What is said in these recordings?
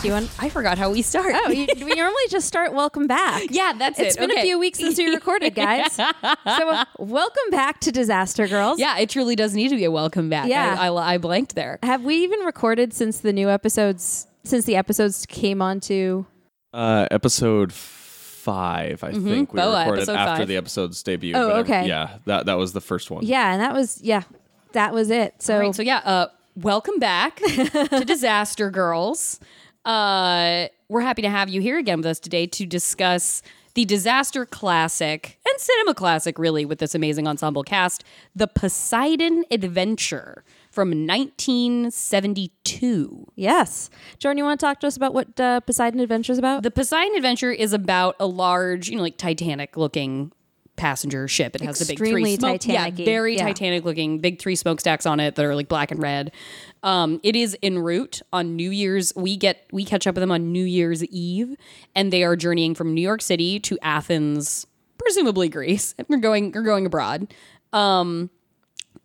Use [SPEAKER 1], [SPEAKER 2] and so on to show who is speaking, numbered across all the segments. [SPEAKER 1] Do you want? I forgot how we start.
[SPEAKER 2] Oh, you, we normally just start welcome back.
[SPEAKER 1] Yeah, that's
[SPEAKER 2] It's
[SPEAKER 1] it.
[SPEAKER 2] been a
[SPEAKER 1] Okay.
[SPEAKER 2] few weeks since we recorded, guys. So, uh, welcome back to Disaster Girls.
[SPEAKER 1] yeah, it truly does need to be a welcome back.
[SPEAKER 2] Yeah.
[SPEAKER 1] I, I, I blanked there.
[SPEAKER 2] Have we even recorded since the new episodes? Since the episodes came onto?
[SPEAKER 3] uh episode five i think we
[SPEAKER 1] Boa,
[SPEAKER 3] recorded
[SPEAKER 1] Mm-hmm. Oh, episode
[SPEAKER 3] after
[SPEAKER 1] five.
[SPEAKER 3] the episode's debut
[SPEAKER 2] Oh,
[SPEAKER 3] but I-
[SPEAKER 2] okay.
[SPEAKER 3] yeah that that was the first one
[SPEAKER 2] Yeah, and that was yeah, that was it. So,
[SPEAKER 1] All right, so yeah, uh, welcome back to Disaster Girls. Uh, we're happy to have you here again with us today to discuss the disaster classic and cinema classic, really, with this amazing ensemble cast, The Poseidon Adventure from 1972.
[SPEAKER 2] yes, Jordan, you want to talk to us about what uh, Poseidon Adventure is about?
[SPEAKER 1] The Poseidon Adventure is about a large, you know, like Titanic looking passenger ship. It has the
[SPEAKER 2] Extremely
[SPEAKER 1] big three smoke, yeah,
[SPEAKER 2] Titanic-y.
[SPEAKER 1] very
[SPEAKER 2] Yeah.
[SPEAKER 1] Titanic looking, big three smokestacks on it that are like black and red. Um, it is en route on New Year's. We get we catch up with them on New Year's Eve, and they are journeying from New York City to Athens, presumably Greece. They're going they're going abroad. Um,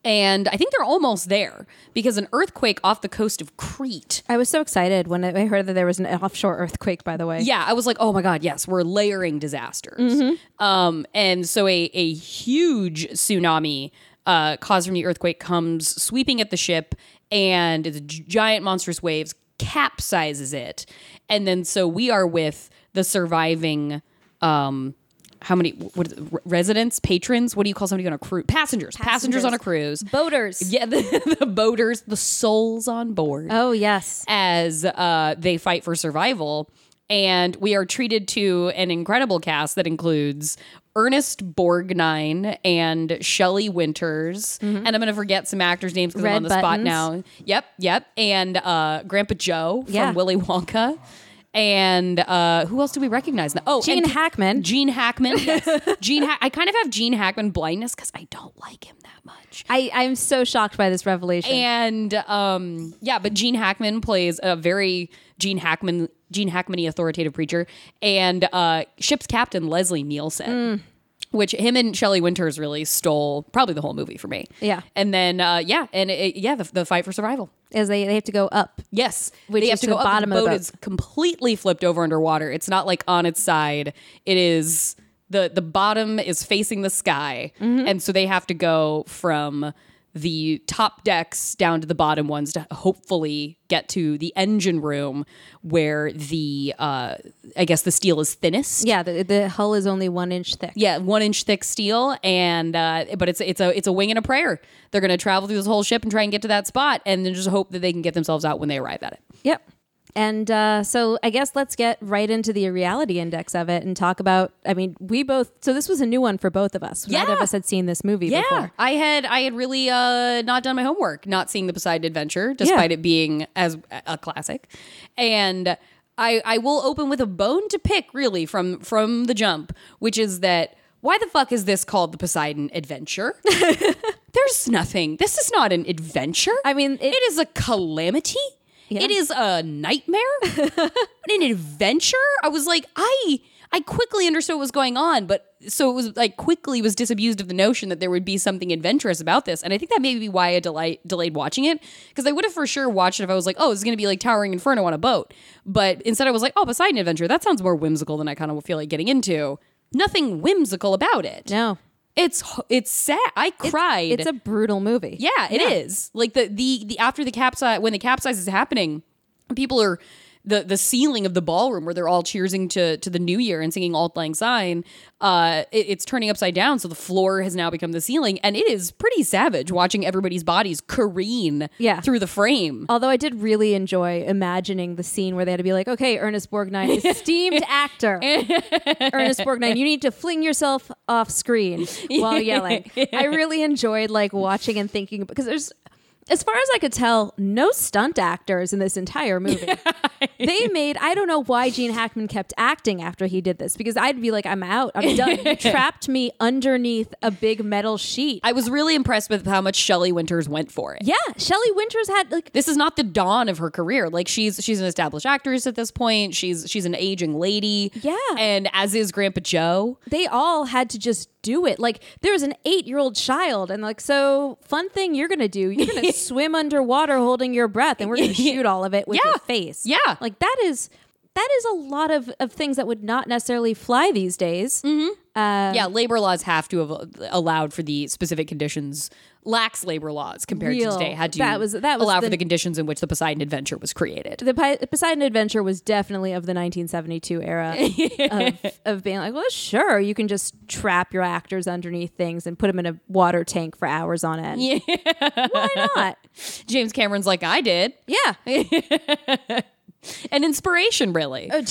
[SPEAKER 1] and I think they're almost there because an earthquake off the coast of Crete
[SPEAKER 2] I was so excited when I heard that there was an offshore earthquake. By the way,
[SPEAKER 1] yeah, I was like, oh my God, yes, we're layering disasters. Um, and so a, a huge tsunami uh, caused from the earthquake comes sweeping at the ship, and the g- giant monstrous waves capsizes it. And then so we are with the surviving. Um, how many what is it, re- residents, patrons? What do you call somebody on a cruise? Passengers, passengers, on a cruise.
[SPEAKER 2] boaters.
[SPEAKER 1] Yeah, the, the boaters, the souls on board
[SPEAKER 2] Oh yes,
[SPEAKER 1] as uh, they fight for survival. And we are treated to an incredible cast that includes Ernest Borgnine and Shelley Winters. And I'm going to forget some actors' names because I'm
[SPEAKER 2] Mm-hmm. Red
[SPEAKER 1] on the spot
[SPEAKER 2] Buttons.
[SPEAKER 1] now. Yep, yep. And uh, Grandpa Joe
[SPEAKER 2] Yeah.
[SPEAKER 1] from Willy Wonka. And uh, who else do we recognize now? Oh, and
[SPEAKER 2] Gene
[SPEAKER 1] Ke-
[SPEAKER 2] Hackman.
[SPEAKER 1] Gene Hackman. Yes. Gene. Ha- I kind of have Gene Hackman blindness because I don't like him that much.
[SPEAKER 2] I I'm so shocked by this revelation.
[SPEAKER 1] And um, yeah, but Gene Hackman plays a very Gene Hackman, Gene Hackmany authoritative preacher, and uh, ship's captain Leslie Nielsen. Which him and Shelley Winters really stole probably the whole movie for me.
[SPEAKER 2] Yeah.
[SPEAKER 1] and then uh, yeah, and it, yeah, the, the fight for survival.
[SPEAKER 2] As they they have to go up.
[SPEAKER 1] Yes,
[SPEAKER 2] Which
[SPEAKER 1] they have
[SPEAKER 2] is
[SPEAKER 1] to
[SPEAKER 2] to
[SPEAKER 1] go
[SPEAKER 2] the
[SPEAKER 1] up.
[SPEAKER 2] bottom
[SPEAKER 1] the
[SPEAKER 2] of the
[SPEAKER 1] boat
[SPEAKER 2] boat.
[SPEAKER 1] is completely flipped over underwater. It's not like on its side. It is the the bottom is facing the sky,
[SPEAKER 2] Mm-hmm.
[SPEAKER 1] and so they have to go from the top decks down to the bottom ones to hopefully get to the engine room where the uh, I guess the steel is thinnest.
[SPEAKER 2] Yeah, the, the hull is only one inch thick.
[SPEAKER 1] Yeah, one inch thick steel, and uh, but it's it's a it's a wing and a prayer. They're going to travel through this whole ship and try and get to that spot, and then just hope that they can get themselves out when they arrive at it.
[SPEAKER 2] Yep. And uh, so I guess let's get right into the reality index of it and talk about. I mean, we both. So this was a new one for both of us. Neither of
[SPEAKER 1] Yeah.
[SPEAKER 2] us had seen this movie before.
[SPEAKER 1] I had I had really uh, not done my homework, not seeing the Poseidon Adventure, despite it being as a classic. And I I will open with a bone to pick, really, from from the jump, which is that why the fuck is this called the Poseidon Adventure? There's nothing. This is not an adventure.
[SPEAKER 2] I mean, it-
[SPEAKER 1] it is a calamity. It is a nightmare. an adventure. I was like, I I quickly understood what was going on, but so it was like quickly was disabused of the notion that there would be something adventurous about this. And I think that may be why I deli- delayed watching it because I would have for sure watched it if I was like, oh, it's going to be like Towering Inferno on a boat. But instead, I was like, oh, Poseidon Adventure. That sounds more whimsical than I kind of feel like getting into. Nothing whimsical about it.
[SPEAKER 2] No,
[SPEAKER 1] It's h- it's sad. I cried.
[SPEAKER 2] it's a brutal movie.
[SPEAKER 1] Yeah, it is Like the the the after the capsize when the capsize is happening, people are the the ceiling of the ballroom where they're all cheersing to to the new year and singing "Auld Lang Syne." Uh, it- it's turning upside down, so the floor has now become the ceiling, and it is pretty savage watching everybody's bodies careen
[SPEAKER 2] Yeah.
[SPEAKER 1] through the frame.
[SPEAKER 2] Although I did really enjoy imagining the scene where they had to be like, okay, Ernest Borgnine, esteemed actor, Ernest Borgnine, you need to fling yourself off screen while yelling. I really enjoyed like watching and thinking because there's, as far as I could tell, no stunt actors in this entire movie. they made I don't know why Gene Hackman kept acting after he did this because I'd be like I'm out I'm done you trapped me underneath a big metal sheet
[SPEAKER 1] I was really impressed with how much Shelley Winters went for it.
[SPEAKER 2] yeah Shelley Winters had like
[SPEAKER 1] This is not the dawn of her career. Like she's she's an established actress at this point. She's she's an aging lady.
[SPEAKER 2] Yeah.
[SPEAKER 1] And as is Grandpa Joe.
[SPEAKER 2] they all had to just do it like there was an eight year old child and like so fun thing you're gonna do you're gonna swim underwater holding your breath and we're gonna shoot all of it with your
[SPEAKER 1] Yeah.
[SPEAKER 2] face
[SPEAKER 1] Yeah.
[SPEAKER 2] like that is that is a lot of, of things that would not necessarily fly these days
[SPEAKER 1] Mm-hmm. yeah,
[SPEAKER 2] Um,
[SPEAKER 1] labor laws have to have allowed for the specific conditions. Lax labor laws compared
[SPEAKER 2] Real.
[SPEAKER 1] to today had to
[SPEAKER 2] That was- that was
[SPEAKER 1] allow
[SPEAKER 2] the-
[SPEAKER 1] for the conditions in which the Poseidon Adventure was created.
[SPEAKER 2] the Pi- Poseidon Adventure was definitely of the 1972 era of, of being like, well, sure, you can just trap your actors underneath things and put them in a water tank for hours on end. Yeah. Why not?
[SPEAKER 1] James Cameron's like I did,
[SPEAKER 2] Yeah.
[SPEAKER 1] an inspiration really.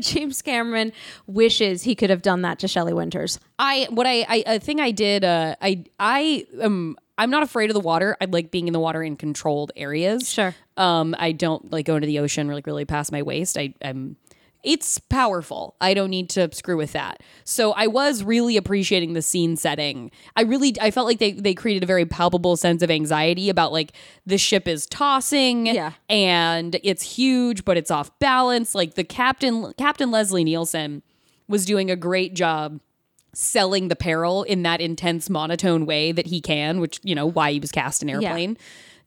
[SPEAKER 2] James Cameron wishes he could have done that to Shelley Winters.
[SPEAKER 1] I what I I a thing I did uh I I um I'm not afraid of the water. I like being in the water in controlled areas.
[SPEAKER 2] Sure.
[SPEAKER 1] Um I don't like go into the ocean like really past my waist. I I'm it's powerful. I don't need to screw with that. So I was really appreciating the scene setting. I really I felt like they they created a very palpable sense of anxiety about like the ship is tossing
[SPEAKER 2] Yeah.
[SPEAKER 1] and it's huge but it's off balance. Like the captain Captain Leslie Nielsen was doing a great job selling the peril in that intense monotone way that he can, which you know why he was cast in Airplane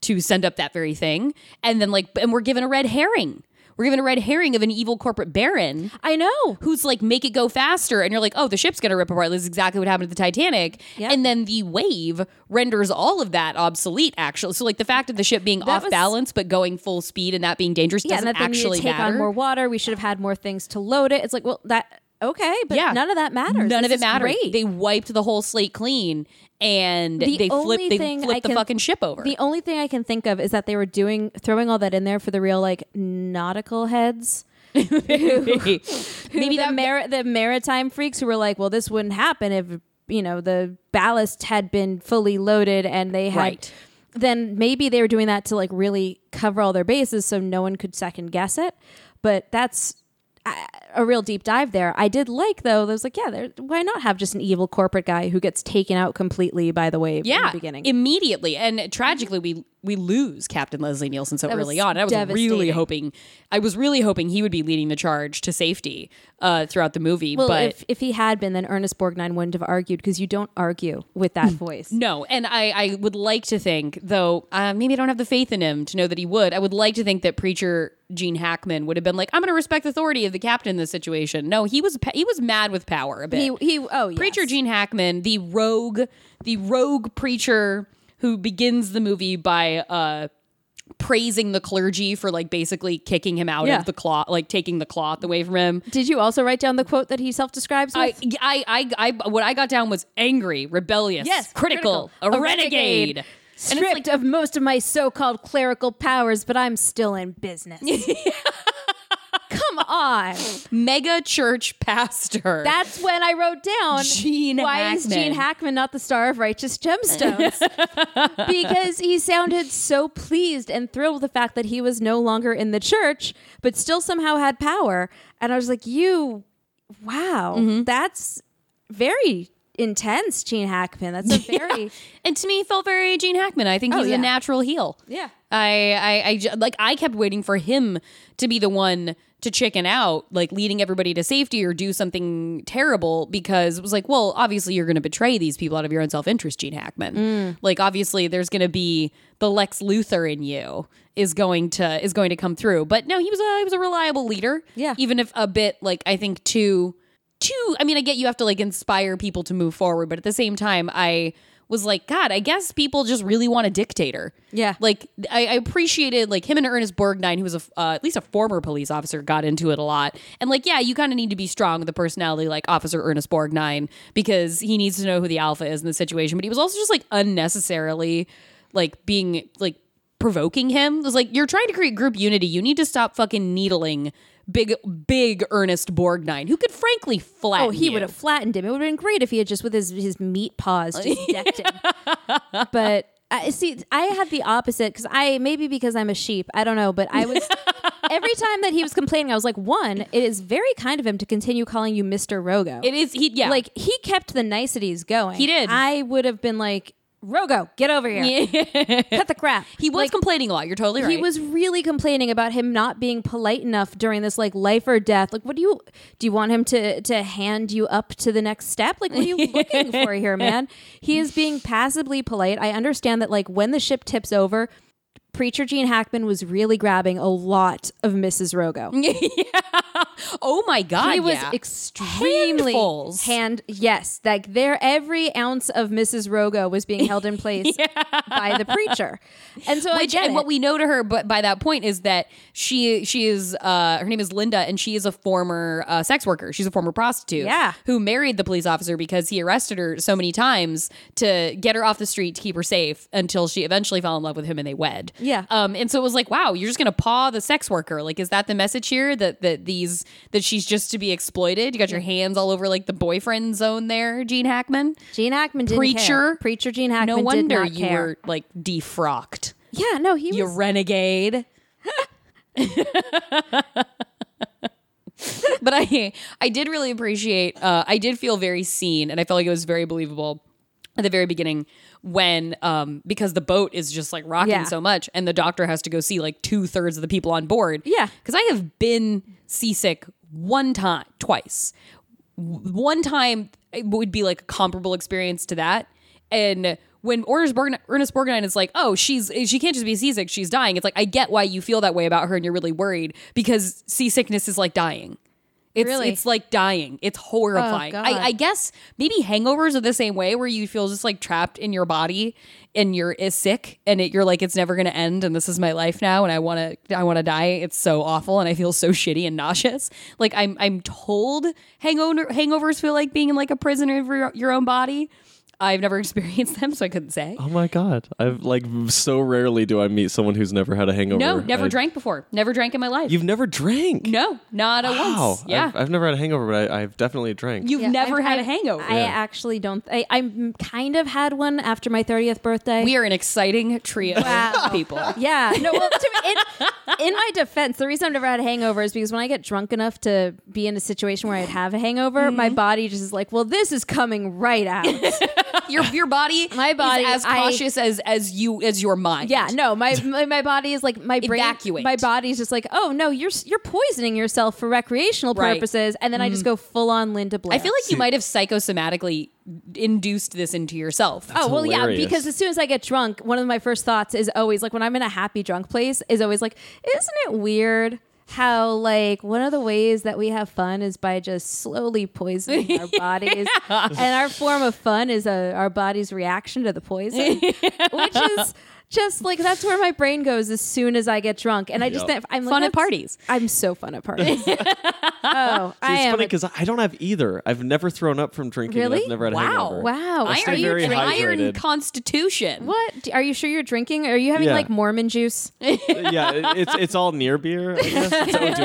[SPEAKER 1] to send up that very thing. And then like, and we're given a red herring. We're given a red herring of an evil corporate baron
[SPEAKER 2] I know.
[SPEAKER 1] who's like make it go faster and you're like oh the ship's gonna rip apart this is exactly what happened to the titanic
[SPEAKER 2] Yep.
[SPEAKER 1] and then the wave renders all of that obsolete actually so like the fact of the ship being off
[SPEAKER 2] was-
[SPEAKER 1] balance but going full speed and that being dangerous
[SPEAKER 2] Yeah, and
[SPEAKER 1] doesn't
[SPEAKER 2] that they needed
[SPEAKER 1] actually
[SPEAKER 2] to take
[SPEAKER 1] matter
[SPEAKER 2] on more water. We should have had more things to load it. It's like, well, that, okay, but
[SPEAKER 1] Yeah.
[SPEAKER 2] none of that
[SPEAKER 1] None
[SPEAKER 2] matters. This
[SPEAKER 1] of it
[SPEAKER 2] is
[SPEAKER 1] mattered.
[SPEAKER 2] great.
[SPEAKER 1] They wiped the whole slate clean and
[SPEAKER 2] The
[SPEAKER 1] they
[SPEAKER 2] only
[SPEAKER 1] flipped they
[SPEAKER 2] thing
[SPEAKER 1] flipped
[SPEAKER 2] I
[SPEAKER 1] the
[SPEAKER 2] can-
[SPEAKER 1] fucking ship over.
[SPEAKER 2] The only thing I can think of is that they were doing throwing all that in there for the real like nautical heads. Maybe the mar- the maritime freaks who were like, well, this wouldn't happen if you know the ballast had been fully loaded and they had.
[SPEAKER 1] Right.
[SPEAKER 2] Then maybe they were doing that to like really cover all their bases so no one could second guess it. But that's uh, a real deep dive there. I did like though. There was like, yeah, there, why not have just an evil corporate guy who gets taken out completely by the wave? in
[SPEAKER 1] yeah,
[SPEAKER 2] the beginning.
[SPEAKER 1] immediately. And tragically, we we lose Captain Leslie Nielsen so
[SPEAKER 2] was
[SPEAKER 1] early on. And I was really
[SPEAKER 2] devastating.
[SPEAKER 1] hoping, I was really hoping he would be leading the charge to safety uh, throughout the movie.
[SPEAKER 2] Well,
[SPEAKER 1] but
[SPEAKER 2] if, if he had been, then Ernest Borgnine wouldn't have argued because you don't argue with that voice.
[SPEAKER 1] No, and I, I would like to think, though uh, maybe I don't have the faith in him to know that he would. I would like to think that preacher Gene Hackman would have been like, "I'm going to respect the authority of the captain in this situation." No, he was pa- he was mad with power a bit.
[SPEAKER 2] He, he oh yes.
[SPEAKER 1] preacher Gene Hackman, the rogue, the rogue preacher who begins the movie by uh, praising the clergy for like basically kicking him out
[SPEAKER 2] Yeah.
[SPEAKER 1] of the cloth, like taking the cloth away from him.
[SPEAKER 2] Did you also write down the quote that he self describes?
[SPEAKER 1] I, I, I, I, what I got down was angry, rebellious,
[SPEAKER 2] Yes,
[SPEAKER 1] critical,
[SPEAKER 2] critical.
[SPEAKER 1] a,
[SPEAKER 2] A
[SPEAKER 1] renegade.
[SPEAKER 2] renegade. Stripped of most of my so called clerical powers, but I'm still in business. Come on.
[SPEAKER 1] mega church pastor.
[SPEAKER 2] That's when I wrote down
[SPEAKER 1] Gene
[SPEAKER 2] why is
[SPEAKER 1] Hackman.
[SPEAKER 2] Gene Hackman not the star of Righteous Gemstones? because he sounded so pleased and thrilled with the fact that he was no longer in the church, but still somehow had power. And I was like, you, wow,
[SPEAKER 1] Mm-hmm.
[SPEAKER 2] that's very intense, Gene Hackman. That's a very. Oh,
[SPEAKER 1] and to me, he felt very Gene Hackman. I think he's
[SPEAKER 2] yeah.
[SPEAKER 1] a natural heel.
[SPEAKER 2] Yeah.
[SPEAKER 1] I, I, I ju- like. I kept waiting for him to be the one to chicken out, like leading everybody to safety or do something terrible. Because it was like, well, obviously you're going to betray these people out of your own self interest, Gene Hackman.
[SPEAKER 2] Mm.
[SPEAKER 1] Like, obviously there's going to be the Lex Luthor in you is going to is going to come through. But no, he was a he was a reliable leader.
[SPEAKER 2] Yeah.
[SPEAKER 1] even if a bit like I think too too i mean i get you have to like inspire people to move forward but at the same time i was like god i guess people just really want a dictator
[SPEAKER 2] Yeah.
[SPEAKER 1] like i, I appreciated like him and ernest borgnine who was a, f- uh, at least a former police officer got into it a lot and like yeah you kind of need to be strong with a personality like officer ernest borgnine because he needs to know who the alpha is in the situation but he was also just like unnecessarily like being like provoking him. It was like, you're trying to create group unity. You need to stop fucking needling big, big Ernest Borgnine, who could frankly flatten.
[SPEAKER 2] Oh, he
[SPEAKER 1] you.
[SPEAKER 2] would have flattened him. It would have been great if he had just with his his meat paws just decked him. But I see, I had the opposite because I maybe because I'm a sheep. I don't know, but I was every time that he was complaining, I was like, one, it is very kind of him to continue calling you Mr. Rogo.
[SPEAKER 1] It is he yeah.
[SPEAKER 2] Like he kept the niceties going.
[SPEAKER 1] He did.
[SPEAKER 2] I would have been like, Rogo, get over here. Cut the crap.
[SPEAKER 1] he was complaining a lot. You're totally right.
[SPEAKER 2] He was really complaining about him not being polite enough during this like life or death. Like, what do you do? You want him to to hand you up to the next step? Like, what are you looking for here, man? He is being passively polite. I understand that like when the ship tips over, preacher Gene Hackman was really grabbing a lot of Mrs. Rogo.
[SPEAKER 1] Oh my god.
[SPEAKER 2] He was
[SPEAKER 1] yeah.
[SPEAKER 2] extremely
[SPEAKER 1] Handfuls.
[SPEAKER 2] hand. Yes, like there, every ounce of Mrs. Rogo was being held in place by the preacher, and so I
[SPEAKER 1] Which
[SPEAKER 2] get
[SPEAKER 1] and
[SPEAKER 2] it.
[SPEAKER 1] what we know to her, but by that point is that she she is uh, her name is Linda, and she is a former uh, sex worker. She's a former prostitute,
[SPEAKER 2] Yeah.
[SPEAKER 1] who married the police officer because he arrested her so many times to get her off the street to keep her safe until she eventually fell in love with him and they wed.
[SPEAKER 2] Yeah.
[SPEAKER 1] um, and so it was like, wow, you're just gonna paw the sex worker? Like, is that the message here that that these that she's just to be exploited? You got your hands all over like the boyfriend zone there, Gene Hackman.
[SPEAKER 2] Gene Hackman didn't
[SPEAKER 1] Preacher?
[SPEAKER 2] care. Preacher Gene Hackman.
[SPEAKER 1] no wonder
[SPEAKER 2] did not
[SPEAKER 1] you
[SPEAKER 2] care.
[SPEAKER 1] were like defrocked.
[SPEAKER 2] Yeah, no, he
[SPEAKER 1] You
[SPEAKER 2] was.
[SPEAKER 1] renegade. but I I did really appreciate uh I did feel very seen and I felt like it was very believable at the very beginning when um because the boat is just like rocking
[SPEAKER 2] Yeah.
[SPEAKER 1] so much and the doctor has to go see like two thirds of the people on board.
[SPEAKER 2] Yeah.
[SPEAKER 1] Because I have been seasick one time twice one time it would be like a comparable experience to that. And when Ernest Borgnine, Ernest Borgnine is like, oh, she's she can't just be seasick, she's dying. It's like I get why you feel that way about her and you're really worried because seasickness is like dying. It's
[SPEAKER 2] Really?
[SPEAKER 1] it's like dying. It's horrifying.
[SPEAKER 2] Oh, God.
[SPEAKER 1] I, I guess maybe hangovers are the same way where you feel just like trapped in your body and you're is sick and it, you're like it's never gonna end and this is my life now and I wanna I wanna die. It's so awful and I feel so shitty and nauseous. Like I'm I'm told hangover hangovers feel like being in like a prisoner of your, your own body. I've never experienced them, so I couldn't say.
[SPEAKER 3] Oh my god! I've like so rarely do I meet someone who's never had a hangover.
[SPEAKER 1] no, never
[SPEAKER 3] I-
[SPEAKER 1] drank before. Never drank in my life.
[SPEAKER 3] You've never drank.
[SPEAKER 1] no, not a
[SPEAKER 3] Wow.
[SPEAKER 1] once. Yeah.
[SPEAKER 3] I've, I've never had a hangover, but I, I've definitely drank.
[SPEAKER 1] You've
[SPEAKER 2] Yeah,
[SPEAKER 1] never
[SPEAKER 2] I've-
[SPEAKER 1] had a
[SPEAKER 2] I've-
[SPEAKER 1] hangover.
[SPEAKER 2] I actually don't. I, I kind of had one after my thirtieth birthday.
[SPEAKER 1] we are an exciting trio
[SPEAKER 2] Wow.
[SPEAKER 1] of people.
[SPEAKER 2] Yeah. No, well, to me, in, in my defense, the reason I've never had a hangover is because when I get drunk enough to be in a situation where I'd have a hangover,
[SPEAKER 1] Mm-hmm.
[SPEAKER 2] my body just is like, well, this is coming right out.
[SPEAKER 1] your your body
[SPEAKER 2] My body,
[SPEAKER 1] is as
[SPEAKER 2] I-
[SPEAKER 1] cautious as as you as your mind
[SPEAKER 2] yeah. No, my, my my body is like my brain.
[SPEAKER 1] Evacuate.
[SPEAKER 2] My body's just like, oh no, you're s- you're poisoning yourself for recreational
[SPEAKER 1] Right. Mm-hmm.
[SPEAKER 2] purposes, and then I just go full on Linda Blair.
[SPEAKER 1] i feel like you might have psychosomatically induced this into yourself
[SPEAKER 2] Oh well, yeah.
[SPEAKER 3] hilarious.
[SPEAKER 2] Because as soon as I get drunk, one of my first thoughts is always like when I'm in a happy drunk place is always like, isn't it weird how like one of the ways that we have fun is by just slowly poisoning our bodies, and our form of fun is uh our body's reaction to the poison, which is. Just like that's where my brain goes as soon as I get drunk, and I
[SPEAKER 3] Yep.
[SPEAKER 2] just think I'm like,
[SPEAKER 1] Fun at
[SPEAKER 2] that's-
[SPEAKER 1] parties.
[SPEAKER 2] I'm so fun at parties. oh, I
[SPEAKER 3] it's
[SPEAKER 2] am.
[SPEAKER 3] funny
[SPEAKER 2] a-
[SPEAKER 3] because I don't have either. I've never thrown up from drinking. and
[SPEAKER 2] Really?
[SPEAKER 3] I've never had a
[SPEAKER 1] wow
[SPEAKER 3] hangover.
[SPEAKER 2] wow,
[SPEAKER 3] I stay
[SPEAKER 1] Oh, iron,
[SPEAKER 3] very
[SPEAKER 1] an iron
[SPEAKER 3] hydrated.
[SPEAKER 1] constitution
[SPEAKER 2] what Do- are you sure you're drinking? Are you having
[SPEAKER 3] Yeah.
[SPEAKER 2] like Mormon juice?
[SPEAKER 3] yeah, it- it's it's all near beer. I guess. It's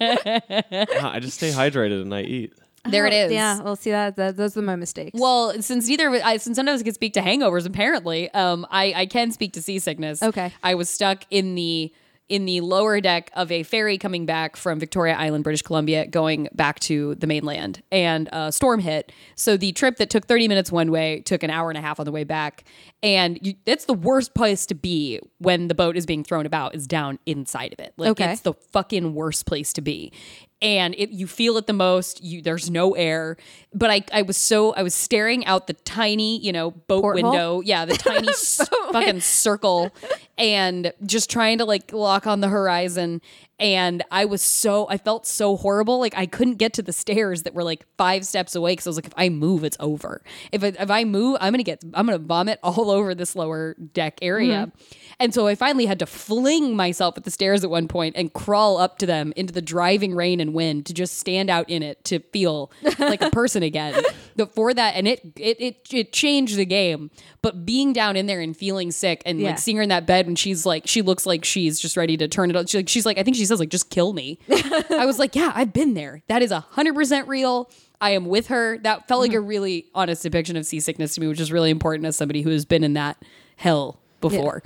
[SPEAKER 3] O'Doul's. Nah, I just stay hydrated and I eat.
[SPEAKER 1] there it
[SPEAKER 2] Oh,
[SPEAKER 1] is
[SPEAKER 2] Yeah, well, see that, that those are my mistakes.
[SPEAKER 1] well, since neither of I, since none of us can speak to hangovers, apparently, um, I, I can speak to seasickness.
[SPEAKER 2] Okay.
[SPEAKER 1] I was stuck in the in the lower deck of a ferry coming back from Victoria Island, British Columbia, going back to the mainland, and a storm hit. So the trip that took thirty minutes one way took an hour and a half on the way back, and you, that's the worst place to be when the boat is being thrown about is down inside of it. Like
[SPEAKER 2] Okay.
[SPEAKER 1] it's the fucking worst place to be and it, you feel it the most you there's no air but i i was so i was staring out the tiny you know boat
[SPEAKER 2] Porthole?
[SPEAKER 1] window yeah the tiny s- fucking circle and just trying to like lock on the horizon and i was so i felt so horrible like i couldn't get to the stairs that were like five steps away because i was like if i move it's over if I, if i move i'm gonna get i'm gonna vomit all over this lower deck area and so I finally had to fling myself at the stairs at one point and crawl up to them into the driving rain and wind to just stand out in it to feel like a person again. Before that, and it it it it changed the game. But being down in there and feeling sick and
[SPEAKER 2] Yeah.
[SPEAKER 1] like seeing her in that bed when she's like she looks like she's just ready to turn it on. She's like, she's like I think she says like just kill me. I was like, yeah, I've been there. That is hundred percent real. I am with her. That felt
[SPEAKER 2] Mm-hmm.
[SPEAKER 1] like a really honest depiction of seasickness to me, which is really important as somebody who has been in that hell before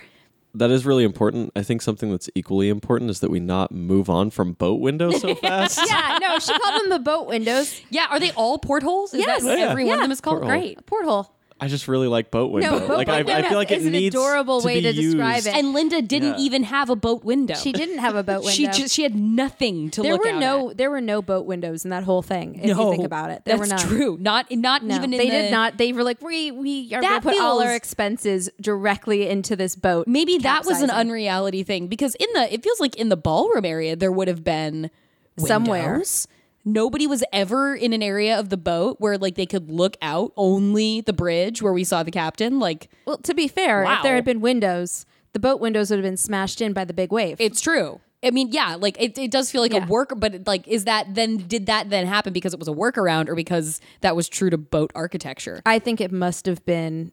[SPEAKER 3] that is really important. I think something that's equally important is that we not move on from boat window so fast.
[SPEAKER 2] yeah, no, she called them the boat windows.
[SPEAKER 1] Yeah, are they all portholes? Is
[SPEAKER 2] Yes.
[SPEAKER 1] that what
[SPEAKER 3] Yeah.
[SPEAKER 1] every one of them is called?
[SPEAKER 3] Porthole.
[SPEAKER 1] Great.
[SPEAKER 2] Porthole.
[SPEAKER 3] I just really like boat window.
[SPEAKER 2] boat
[SPEAKER 3] like I, I
[SPEAKER 2] window
[SPEAKER 3] feel like it
[SPEAKER 2] is an
[SPEAKER 3] needs
[SPEAKER 2] adorable
[SPEAKER 3] to
[SPEAKER 2] way
[SPEAKER 3] be
[SPEAKER 2] to describe
[SPEAKER 3] used.
[SPEAKER 2] it.
[SPEAKER 1] And Linda didn't
[SPEAKER 3] Yeah.
[SPEAKER 1] even have a boat window.
[SPEAKER 2] She didn't have a boat window.
[SPEAKER 1] She just she had nothing to
[SPEAKER 2] there
[SPEAKER 1] look
[SPEAKER 2] were
[SPEAKER 1] out
[SPEAKER 2] no
[SPEAKER 1] at.
[SPEAKER 2] there were no boat windows in that whole thing. If you think about it, there
[SPEAKER 1] that's
[SPEAKER 2] were not.
[SPEAKER 1] true. Not not
[SPEAKER 2] No,
[SPEAKER 1] even in
[SPEAKER 2] they
[SPEAKER 1] the,
[SPEAKER 2] did not. They were like, we we are going to
[SPEAKER 1] That
[SPEAKER 2] put all our
[SPEAKER 1] feels-
[SPEAKER 2] expenses directly into this boat.
[SPEAKER 1] Maybe that was an
[SPEAKER 2] capsizing.
[SPEAKER 1] unreality thing because in the it feels like in the ballroom area there would have been
[SPEAKER 2] Somewhere.
[SPEAKER 1] windows. Nobody was ever in an area of the boat where like they could look out only the bridge where we saw the captain. Like
[SPEAKER 2] Well, to be fair,
[SPEAKER 1] Wow.
[SPEAKER 2] if there had been windows, the boat windows would have been smashed in by the big wave.
[SPEAKER 1] It's true. I mean, yeah, like it, it does feel like a work, but like, is that then, did that then happen because it was a workaround or because that was true to boat architecture?
[SPEAKER 2] I think it must have been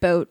[SPEAKER 2] boat.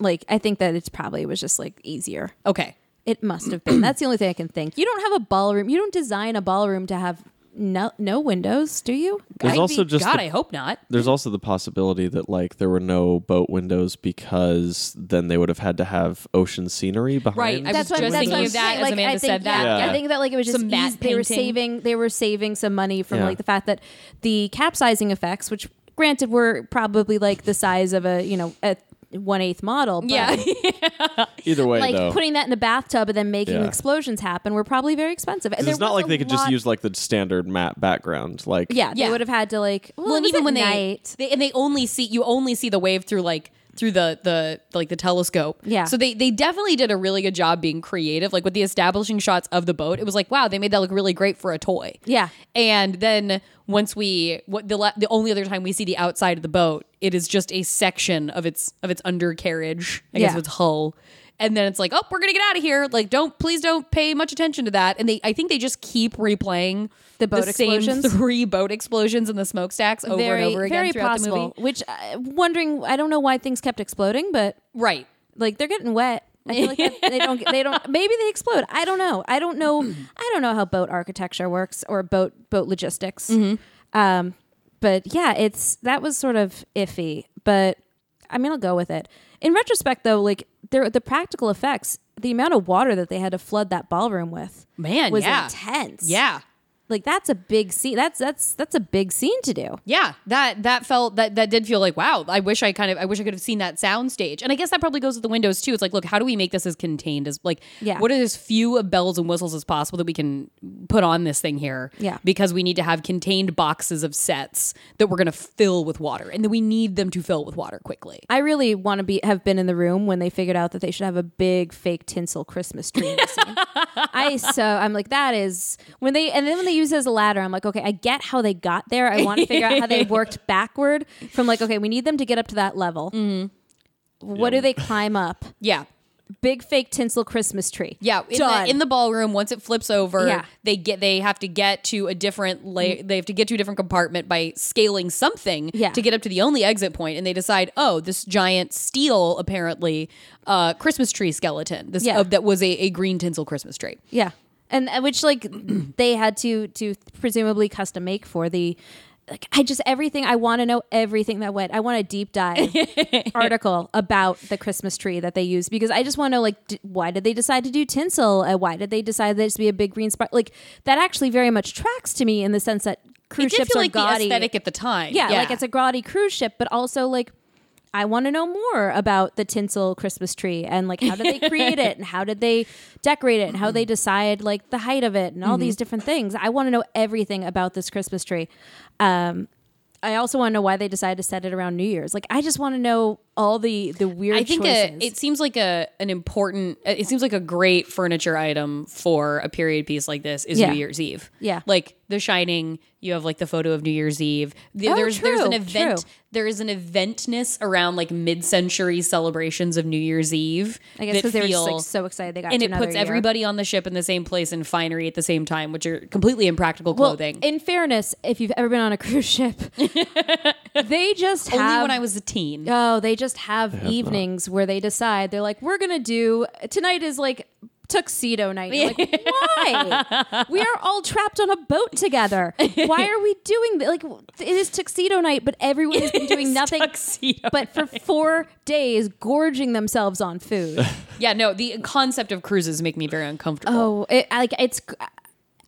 [SPEAKER 2] Like I think that it's probably was just like easier.
[SPEAKER 1] Okay.
[SPEAKER 2] It must have been. That's the only thing I can think. You don't have a ballroom. You don't design a ballroom to have no no windows, do you?
[SPEAKER 3] There's
[SPEAKER 1] I'd
[SPEAKER 3] also
[SPEAKER 1] be-
[SPEAKER 3] just
[SPEAKER 1] God,
[SPEAKER 3] the-
[SPEAKER 1] I hope not.
[SPEAKER 3] There's also the possibility that like there were no boat windows because then they would have had to have ocean scenery behind.
[SPEAKER 1] I was
[SPEAKER 2] what-
[SPEAKER 1] just thinking
[SPEAKER 2] what
[SPEAKER 1] of that
[SPEAKER 2] saying.
[SPEAKER 1] as Amanda
[SPEAKER 2] I think,
[SPEAKER 1] said that.
[SPEAKER 2] yeah,
[SPEAKER 3] Yeah.
[SPEAKER 2] I think that like it was just
[SPEAKER 1] Some matte
[SPEAKER 2] eas- they were
[SPEAKER 1] painting.
[SPEAKER 2] saving they were saving some money from
[SPEAKER 3] Yeah.
[SPEAKER 2] like the fact that the capsizing effects, which granted were probably like the size of a you know a one eighth model, but
[SPEAKER 1] Yeah.
[SPEAKER 3] Either way,
[SPEAKER 2] like
[SPEAKER 3] though,
[SPEAKER 2] putting that in the bathtub and then making
[SPEAKER 3] Yeah.
[SPEAKER 2] explosions happen were probably very expensive. And
[SPEAKER 3] 'Cause
[SPEAKER 2] there
[SPEAKER 3] it's not
[SPEAKER 2] was
[SPEAKER 3] like
[SPEAKER 2] a
[SPEAKER 3] they could just
[SPEAKER 2] lot-
[SPEAKER 3] use like the standard matte background. Like
[SPEAKER 2] yeah,
[SPEAKER 1] Yeah.
[SPEAKER 2] they would have had to like well,
[SPEAKER 1] well,
[SPEAKER 2] it
[SPEAKER 1] and
[SPEAKER 2] was
[SPEAKER 1] even
[SPEAKER 2] at
[SPEAKER 1] when they,
[SPEAKER 2] night.
[SPEAKER 1] they and they only see you only see the wave through like through the the like the telescope.
[SPEAKER 2] Yeah.
[SPEAKER 1] So they they definitely did a really good job being creative. Like with the establishing shots of the boat, it was like wow, they made that look really great for a toy.
[SPEAKER 2] Yeah.
[SPEAKER 1] And then once we what the la- the only other time we see the outside of the boat, it is just a section of its of its undercarriage. I guess
[SPEAKER 2] Yeah.
[SPEAKER 1] its hull. And then it's like, oh, we're gonna get out of here. Like, don't please don't pay much attention to that. And they, I think they just keep replaying
[SPEAKER 2] The boat
[SPEAKER 1] same
[SPEAKER 2] explosions?
[SPEAKER 1] three boat explosions in the smokestacks over
[SPEAKER 2] very,
[SPEAKER 1] and over again
[SPEAKER 2] very
[SPEAKER 1] throughout
[SPEAKER 2] possible.
[SPEAKER 1] the movie.
[SPEAKER 2] Which uh, wondering, I don't know why things kept exploding, but
[SPEAKER 1] Right.
[SPEAKER 2] like they're getting wet. I feel like that- they don't. They don't. Maybe they explode. I don't know. I don't know. I don't know how boat architecture works or boat boat logistics.
[SPEAKER 1] Mm-hmm.
[SPEAKER 2] Um, but yeah, it's that was sort of iffy. But I mean, I'll go with it. In retrospect, though, like there the practical effects, the amount of water that they had to flood that ballroom with,
[SPEAKER 1] Man,
[SPEAKER 2] was
[SPEAKER 1] yeah.
[SPEAKER 2] intense.
[SPEAKER 1] Yeah.
[SPEAKER 2] like that's a big scene. That's that's that's a big scene to do.
[SPEAKER 1] Yeah. That that felt that that did feel like, wow, I wish I kind of I wish I could have seen that sound stage. And I guess that probably goes with the windows too. It's like, look, how do we make this as contained as like
[SPEAKER 2] Yeah.
[SPEAKER 1] what are as few of bells and whistles as possible that we can put on this thing here?
[SPEAKER 2] Yeah.
[SPEAKER 1] Because we need to have contained boxes of sets that we're gonna fill with water. And then we need them to fill with water quickly.
[SPEAKER 2] I really want to be have been in the room when they figured out that they should have a big fake tinsel Christmas tree. in the scene. I so I'm like that is when they and then when they use it as a ladder, I'm like okay, I get how they got there. I want to figure out how they worked backward from like okay, we need them to get up to that level.
[SPEAKER 1] Mm-hmm.
[SPEAKER 2] What do they climb up?
[SPEAKER 1] Yeah.
[SPEAKER 2] Big fake tinsel Christmas tree.
[SPEAKER 1] Yeah, in
[SPEAKER 2] Done.
[SPEAKER 1] the in the ballroom, once it flips over,
[SPEAKER 2] Yeah. Mm.
[SPEAKER 1] they get they have to get to a different la- they have to get to a different compartment by scaling something
[SPEAKER 2] Yeah.
[SPEAKER 1] to get up to the only exit point, and they decide, oh, this giant steel apparently uh, Christmas tree skeleton, this
[SPEAKER 2] Yeah.
[SPEAKER 1] uh, that was a, a green tinsel Christmas tree.
[SPEAKER 2] Yeah, and uh, which like they had to to presumably custom make for the. Like I just everything I want to know everything that went. I want a deep dive article about the Christmas tree that they used because I just want to know like d- why did they decide to do tinsel? Uh, why did they decide that it should be a big green spot? Like that actually very much tracks to me in the sense that
[SPEAKER 1] It
[SPEAKER 2] cruise
[SPEAKER 1] did
[SPEAKER 2] ships
[SPEAKER 1] feel
[SPEAKER 2] are
[SPEAKER 1] like
[SPEAKER 2] gaudy.
[SPEAKER 1] the aesthetic at the time.
[SPEAKER 2] yeah, like it's a gaudy cruise ship, but also like I want to know more about the tinsel Christmas tree and like how did they create it and how did they decorate it and how they decide like the height of it and all these
[SPEAKER 1] Mm-hmm.
[SPEAKER 2] different things. I want to know everything about this Christmas tree. Um, I also want to know why they decided to set it around New Year's. Like I just want to know all the the weird
[SPEAKER 1] I think
[SPEAKER 2] choices.
[SPEAKER 1] a, it seems like a an important. uh, It seems like a great furniture item for a period piece like this is
[SPEAKER 2] Yeah.
[SPEAKER 1] New Year's Eve.
[SPEAKER 2] Yeah.
[SPEAKER 1] like The Shining. You have like the photo of New Year's Eve. The-
[SPEAKER 2] Oh,
[SPEAKER 1] there's there's an
[SPEAKER 2] true,
[SPEAKER 1] event.
[SPEAKER 2] true.
[SPEAKER 1] There is an eventness around like mid century celebrations of New Year's Eve.
[SPEAKER 2] I guess
[SPEAKER 1] that
[SPEAKER 2] because they were just
[SPEAKER 1] feel-
[SPEAKER 2] like so excited they got
[SPEAKER 1] and
[SPEAKER 2] to
[SPEAKER 1] it
[SPEAKER 2] another
[SPEAKER 1] puts
[SPEAKER 2] year.
[SPEAKER 1] everybody on the ship in the same place in finery at the same time, which are completely impractical
[SPEAKER 2] Well,
[SPEAKER 1] clothing.
[SPEAKER 2] in fairness, if you've ever been on a cruise ship, they just have
[SPEAKER 1] Only when I was a teen.
[SPEAKER 2] Oh, they just have, evenings where they decide they're like, we're gonna do tonight is like tuxedo night. You're Like, why? we are all trapped on a boat together. Why are we doing this? Like, it is tuxedo night, but everyone has been doing nothing
[SPEAKER 1] tuxedo
[SPEAKER 2] but for four days gorging themselves on food.
[SPEAKER 1] Yeah, no, the concept of cruises make me very uncomfortable.
[SPEAKER 2] Oh, it, I- like it's.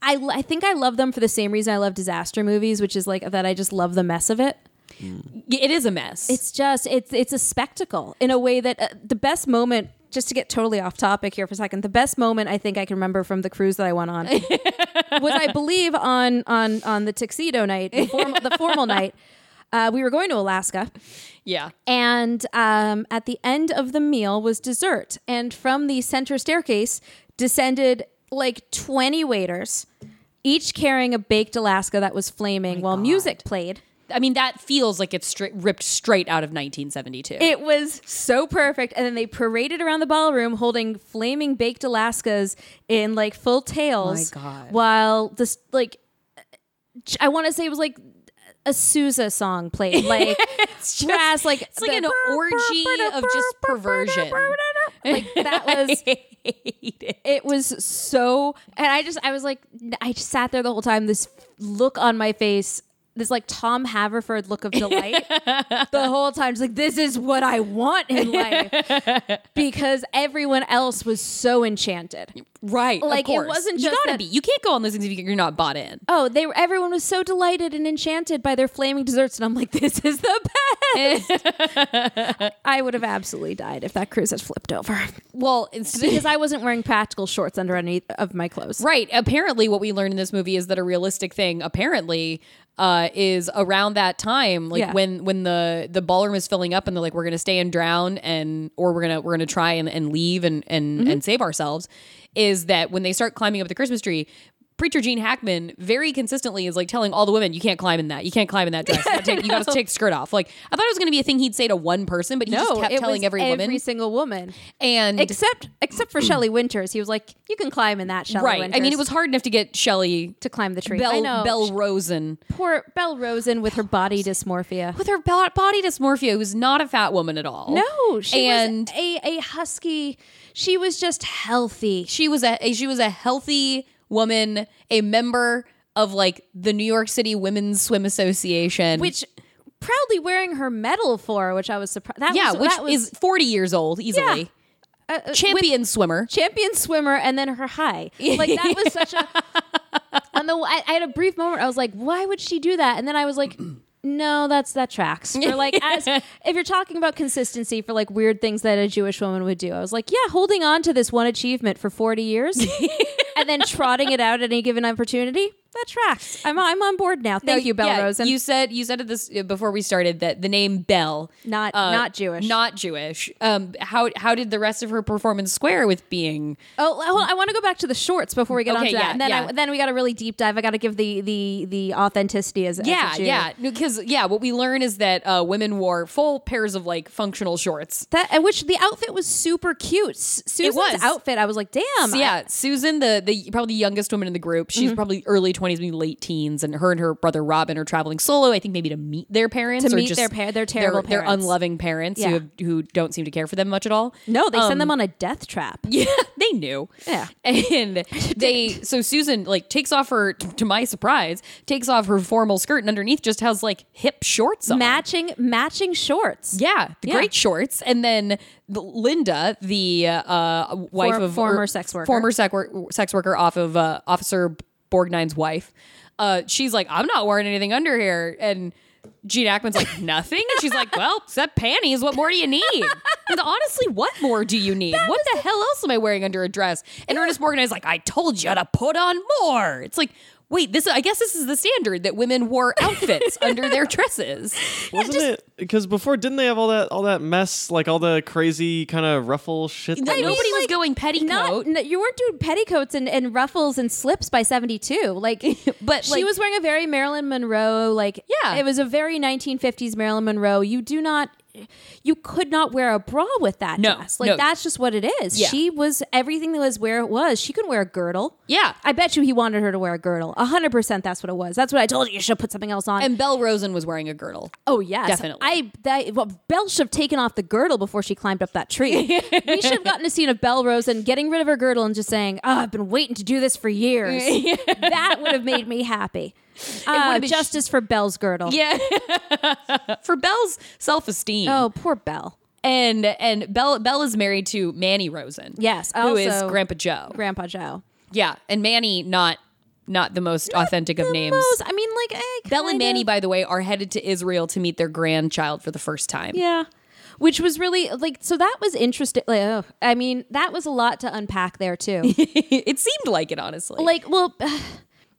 [SPEAKER 2] I, I think I love them for the same reason I love disaster movies, which is like that I just love the mess of it.
[SPEAKER 1] It is a mess.
[SPEAKER 2] It's just it's it's a spectacle in a way that uh, the best moment. Just to get totally off topic here for a second, the best moment I think I can remember from the cruise that I went on was, I believe, on on on the tuxedo night, the, form, the formal night. Uh, we were going to Alaska,
[SPEAKER 1] yeah.
[SPEAKER 2] and um, at the end of the meal was dessert. And from the center staircase descended like 20 waiters, each carrying a baked Alaska that was flaming while music played.
[SPEAKER 1] I mean, that feels like it's straight, ripped straight out of 1972.
[SPEAKER 2] It was so perfect. And then they paraded around the ballroom holding flaming baked Alaskas in like full tails.
[SPEAKER 1] My God.
[SPEAKER 2] While this, like, I want to say it was like a Sousa song played. Like, it's jazz, like,
[SPEAKER 1] it's like an orgy of just perversion.
[SPEAKER 2] Like, that was. It was so, and I just, I was like, I just sat there the whole time. This look on my face, this like Tom Haverford look of delight, the whole time. Just like, this is what I want in life, because everyone else was so enchanted.
[SPEAKER 1] right.
[SPEAKER 2] Like,
[SPEAKER 1] Like
[SPEAKER 2] it
[SPEAKER 1] of course.
[SPEAKER 2] wasn't
[SPEAKER 1] you
[SPEAKER 2] just
[SPEAKER 1] gotta
[SPEAKER 2] that-
[SPEAKER 1] be. You can't go on those things if you're not bought in.
[SPEAKER 2] Oh, they were, everyone was so delighted and enchanted by their flaming desserts, and I'm like, this is the best. I would have absolutely died if that cruise had flipped over
[SPEAKER 1] Well, it's,
[SPEAKER 2] because I wasn't wearing practical shorts under any of my clothes.
[SPEAKER 1] Right. Apparently, what we learned in this movie is that a realistic thing, apparently, uh, is around that time, like
[SPEAKER 2] Yeah.
[SPEAKER 1] when when the the ballroom is filling up, and they're like, "We're gonna stay and drown," and or we're gonna we're gonna try and, and leave and and
[SPEAKER 2] Mm-hmm.
[SPEAKER 1] and save ourselves. Is that when they start climbing up the Christmas tree? Preacher Gene Hackman very consistently is like telling all the women, "You can't climb in that. You can't climb in that dress. You gotta take, you gotta take the skirt off." Like I thought it was gonna be a thing he'd say to one person, but he just kept telling every woman.
[SPEAKER 2] single woman,
[SPEAKER 1] and
[SPEAKER 2] except except for Shelley Winters. He was like, "You can climb in that, Shelley."
[SPEAKER 1] right,
[SPEAKER 2] Winters.
[SPEAKER 1] I mean, it was hard enough to get Shelley
[SPEAKER 2] to climb the tree. I know.
[SPEAKER 1] Bell Bell Rosen
[SPEAKER 2] poor Belle Rosen with her body dysmorphia.
[SPEAKER 1] with her bo- body dysmorphia, who's not a fat woman at all.
[SPEAKER 2] No, she
[SPEAKER 1] and
[SPEAKER 2] was a a husky. She was just healthy.
[SPEAKER 1] she was a she was a healthy woman, a member of like the New York City Women's Swim Association,
[SPEAKER 2] which proudly wearing her medal for, which I was surprised. That
[SPEAKER 1] yeah,
[SPEAKER 2] was,
[SPEAKER 1] which
[SPEAKER 2] that was Uh,
[SPEAKER 1] is forty years old easily, champion swimmer.
[SPEAKER 2] champion swimmer, and then her high. Like that was such a. on the, I, I had a brief moment. I was like, why would she do that? And then I was like. No, that's that tracks. For like, as if you're talking about consistency for like weird things that a Jewish woman would do, I was like, yeah, holding on to this one achievement for 40 years and then trotting it out at any given opportunity, that tracks. I'm I'm on board now. Thank you, Belle
[SPEAKER 1] yeah,
[SPEAKER 2] Rosen.
[SPEAKER 1] You said you said at this uh, before we started that the name Belle, uh,
[SPEAKER 2] Not- not Jewish.
[SPEAKER 1] not Jewish. Um, how how did the rest of her performance square with being
[SPEAKER 2] Oh, hold on. I want to go back to the shorts before we get
[SPEAKER 1] Okay,
[SPEAKER 2] onto that.
[SPEAKER 1] yeah,
[SPEAKER 2] and then
[SPEAKER 1] yeah.
[SPEAKER 2] I, then we got a really deep dive. I got to give the the the authenticity as as a
[SPEAKER 1] Yeah,
[SPEAKER 2] Jew.
[SPEAKER 1] yeah. Because yeah, what we learn is that uh, women wore full pairs of like functional shorts.
[SPEAKER 2] That and which the outfit was super cute. S- Susan's
[SPEAKER 1] was.
[SPEAKER 2] outfit. Um, I Mm-hmm. was like, damn.
[SPEAKER 1] So, yeah, Susan, the the probably the youngest woman in the group. She's probably early twenties, maybe late teens, and her and her brother Robin are traveling solo. I think maybe to meet their parents,
[SPEAKER 2] To
[SPEAKER 1] or
[SPEAKER 2] meet
[SPEAKER 1] just
[SPEAKER 2] their par- their terrible
[SPEAKER 1] their,
[SPEAKER 2] parents.
[SPEAKER 1] unloving parents
[SPEAKER 2] Yeah.
[SPEAKER 1] who have, who don't seem to care for them much at all. Um,
[SPEAKER 2] No, they send them on a death trap.
[SPEAKER 1] Yeah, they knew.
[SPEAKER 2] Yeah.
[SPEAKER 1] And they so Susan like takes off her t- to my surprise, takes off her formal skirt and underneath just has like hip shorts on.
[SPEAKER 2] Matching matching shorts.
[SPEAKER 1] Yeah, the
[SPEAKER 2] Yeah.
[SPEAKER 1] great shorts, and then the, Linda, the uh, wife
[SPEAKER 2] For-
[SPEAKER 1] of
[SPEAKER 2] former
[SPEAKER 1] or-
[SPEAKER 2] sex worker.
[SPEAKER 1] former sex, wor- sex worker off of uh, Officer Borgnine's wife. Uh, she's like, I'm not wearing anything under here, and Gene Ackman's like, nothing, and she's like, well, except panties. What more do you need? And honestly, what more do you need? what the hell else am I wearing under a dress? And Ernest Borgnine's like, I told you to put on more. It's like. Wait, this I guess this is the standard that women wore outfits under their dresses.
[SPEAKER 3] Wasn't it? Because before, didn't they have all that all that mess, like all the crazy kind of ruffle shit? that
[SPEAKER 1] Nobody
[SPEAKER 3] was-
[SPEAKER 1] was going petticoat.
[SPEAKER 2] Not, n- you weren't doing petticoats and, and ruffles and slips by 72 like
[SPEAKER 1] But,
[SPEAKER 2] she
[SPEAKER 1] like-
[SPEAKER 2] was wearing a very marilyn monroe like
[SPEAKER 1] Yeah.
[SPEAKER 2] it was a very 1950s marilyn monroe you do not you could not wear a bra with that
[SPEAKER 1] No,
[SPEAKER 2] dress. Like
[SPEAKER 1] no.
[SPEAKER 2] that's just what it is.
[SPEAKER 1] Yeah.
[SPEAKER 2] She was everything that was where it was. She couldn't wear a girdle.
[SPEAKER 1] Yeah.
[SPEAKER 2] I bet you he wanted her to wear a girdle. hundred percent. That's what it was. That's what I told you. You should put something else on.
[SPEAKER 1] And Belle Rosen was wearing a girdle.
[SPEAKER 2] Oh yes,
[SPEAKER 1] Definitely.
[SPEAKER 2] I that well, Belle should have taken off the girdle before she climbed up that tree. we should have gotten a scene of Belle Rose and getting rid of her girdle and just saying, "Oh, I've been waiting to do this for years." that would have made me happy. Uh,
[SPEAKER 1] been-
[SPEAKER 2] justice for Belle's girdle.
[SPEAKER 1] Yeah. For Belle's self esteem.
[SPEAKER 2] Oh, poor Belle.
[SPEAKER 1] And and Belle Belle is married to Manny Rosen.
[SPEAKER 2] Yes,
[SPEAKER 1] Who is
[SPEAKER 2] also-
[SPEAKER 1] Grandpa Joe.
[SPEAKER 2] Grandpa Joe.
[SPEAKER 1] Yeah. And Manny not not the most authentic of
[SPEAKER 2] The
[SPEAKER 1] names.
[SPEAKER 2] most- I mean, like eh,
[SPEAKER 1] Belle and
[SPEAKER 2] kinda.
[SPEAKER 1] Manny, by the way, are headed to Israel to meet their grandchild for the first time.
[SPEAKER 2] Yeah. Which was really like so that was interesting. Like, oh, I mean, that was a lot to unpack there too.
[SPEAKER 1] it seemed like it, honestly.
[SPEAKER 2] like well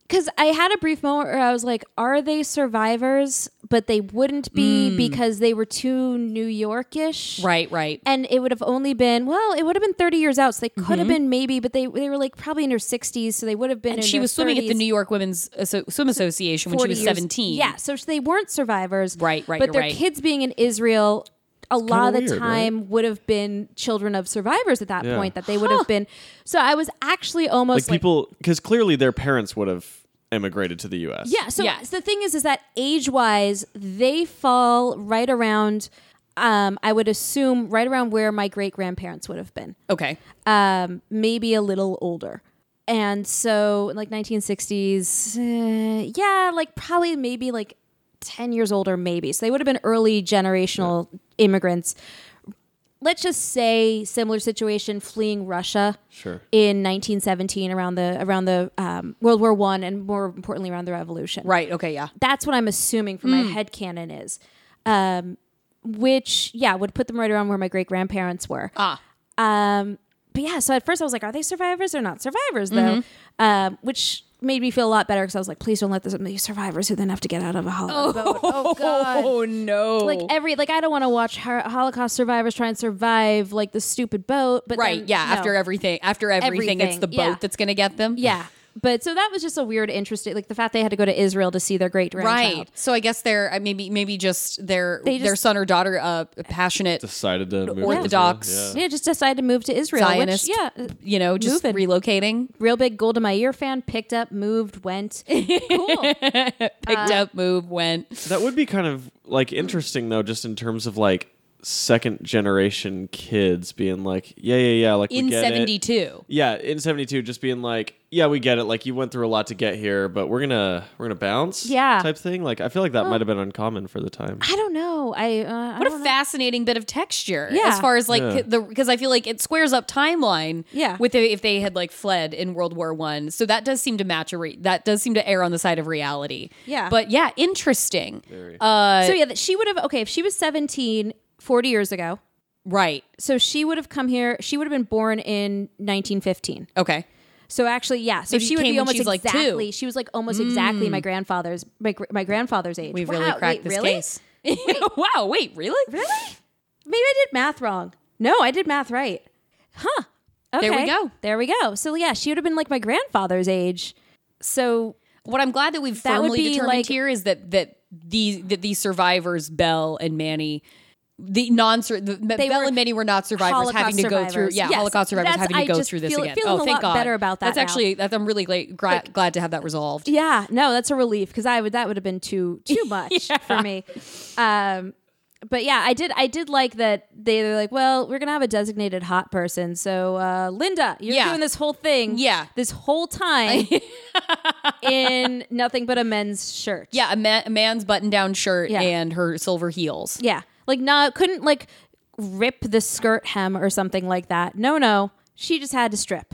[SPEAKER 2] because i had a brief moment where i was like are they survivors but they wouldn't be because they were too new yorkish
[SPEAKER 1] Mm. right, right.
[SPEAKER 2] and it would have only been well it would have been 30 years out so they could have been maybe but they they were like probably in their 60s so they would have been
[SPEAKER 1] Mm-hmm. And
[SPEAKER 2] in
[SPEAKER 1] she
[SPEAKER 2] their
[SPEAKER 1] was swimming at the
[SPEAKER 2] 30s,
[SPEAKER 1] New York Women's Asso- Swim Association when she
[SPEAKER 2] 40
[SPEAKER 1] was
[SPEAKER 2] years.
[SPEAKER 1] 17.
[SPEAKER 2] yeah so they weren't survivors
[SPEAKER 1] Right, right,
[SPEAKER 2] but
[SPEAKER 1] you're
[SPEAKER 2] their
[SPEAKER 1] right.
[SPEAKER 2] kids being in israel a lot of the
[SPEAKER 3] weird, right?
[SPEAKER 2] time would have been children of survivors at that
[SPEAKER 3] Yeah.
[SPEAKER 2] point that they would have been so i was actually
[SPEAKER 3] Like
[SPEAKER 2] almost like
[SPEAKER 3] people, because clearly their parents would have emigrated to the U.S.
[SPEAKER 2] Yeah. So
[SPEAKER 1] Yeah.
[SPEAKER 2] the thing is, is that age wise, they fall right around. Um, I would assume right around where my great grandparents would have been,
[SPEAKER 1] Okay.
[SPEAKER 2] um, maybe a little older. And so, like 1960s, uh, yeah, like probably maybe like 10 years older, maybe. So they would have been early generational immigrants. Let's just say similar situation fleeing Russia
[SPEAKER 3] sure.
[SPEAKER 2] in 1917 around the around the um, World War One and more importantly around the Revolution.
[SPEAKER 1] Right. Okay. Yeah.
[SPEAKER 2] That's what I'm assuming for
[SPEAKER 1] Mm.
[SPEAKER 2] my head canon is, um, which yeah would put them right around where my great grandparents were.
[SPEAKER 1] Ah.
[SPEAKER 2] Um, but yeah, so at first I was like, are they survivors or not survivors though?
[SPEAKER 1] Mm-hmm.
[SPEAKER 2] Um, which made me feel a lot better because I was like, please don't let this be survivors who then have to get out of a hollow boat. Oh god.
[SPEAKER 1] Oh no.
[SPEAKER 2] Like every like I don't want to watch Har- Holocaust survivors try and survive like the stupid boat, but
[SPEAKER 1] right.
[SPEAKER 2] then,
[SPEAKER 1] Yeah.
[SPEAKER 2] no.
[SPEAKER 1] After everything. After everything, it's
[SPEAKER 2] Everything,
[SPEAKER 1] the boat
[SPEAKER 2] yeah.
[SPEAKER 1] that's gonna get them.
[SPEAKER 2] Yeah. But so that was just a weird, interesting, like the fact they had to go to Israel to see their great grandchild.
[SPEAKER 1] Right. So I guess they're uh, maybe maybe just their
[SPEAKER 2] They just-
[SPEAKER 1] their son or daughter uh passionate
[SPEAKER 3] Decided to move to
[SPEAKER 1] Orthodox.
[SPEAKER 3] Israel. Yeah.
[SPEAKER 2] Yeah, just decided to move to Israel.
[SPEAKER 1] Zionist.
[SPEAKER 2] Which, yeah,
[SPEAKER 1] You know, just
[SPEAKER 2] moving.
[SPEAKER 1] relocating,
[SPEAKER 2] real big gold in my ear fan. Picked up, moved, went. Cool.
[SPEAKER 1] picked
[SPEAKER 2] Uh,
[SPEAKER 1] up, move, went.
[SPEAKER 3] That would be kind of like interesting though, just in terms of like second generation kids being like, yeah, yeah, yeah, like we
[SPEAKER 1] In
[SPEAKER 3] get it.
[SPEAKER 1] seventy two.
[SPEAKER 3] Yeah, in '72, just being like, "Yeah, we get it. Like, you went through a lot to get here, but we're gonna we're gonna bounce."
[SPEAKER 2] Yeah.
[SPEAKER 3] type thing. Like, I feel like that might have been uncommon for the time.
[SPEAKER 2] I don't know. I, uh, I
[SPEAKER 1] What a
[SPEAKER 2] don't know.
[SPEAKER 1] fascinating bit of texture.
[SPEAKER 2] Yeah.
[SPEAKER 1] As far as like
[SPEAKER 3] Yeah.
[SPEAKER 1] the because I feel like it squares up timeline.
[SPEAKER 2] Yeah.
[SPEAKER 1] With the, if they had like fled in World War One, so that does seem to match a re- that does seem to err on the side of reality.
[SPEAKER 2] Yeah.
[SPEAKER 1] But yeah, interesting.
[SPEAKER 2] so yeah, that she would have. Okay, if she was 17 40 years ago,
[SPEAKER 1] Right.
[SPEAKER 2] so she would have come here. She would have been born in 1915.
[SPEAKER 1] Okay.
[SPEAKER 2] So actually, yeah. So
[SPEAKER 1] So she
[SPEAKER 2] she would
[SPEAKER 1] came
[SPEAKER 2] be
[SPEAKER 1] when
[SPEAKER 2] almost
[SPEAKER 1] she was, like, two.
[SPEAKER 2] exactly. she was like almost exactly my grandfather's my, gr- my grandfather's age.
[SPEAKER 1] We've
[SPEAKER 2] Wow,
[SPEAKER 1] really cracked
[SPEAKER 2] wait,
[SPEAKER 1] this
[SPEAKER 2] really?
[SPEAKER 1] case. wow. Wait. Really?
[SPEAKER 2] Really? Maybe I did math wrong. No, I did math right. Huh. Okay.
[SPEAKER 1] There we go.
[SPEAKER 2] There we go. So yeah, she would have been like my grandfather's age. So
[SPEAKER 1] What I'm glad that we've
[SPEAKER 2] That would
[SPEAKER 1] firmly
[SPEAKER 2] be,
[SPEAKER 1] determined
[SPEAKER 2] like-
[SPEAKER 1] here is that that these that these survivors, Bell and Manny, the non the,
[SPEAKER 2] They
[SPEAKER 1] Bell
[SPEAKER 2] were
[SPEAKER 1] and Manny were not survivors,
[SPEAKER 2] Holocaust
[SPEAKER 1] having to go through
[SPEAKER 2] survivors.
[SPEAKER 1] yeah
[SPEAKER 2] Yes.
[SPEAKER 1] Holocaust survivors
[SPEAKER 2] That's-
[SPEAKER 1] having to
[SPEAKER 2] I
[SPEAKER 1] go
[SPEAKER 2] just
[SPEAKER 1] through this
[SPEAKER 2] feel-
[SPEAKER 1] again.
[SPEAKER 2] feeling
[SPEAKER 1] oh,
[SPEAKER 2] a
[SPEAKER 1] thank
[SPEAKER 2] lot
[SPEAKER 1] God.
[SPEAKER 2] better about that
[SPEAKER 1] That's
[SPEAKER 2] now.
[SPEAKER 1] actually that I'm really glad, gra- glad to have that resolved.
[SPEAKER 2] yeah, no, that's a relief because I would that would have been too too much for me. Um but yeah, I did. I did like that they were like, "Well, we're gonna have a designated hot person." So, uh, Linda, you're
[SPEAKER 1] Yeah.
[SPEAKER 2] doing this whole thing,
[SPEAKER 1] Yeah.
[SPEAKER 2] this whole time in nothing but a men's shirt.
[SPEAKER 1] Yeah, a, ma- a man's button-down shirt
[SPEAKER 2] Yeah.
[SPEAKER 1] and her silver heels.
[SPEAKER 2] Yeah. Like no couldn't like rip the skirt hem or something like that. No, no. She just had to strip.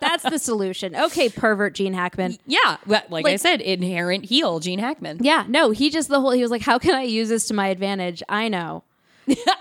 [SPEAKER 2] That's the solution. Okay, pervert Gene Hackman.
[SPEAKER 1] Yeah, but like, I
[SPEAKER 2] Like-
[SPEAKER 1] said, inherent heel, Gene Hackman.
[SPEAKER 2] Yeah, no, he just the whole he was like, How can I use this to my advantage? I know.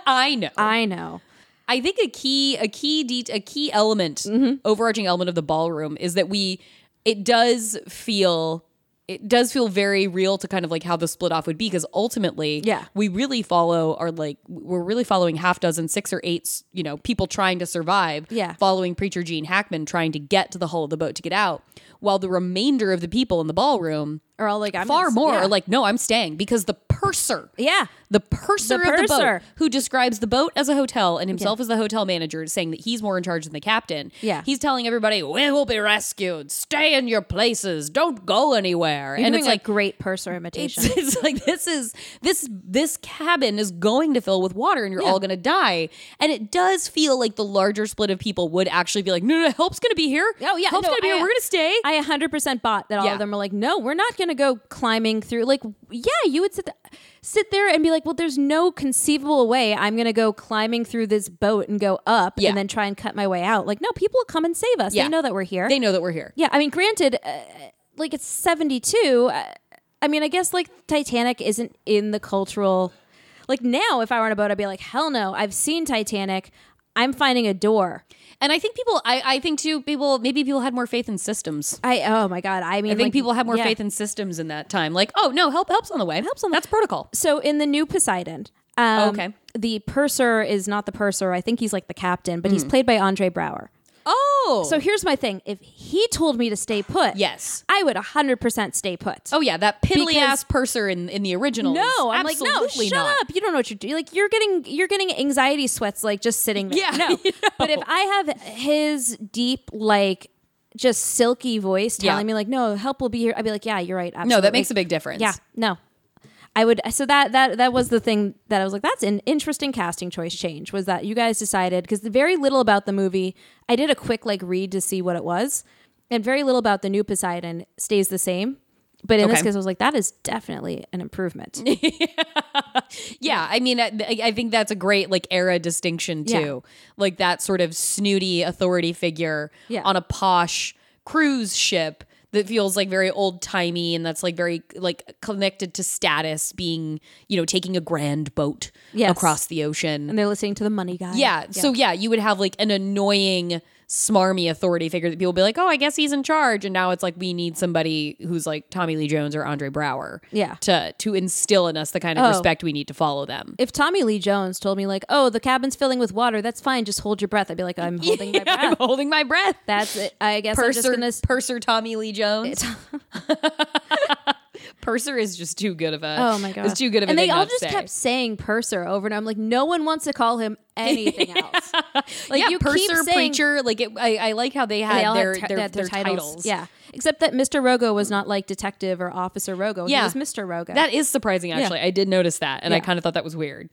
[SPEAKER 1] I know.
[SPEAKER 2] I know.
[SPEAKER 1] I think a key a key de- a key element
[SPEAKER 2] Mm-hmm.
[SPEAKER 1] overarching element of the ballroom is that we it does feel it does feel very real to kind of like how the split off would be because ultimately
[SPEAKER 2] Yeah.
[SPEAKER 1] we really follow our like we're really following half dozen six or eight you know people trying to survive
[SPEAKER 2] Yeah.
[SPEAKER 1] following preacher Gene Hackman trying to get to the hull of the boat to get out while the remainder of the people in the ballroom
[SPEAKER 2] are all like, I'm
[SPEAKER 1] far
[SPEAKER 2] gonna-
[SPEAKER 1] more
[SPEAKER 2] yeah.
[SPEAKER 1] are like, no, I'm staying because the purser,
[SPEAKER 2] yeah,
[SPEAKER 1] the purser
[SPEAKER 2] The
[SPEAKER 1] of the boat,
[SPEAKER 2] purser.
[SPEAKER 1] who describes the boat as a hotel and himself as the hotel manager, is saying that he's more in charge than the captain.
[SPEAKER 2] Yeah.
[SPEAKER 1] he's telling everybody, "We will be rescued. Stay in your places. Don't go anywhere."
[SPEAKER 2] You're
[SPEAKER 1] and
[SPEAKER 2] doing
[SPEAKER 1] it's
[SPEAKER 2] a
[SPEAKER 1] like.
[SPEAKER 2] great purser
[SPEAKER 1] It's,
[SPEAKER 2] imitation.
[SPEAKER 1] it's like this is this this cabin is going to fill with water and you're all gonna die and it does feel like the larger split of people would actually be like no no, no help's gonna be here
[SPEAKER 2] Oh, yeah,
[SPEAKER 1] help's
[SPEAKER 2] no,
[SPEAKER 1] gonna be
[SPEAKER 2] I-
[SPEAKER 1] here we're gonna stay
[SPEAKER 2] I 100% bought that all
[SPEAKER 1] Yeah.
[SPEAKER 2] of them were like, no, we're not going to go climbing through. Like, yeah, you would sit, th- sit there and be like, well, there's no conceivable way I'm going to go climbing through this boat and go up
[SPEAKER 1] Yeah.
[SPEAKER 2] and then try and cut my way out. Like, no, people will come and save us.
[SPEAKER 1] Yeah.
[SPEAKER 2] They know that we're here.
[SPEAKER 1] they know that we're here
[SPEAKER 2] yeah, I mean, granted, uh, like it's 72. Uh, I mean, I guess like Titanic isn't in the cultural. Like now, if I were on a boat, I'd be like, hell no, I've seen Titanic. I'm finding a door.
[SPEAKER 1] And I think people, I, I think too, people, maybe people had more faith in systems.
[SPEAKER 2] I oh my god! I mean,
[SPEAKER 1] I think
[SPEAKER 2] like,
[SPEAKER 1] people had more
[SPEAKER 2] yeah.
[SPEAKER 1] faith in systems in that time. Like, oh no, help, help's on the way. Help's on the That's protocol.
[SPEAKER 2] so in the new Poseidon, um,
[SPEAKER 1] Okay.
[SPEAKER 2] the purser is not the purser. I think he's like the captain, but
[SPEAKER 1] Mm.
[SPEAKER 2] he's played by Andre Brower.
[SPEAKER 1] Oh.
[SPEAKER 2] So here's my thing: if he told me to stay put,
[SPEAKER 1] Yes.
[SPEAKER 2] I would 100 percent stay put.
[SPEAKER 1] oh yeah, that piddly
[SPEAKER 2] Because-
[SPEAKER 1] ass purser in, in the original.
[SPEAKER 2] no!
[SPEAKER 1] is
[SPEAKER 2] I'm like, no,
[SPEAKER 1] absolutely
[SPEAKER 2] shut
[SPEAKER 1] not.
[SPEAKER 2] up! You don't know what you're doing. Like you're getting you're getting anxiety sweats like just sitting there.
[SPEAKER 1] Yeah,
[SPEAKER 2] no.
[SPEAKER 1] I know.
[SPEAKER 2] But if I have his deep like. Just silky voice
[SPEAKER 1] Yeah.
[SPEAKER 2] telling me like, no, help will be here. I'd be like, yeah, you're right. Absolutely.
[SPEAKER 1] No, that makes a big difference.
[SPEAKER 2] Yeah, no. I would so that that that was the thing that I was like that's an interesting casting choice change was that you guys decided because very little about the movie I did a quick like read to see what it was and very little about the new Poseidon stays the same but in this
[SPEAKER 1] Okay.
[SPEAKER 2] case I was like that is definitely an improvement
[SPEAKER 1] Yeah, I mean, I, I think that's a great like era distinction too. Like that sort of snooty authority figure
[SPEAKER 2] Yeah.
[SPEAKER 1] on a posh cruise ship that feels like very old timey and that's like very like connected to status, being you know taking a grand boat
[SPEAKER 2] Yes.
[SPEAKER 1] across the ocean.
[SPEAKER 2] and they're listening to the money guy
[SPEAKER 1] yeah, so yeah, you would have like an annoying smarmy authority figure that people would be like, oh, I guess he's in charge, and now it's like we need somebody who's like Tommy Lee Jones or Andre Brower,
[SPEAKER 2] Yeah.
[SPEAKER 1] to to instill in us the kind of
[SPEAKER 2] Oh.
[SPEAKER 1] respect we need to follow them.
[SPEAKER 2] if Tommy Lee Jones told me like oh the cabin's filling with water that's fine just hold your breath I'd be like I'm holding my
[SPEAKER 1] Yeah, I'm
[SPEAKER 2] breath
[SPEAKER 1] holding my breath.
[SPEAKER 2] that's it I guess I'm just
[SPEAKER 1] Purser,
[SPEAKER 2] gonna
[SPEAKER 1] purser Tommy Lee Jones. purser is just too good of a.
[SPEAKER 2] Oh my god,
[SPEAKER 1] it's too good of.
[SPEAKER 2] And
[SPEAKER 1] a
[SPEAKER 2] they
[SPEAKER 1] name
[SPEAKER 2] all
[SPEAKER 1] not to
[SPEAKER 2] just
[SPEAKER 1] say.
[SPEAKER 2] kept saying purser over and I'm like, no one wants to call him anything else. Like
[SPEAKER 1] yeah,
[SPEAKER 2] you keep
[SPEAKER 1] purser,
[SPEAKER 2] saying-
[SPEAKER 1] preacher. Like it, I, I like how they
[SPEAKER 2] They
[SPEAKER 1] had
[SPEAKER 2] all
[SPEAKER 1] their,
[SPEAKER 2] had ti-
[SPEAKER 1] their,
[SPEAKER 2] they had
[SPEAKER 1] their titles.
[SPEAKER 2] Yeah, except that Mr. Rogo was not like detective or officer Rogo.
[SPEAKER 1] Yeah.
[SPEAKER 2] Yeah, he was Mr. Rogo.
[SPEAKER 1] that is surprising. Actually, I did notice that, and I
[SPEAKER 2] Yeah.
[SPEAKER 1] kind of thought that was weird.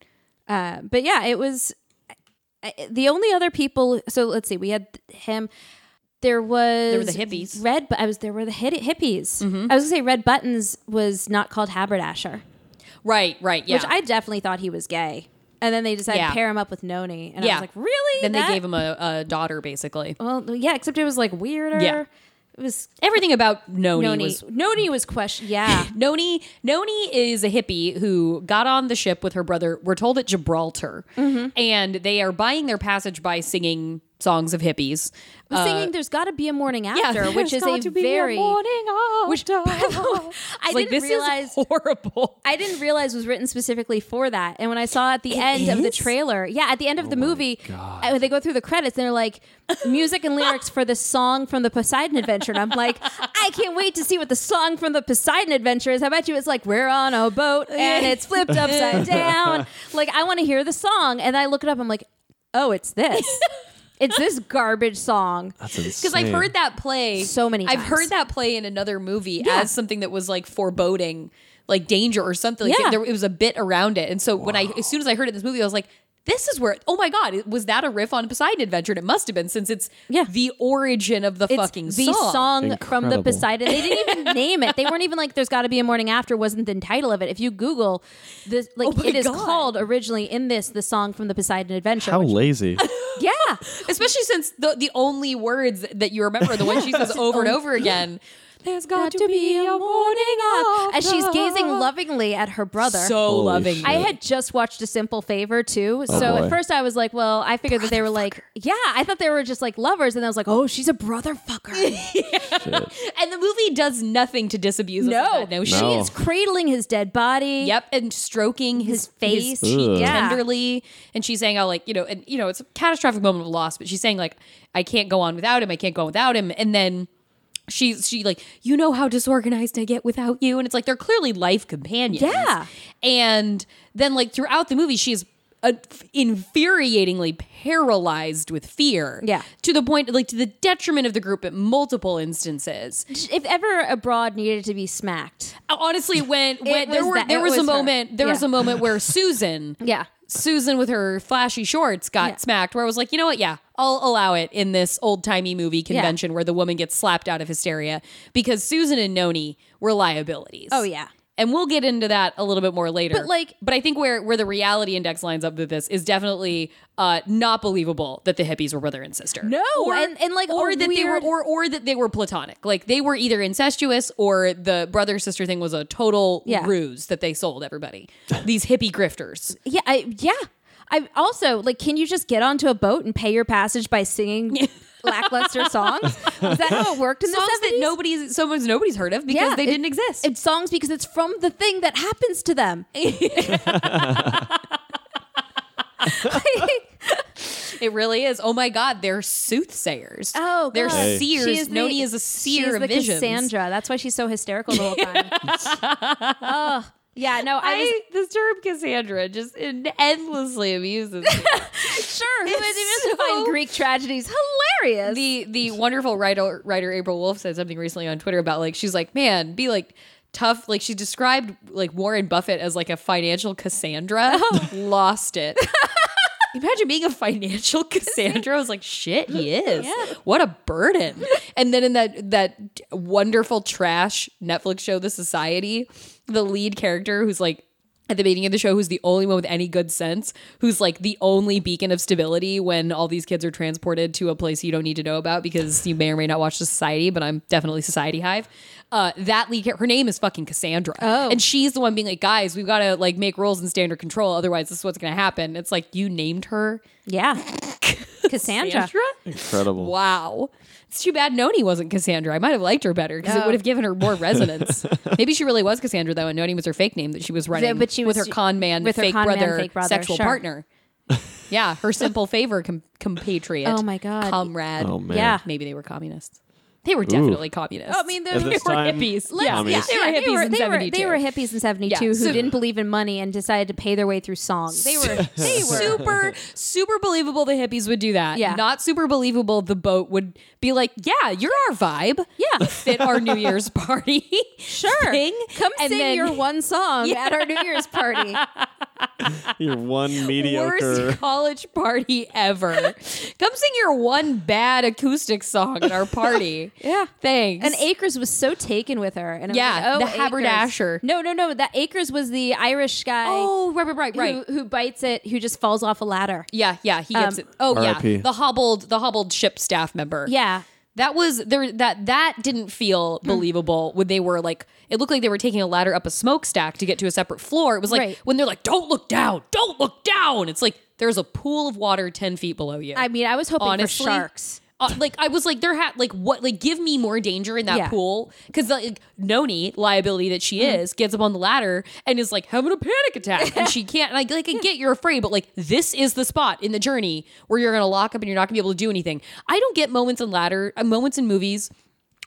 [SPEAKER 2] Uh, but yeah, it was I- the only other people. So let's see, we had him. There was
[SPEAKER 1] There were the hippies. Mm-hmm.
[SPEAKER 2] Red, but I was there were the hit- hippies. I was gonna say Red Buttons was not called Haberdasher.
[SPEAKER 1] Right, right, yeah.
[SPEAKER 2] which I definitely thought he was gay. And then they decided
[SPEAKER 1] Yeah.
[SPEAKER 2] to pair him up with Noni, and
[SPEAKER 1] Yeah.
[SPEAKER 2] I was like, really?
[SPEAKER 1] then
[SPEAKER 2] That-
[SPEAKER 1] they gave him a, a daughter, basically.
[SPEAKER 2] Well, yeah, except it was like weirder.
[SPEAKER 1] Yeah.
[SPEAKER 2] it was
[SPEAKER 1] Everything about Noni,
[SPEAKER 2] Noni.
[SPEAKER 1] was. Uh,
[SPEAKER 2] Noni was question. Yeah,
[SPEAKER 1] Noni Noni is a hippie who got on the ship with her brother. We're told at Gibraltar,
[SPEAKER 2] Mm-hmm.
[SPEAKER 1] and they are buying their passage by singing songs of hippies. Uh,
[SPEAKER 2] was singing. There's got to be a morning after, which is a very.
[SPEAKER 1] Which,
[SPEAKER 2] by the way, I
[SPEAKER 1] like,
[SPEAKER 2] didn't
[SPEAKER 1] this
[SPEAKER 2] realize.
[SPEAKER 1] is horrible.
[SPEAKER 2] I didn't realize was written specifically for that. And when I saw at the end of the
[SPEAKER 1] is?
[SPEAKER 2] trailer, yeah, at the end of the movie, I, they go through the credits and they're like, music and lyrics for the song from the Poseidon Adventure. And I'm like, I can't wait to see what the song from the Poseidon Adventure is. How about you? It's like, we're on a boat and it's flipped upside down. Like, I want to hear the song. And I look it up. I'm like, oh, it's this. It's this garbage song.
[SPEAKER 1] because I've heard that play
[SPEAKER 2] So many
[SPEAKER 1] I've
[SPEAKER 2] times.
[SPEAKER 1] heard that play in another movie
[SPEAKER 2] Yeah.
[SPEAKER 1] as something that was like foreboding, like danger or something. Like
[SPEAKER 2] Yeah.
[SPEAKER 1] there, it was a bit around it, and so when I, as soon as I heard it in this movie, I was like. This is where oh my god it- was that a riff on Poseidon Adventure? And it must have been since it's
[SPEAKER 2] Yeah.
[SPEAKER 1] the origin of the
[SPEAKER 2] It's
[SPEAKER 1] fucking
[SPEAKER 2] the song, from the
[SPEAKER 3] Incredible.
[SPEAKER 2] Poseidon. They didn't even name it. They weren't even like "There's Got to Be a Morning After" wasn't the title of it. If you Google this, like
[SPEAKER 1] Oh my
[SPEAKER 2] it is
[SPEAKER 1] God.
[SPEAKER 2] called originally in this the song from the Poseidon Adventure.
[SPEAKER 3] How
[SPEAKER 2] which-
[SPEAKER 3] lazy.
[SPEAKER 2] yeah,
[SPEAKER 1] especially since the the only words that you remember are the ones she says over and over again. There's got, to be a morning after.
[SPEAKER 2] as she's gazing lovingly at her brother.
[SPEAKER 1] so
[SPEAKER 3] Holy
[SPEAKER 1] loving.
[SPEAKER 3] shit.
[SPEAKER 2] I had just watched A Simple Favor too, so
[SPEAKER 3] Oh, boy.
[SPEAKER 2] at first I was like, "Well, I figured that they were like, yeah, I thought they were just like lovers," and I was like, "Oh, she's a brother fucker."
[SPEAKER 1] and the movie does nothing to disabuse us. of
[SPEAKER 2] no,
[SPEAKER 1] that. no,
[SPEAKER 2] she
[SPEAKER 1] she
[SPEAKER 3] No.
[SPEAKER 2] is cradling his dead body.
[SPEAKER 1] Yep, and stroking his,
[SPEAKER 2] His
[SPEAKER 1] face
[SPEAKER 2] face.
[SPEAKER 1] his cheek
[SPEAKER 3] Ugh.
[SPEAKER 2] Yeah.
[SPEAKER 1] tenderly, and she's saying, "Oh, like you know, and you know, it's a catastrophic moment of loss." But she's saying, "Like I can't go on without him. I can't go on without him." And then she's she like you know how disorganized i get without you and it's like they're clearly life companions
[SPEAKER 2] Yeah.
[SPEAKER 1] and then like throughout the movie she's uh, infuriatingly paralyzed with fear
[SPEAKER 2] Yeah.
[SPEAKER 1] to the point like to the detriment of the group at multiple instances
[SPEAKER 2] If ever abroad needed to be smacked,
[SPEAKER 1] honestly when, when there
[SPEAKER 2] was
[SPEAKER 1] were
[SPEAKER 2] that-
[SPEAKER 1] there
[SPEAKER 2] it
[SPEAKER 1] was, a
[SPEAKER 2] was her.
[SPEAKER 1] moment there was
[SPEAKER 2] Yeah.
[SPEAKER 1] a moment where susan
[SPEAKER 2] yeah,
[SPEAKER 1] Susan with her flashy shorts got
[SPEAKER 2] Yeah.
[SPEAKER 1] smacked. Where I was like, you know what? Yeah, I'll allow it in this old timey movie convention where the woman gets slapped out of hysteria because Susan and Noni were liabilities.
[SPEAKER 2] Oh, yeah.
[SPEAKER 1] and we'll get into that a little bit more later.
[SPEAKER 2] But, like-
[SPEAKER 1] but I think where where the reality index lines up with this is definitely uh, not believable that the hippies were brother and sister. No,
[SPEAKER 2] and- and, like,
[SPEAKER 1] or
[SPEAKER 2] a
[SPEAKER 1] that they were
[SPEAKER 2] weird-
[SPEAKER 1] or or that they were platonic. Like they were either incestuous or the brother sister thing was a total
[SPEAKER 2] Yeah.
[SPEAKER 1] ruse that they sold everybody. These hippie grifters.
[SPEAKER 2] yeah, I, yeah. I also like. Can you just get onto a boat and pay your passage by singing lackluster songs? Is that how it worked in
[SPEAKER 1] songs
[SPEAKER 2] the
[SPEAKER 1] that
[SPEAKER 2] seventies?
[SPEAKER 1] nobody's someone's nobody's heard of because they
[SPEAKER 2] it-
[SPEAKER 1] didn't exist.
[SPEAKER 2] It's songs because it's from the thing that happens to them.
[SPEAKER 1] it really is. Oh my god, they're soothsayers.
[SPEAKER 2] Oh,
[SPEAKER 1] they're
[SPEAKER 2] God.
[SPEAKER 1] seers.
[SPEAKER 2] She is the-
[SPEAKER 1] Noni is a
[SPEAKER 2] She
[SPEAKER 1] seer
[SPEAKER 2] is
[SPEAKER 1] of
[SPEAKER 2] the
[SPEAKER 1] visions.
[SPEAKER 2] Cassandra. That's why she's so hysterical the whole time. oh, yeah. No, I, was
[SPEAKER 1] I, the term Cassandra just en- endlessly amuses me.
[SPEAKER 2] sure. Who is
[SPEAKER 1] It's
[SPEAKER 2] even to find
[SPEAKER 1] so-
[SPEAKER 2] Greek tragedies hilarious?
[SPEAKER 1] the the wonderful writer writer April Wolf said something recently on Twitter about like she's like man be like tough like she described like Warren Buffett as like a financial Cassandra
[SPEAKER 2] Oh.
[SPEAKER 1] lost it. Imagine being a financial Cassandra. I was like, shit, he is. What a burden. And then in that that wonderful trash Netflix show, The Society, the lead character who's like at the beginning of the show who's the only one with any good sense who's like the only beacon of stability when all these kids are transported to a place you don't need to know about because you may or may not watch the society but i'm definitely society hive uh, that lead char- her name is fucking cassandra oh. and she's the one being like guys we've got to like make rules and stay under control otherwise this is what's gonna happen it's like you named her
[SPEAKER 2] yeah, Cassandra.
[SPEAKER 3] Incredible.
[SPEAKER 1] wow it's too bad noni wasn't cassandra i might have liked her better because it
[SPEAKER 2] No.
[SPEAKER 1] would have given her more resonance maybe she really was cassandra though and noni was her fake name that she was running
[SPEAKER 2] Yeah, but she
[SPEAKER 1] with her
[SPEAKER 2] was-
[SPEAKER 1] con man
[SPEAKER 2] with her
[SPEAKER 1] fake,
[SPEAKER 2] con man,
[SPEAKER 1] brother,
[SPEAKER 2] fake brother,
[SPEAKER 1] sexual
[SPEAKER 2] sure.
[SPEAKER 1] partner yeah her simple favor com- compatriot
[SPEAKER 2] Oh, my God.
[SPEAKER 1] comrade
[SPEAKER 3] Oh man.
[SPEAKER 2] Yeah.
[SPEAKER 1] maybe they were communists they were definitely communists
[SPEAKER 2] I mean,
[SPEAKER 3] At
[SPEAKER 2] they're,
[SPEAKER 3] this time,
[SPEAKER 1] hippies.
[SPEAKER 3] Let's-
[SPEAKER 1] Yeah.
[SPEAKER 3] communists.
[SPEAKER 1] They were hippies
[SPEAKER 2] they were,
[SPEAKER 1] in
[SPEAKER 2] they were,
[SPEAKER 1] 72.
[SPEAKER 2] they were hippies in '72
[SPEAKER 1] Yeah.
[SPEAKER 2] who
[SPEAKER 1] So-
[SPEAKER 2] didn't believe in money and decided to pay their way through song. They were, they were.
[SPEAKER 1] super super believable the hippies would do that
[SPEAKER 2] Yeah.
[SPEAKER 1] not super believable the boat would be like yeah you're our vibe
[SPEAKER 2] Yeah.
[SPEAKER 1] fit our new year's party
[SPEAKER 2] Sure.
[SPEAKER 1] thing.
[SPEAKER 2] Come
[SPEAKER 1] And
[SPEAKER 2] sing
[SPEAKER 1] then-
[SPEAKER 2] your one song at our New Year's party.
[SPEAKER 3] You're one mediocre.
[SPEAKER 1] worst college party ever come sing your one bad acoustic song at our party
[SPEAKER 2] Yeah.
[SPEAKER 1] thanks
[SPEAKER 2] And Akers was so taken with her. And I'm
[SPEAKER 1] Yeah,
[SPEAKER 2] like, oh,
[SPEAKER 1] the
[SPEAKER 2] Akers.
[SPEAKER 1] haberdasher.
[SPEAKER 2] No, no, no. That Akers was the Irish guy.
[SPEAKER 1] oh right right right right
[SPEAKER 2] Who, who bites it? Who just falls off a ladder?
[SPEAKER 1] yeah yeah he gets
[SPEAKER 2] Um,
[SPEAKER 1] it oh
[SPEAKER 3] R.I.P..
[SPEAKER 1] yeah the hobbled the hobbled ship staff member
[SPEAKER 2] Yeah,
[SPEAKER 1] That was there that that didn't feel
[SPEAKER 2] Hmm.
[SPEAKER 1] believable when they were like it looked like they were taking a ladder up a smokestack to get to a separate floor. It was like
[SPEAKER 2] Right.
[SPEAKER 1] when they're like, Don't look down, don't look down. It's like there's a pool of water ten feet below you.
[SPEAKER 2] I mean, I was hoping
[SPEAKER 1] Honestly,
[SPEAKER 2] for sharks.
[SPEAKER 1] Uh, like I was like, there had like what like give me more danger in that
[SPEAKER 2] Yeah. Mm-hmm.
[SPEAKER 1] pool because like Noni liability that she is gets up on the ladder and is like having a panic attack and she can't. Like like I get you're afraid, but like this is the spot in the journey where you're gonna lock up and you're not gonna be able to do anything. I don't get moments in ladder uh, moments in movies.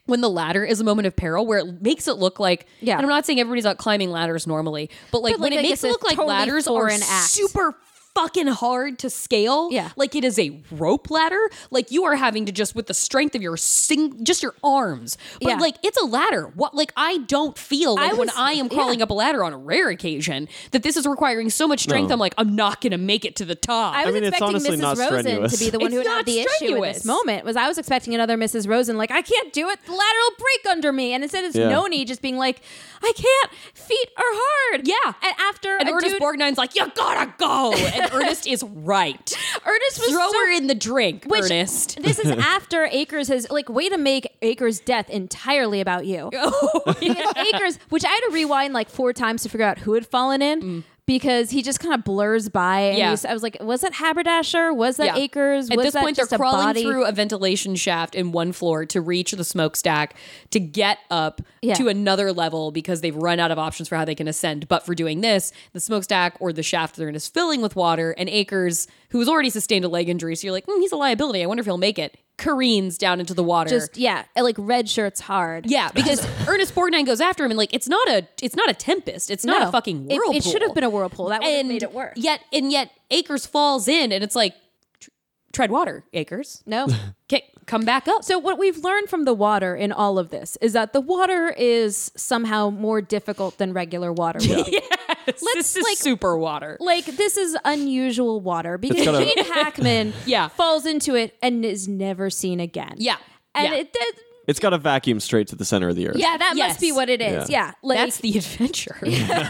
[SPEAKER 1] When the ladder is a moment of peril, where it makes it look like,
[SPEAKER 2] Yeah.
[SPEAKER 1] and I'm not saying everybody's out climbing ladders normally, but like
[SPEAKER 2] But,
[SPEAKER 1] when
[SPEAKER 2] like,
[SPEAKER 1] it
[SPEAKER 2] I
[SPEAKER 1] makes
[SPEAKER 2] guess
[SPEAKER 1] it
[SPEAKER 2] a
[SPEAKER 1] look like
[SPEAKER 2] totally
[SPEAKER 1] ladders are
[SPEAKER 2] foreign act.
[SPEAKER 1] super fucking hard to scale.
[SPEAKER 2] Yeah.
[SPEAKER 1] Like it is a rope ladder. Like you are having to just with the strength of your sing just your arms. But
[SPEAKER 2] Yeah.
[SPEAKER 1] like it's a ladder. What like I don't feel like
[SPEAKER 2] I
[SPEAKER 1] when
[SPEAKER 2] was-
[SPEAKER 1] I am crawling up a ladder on a rare occasion that this is requiring so much strength.
[SPEAKER 3] No.
[SPEAKER 1] I'm like, I'm not gonna make it to the top.
[SPEAKER 2] I was
[SPEAKER 3] mean, it's
[SPEAKER 2] expecting
[SPEAKER 3] honestly
[SPEAKER 2] Mrs.
[SPEAKER 3] not
[SPEAKER 2] Rosen
[SPEAKER 3] strenuous.
[SPEAKER 2] to be the one
[SPEAKER 1] It's
[SPEAKER 2] who would
[SPEAKER 1] not
[SPEAKER 2] have the issue in
[SPEAKER 1] strenuous.
[SPEAKER 2] this moment. Was I was expecting another Mrs. Rosen like I can't do it, the ladder will break under me, and instead it's
[SPEAKER 3] Yeah.
[SPEAKER 2] Noni just being like, I can't, feet are hard.
[SPEAKER 1] Yeah.
[SPEAKER 2] and after
[SPEAKER 1] and
[SPEAKER 2] a
[SPEAKER 1] Ernest
[SPEAKER 2] dude,
[SPEAKER 1] Borgnine's like, you gotta go. And Ernest is right.
[SPEAKER 2] Ernest was
[SPEAKER 1] Throw
[SPEAKER 2] so
[SPEAKER 1] her in the drink,
[SPEAKER 2] Which-
[SPEAKER 1] Ernest.
[SPEAKER 2] This is after Akers has like way to make Akers' death entirely about you.
[SPEAKER 1] Oh,
[SPEAKER 2] Because Akers, which I had to rewind like four times to figure out who had fallen in. Because he just kind of blurs by, and
[SPEAKER 1] Mm. Yeah.
[SPEAKER 2] he's- I was like, "Was that haberdasher? Was that
[SPEAKER 1] Yeah.
[SPEAKER 2] Akers?
[SPEAKER 1] At
[SPEAKER 2] was
[SPEAKER 1] this
[SPEAKER 2] that
[SPEAKER 1] point, they're
[SPEAKER 2] just a
[SPEAKER 1] crawling
[SPEAKER 2] body?
[SPEAKER 1] through a ventilation shaft in one floor to reach the smokestack to get up
[SPEAKER 2] Yeah.
[SPEAKER 1] to another level because they've run out of options for how they can ascend. But for doing this, the smokestack or the shaft they're in is filling with water, and Akers, who has already sustained a leg injury, so you're like, hmm, he's a liability. I wonder if he'll make it. careens down into the water.
[SPEAKER 2] Just yeah, like red shirts hard.
[SPEAKER 1] yeah, because Ernest Borgnine goes after him and like it's not a it's not a tempest. It's not
[SPEAKER 2] No.
[SPEAKER 1] a fucking
[SPEAKER 2] It-
[SPEAKER 1] whirlpool.
[SPEAKER 2] It, should have been a whirlpool. That would have made it worse.
[SPEAKER 1] Yet and yet Acres falls in and it's like tr- tread water, Acres.
[SPEAKER 2] No.
[SPEAKER 1] Okay, come back up.
[SPEAKER 2] So what we've learned from the water in all of this is that the water is somehow more difficult than regular water. would be.
[SPEAKER 1] let's
[SPEAKER 2] like-
[SPEAKER 1] super water.
[SPEAKER 2] Like this is unusual water because
[SPEAKER 3] gotta-
[SPEAKER 2] Gene Hackman
[SPEAKER 1] Yeah.
[SPEAKER 2] falls into it and is never seen again.
[SPEAKER 1] Yeah.
[SPEAKER 2] And
[SPEAKER 1] yeah.
[SPEAKER 2] it that-
[SPEAKER 3] It's got a vacuum straight to the center of the earth.
[SPEAKER 2] yeah, that
[SPEAKER 1] Yes.
[SPEAKER 2] must be what it is. Yeah.
[SPEAKER 3] Yeah.
[SPEAKER 2] Like
[SPEAKER 1] that's the adventure.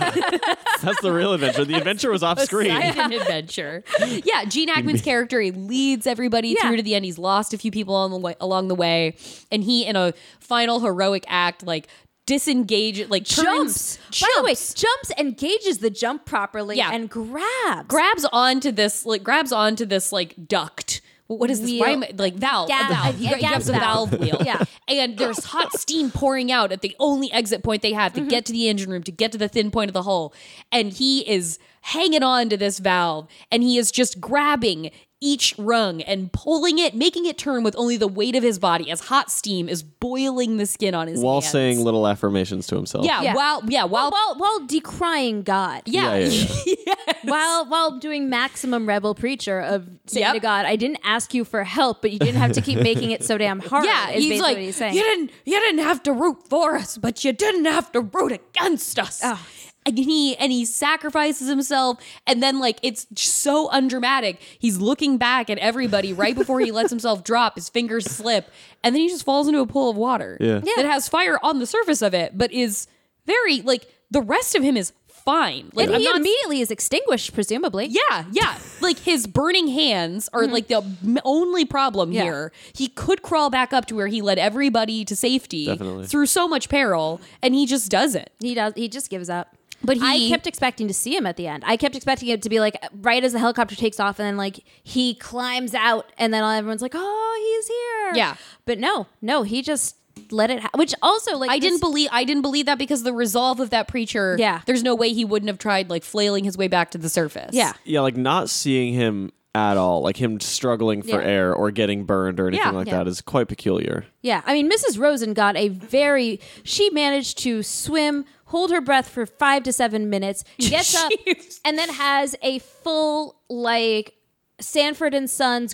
[SPEAKER 3] That's the real adventure. The adventure was off screen.
[SPEAKER 1] Aside an adventure. Yeah, Gene Hackman's character he leads everybody
[SPEAKER 2] Yeah.
[SPEAKER 1] through to the end. He's lost a few people on the way, along the way, and he, in a final heroic act, like disengages, like turns-
[SPEAKER 2] jumps. By the way, jumps engages the jump properly
[SPEAKER 1] Yeah.
[SPEAKER 2] and grabs.
[SPEAKER 1] grabs onto this, like grabs onto this, like duct. Wh- What is this? Why am I- like valve,
[SPEAKER 2] Gas-
[SPEAKER 1] a valve. He
[SPEAKER 2] a
[SPEAKER 1] gra-
[SPEAKER 2] gas
[SPEAKER 1] grabs a
[SPEAKER 2] valve.
[SPEAKER 1] valve wheel.
[SPEAKER 2] Yeah.
[SPEAKER 1] and there's hot steam pouring out at the only exit point they
[SPEAKER 2] Mm-hmm.
[SPEAKER 1] have to get to the engine room to get to the thin point of the hull and he is hanging on to this valve and he is just grabbing each rung and pulling it making it turn with only the weight of his body as hot steam is boiling the skin on his
[SPEAKER 3] While
[SPEAKER 1] hands.
[SPEAKER 3] saying little affirmations to himself.
[SPEAKER 1] yeah,
[SPEAKER 2] Yeah.
[SPEAKER 1] while yeah while
[SPEAKER 2] while while decrying God.
[SPEAKER 1] yeah,
[SPEAKER 3] Yeah, yeah,
[SPEAKER 2] while while doing maximum rebel preacher of saying
[SPEAKER 1] Yep.
[SPEAKER 2] to God, I didn't ask you for help, but you didn't have to keep making it so damn hard.
[SPEAKER 1] Yeah,
[SPEAKER 2] is
[SPEAKER 1] he's
[SPEAKER 2] basically
[SPEAKER 1] like,
[SPEAKER 2] what he's saying.
[SPEAKER 1] you didn't, you didn't have to root for us, but you didn't have to root against us.
[SPEAKER 2] Oh.
[SPEAKER 1] And he and he sacrifices himself, and then like it's so undramatic. He's looking back at everybody right before he lets himself drop. His fingers slip, and then he just falls into a pool of water
[SPEAKER 3] Yeah. Yeah.
[SPEAKER 1] that has fire on the surface of it, but is very like the rest of him is fine. Like
[SPEAKER 2] and
[SPEAKER 1] I'm
[SPEAKER 2] he
[SPEAKER 1] not
[SPEAKER 2] immediately is extinguished, presumably.
[SPEAKER 1] yeah, yeah. like his burning hands are like the m- only problem
[SPEAKER 2] Mm-hmm. Yeah.
[SPEAKER 1] here. He could crawl back up to where he led everybody to safety
[SPEAKER 3] Definitely.
[SPEAKER 1] through so much peril, and he just doesn't.
[SPEAKER 2] He does he just gives up.
[SPEAKER 1] But he
[SPEAKER 2] I kept expecting to see him at the end. I kept expecting it to be like right as the helicopter takes off and then like he climbs out and then all- everyone's like, "Oh, he's here."
[SPEAKER 1] Yeah.
[SPEAKER 2] But no. No, he just let it ha- which also like
[SPEAKER 1] I
[SPEAKER 2] this-
[SPEAKER 1] didn't believe I didn't believe that because the resolve of that preacher.
[SPEAKER 2] Yeah.
[SPEAKER 1] there's no way he wouldn't have tried like flailing his way back to the surface.
[SPEAKER 2] Yeah.
[SPEAKER 3] Yeah, like not seeing him at all, like him struggling for
[SPEAKER 2] Yeah.
[SPEAKER 3] air or getting burned or anything
[SPEAKER 1] Yeah.
[SPEAKER 3] like
[SPEAKER 2] Yeah.
[SPEAKER 3] that is quite peculiar.
[SPEAKER 2] Yeah, I mean, Mrs. Rosen got a very. She managed to swim, hold her breath for five to seven minutes, gets up,
[SPEAKER 1] Jeez.
[SPEAKER 2] and then has a full like Sanford and Sons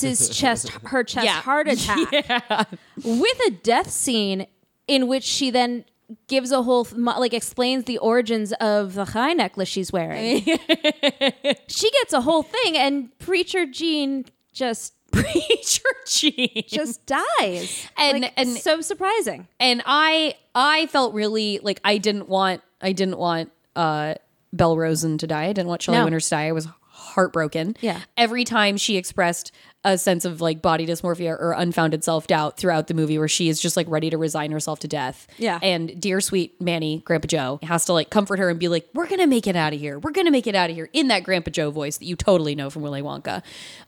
[SPEAKER 2] his chest, her chest
[SPEAKER 1] Yeah.
[SPEAKER 2] heart attack with a death scene in which she then gives a whole th- mo- like explains the origins of the high necklace she's wearing. she gets a whole thing, and preacher Jean just
[SPEAKER 1] preacher Gene.
[SPEAKER 2] just dies.
[SPEAKER 1] And-
[SPEAKER 2] Like,
[SPEAKER 1] and-
[SPEAKER 2] so surprising.
[SPEAKER 1] and I I felt really like I didn't want I didn't want uh Belle Rosen to die. I didn't want Shelley
[SPEAKER 2] No.
[SPEAKER 1] Winters to die. I was heartbroken.
[SPEAKER 2] Yeah.
[SPEAKER 1] Every time she expressed a sense of like body dysmorphia or unfounded self doubt throughout the movie where she is just like ready to resign herself to death.
[SPEAKER 2] Yeah.
[SPEAKER 1] And dear sweet Manny, Grandpa Joe, has to like comfort her and be like, We're gonna make it out of here. We're gonna make it out of here in that Grandpa Joe voice that you totally know from Willy Wonka.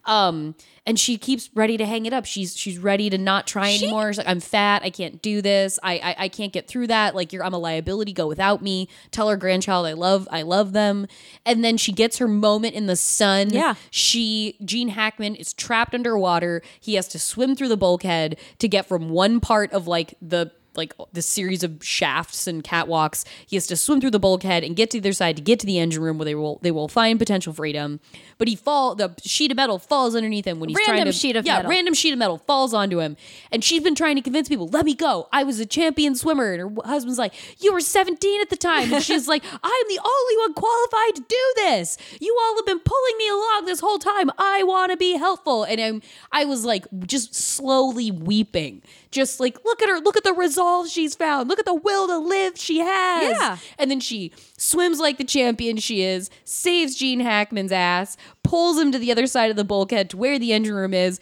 [SPEAKER 1] Um and she keeps ready to hang it up. She's she's ready to not try anymore. She's like, I'm fat, I can't do this, I I, I can't get through that. Like you're I'm a liability, go without me. Tell her grandchild I love I love them. And then she gets her moment in the sun.
[SPEAKER 2] Yeah.
[SPEAKER 1] She Gene Hackman is trapped underwater. He has to swim through the bulkhead to get from one part of like the like the series of shafts and catwalks. He has to swim through the bulkhead and get to the other side to get to the engine room where they will they will find potential freedom. But he fall the sheet of metal falls underneath him when he's trying
[SPEAKER 2] Random
[SPEAKER 1] to
[SPEAKER 2] sheet of
[SPEAKER 1] yeah,
[SPEAKER 2] metal.
[SPEAKER 1] random sheet of metal falls onto him, and she's been trying to convince people, "Let me go. I was a champion swimmer." And her husband's like, "You were 17 at the time," and she's like, "I'm the only one qualified to do this. You all have been pulling me along this whole time. I want to be helpful." And I'm, I was like, just slowly weeping, just like, "Look at her. Look at the resolve she's found. Look at the will to live she has."
[SPEAKER 2] Yeah.
[SPEAKER 1] And then she swims like the champion she is, saves Gene Hackman's ass, pulls him to the other side of the bulkhead to where the engine room is.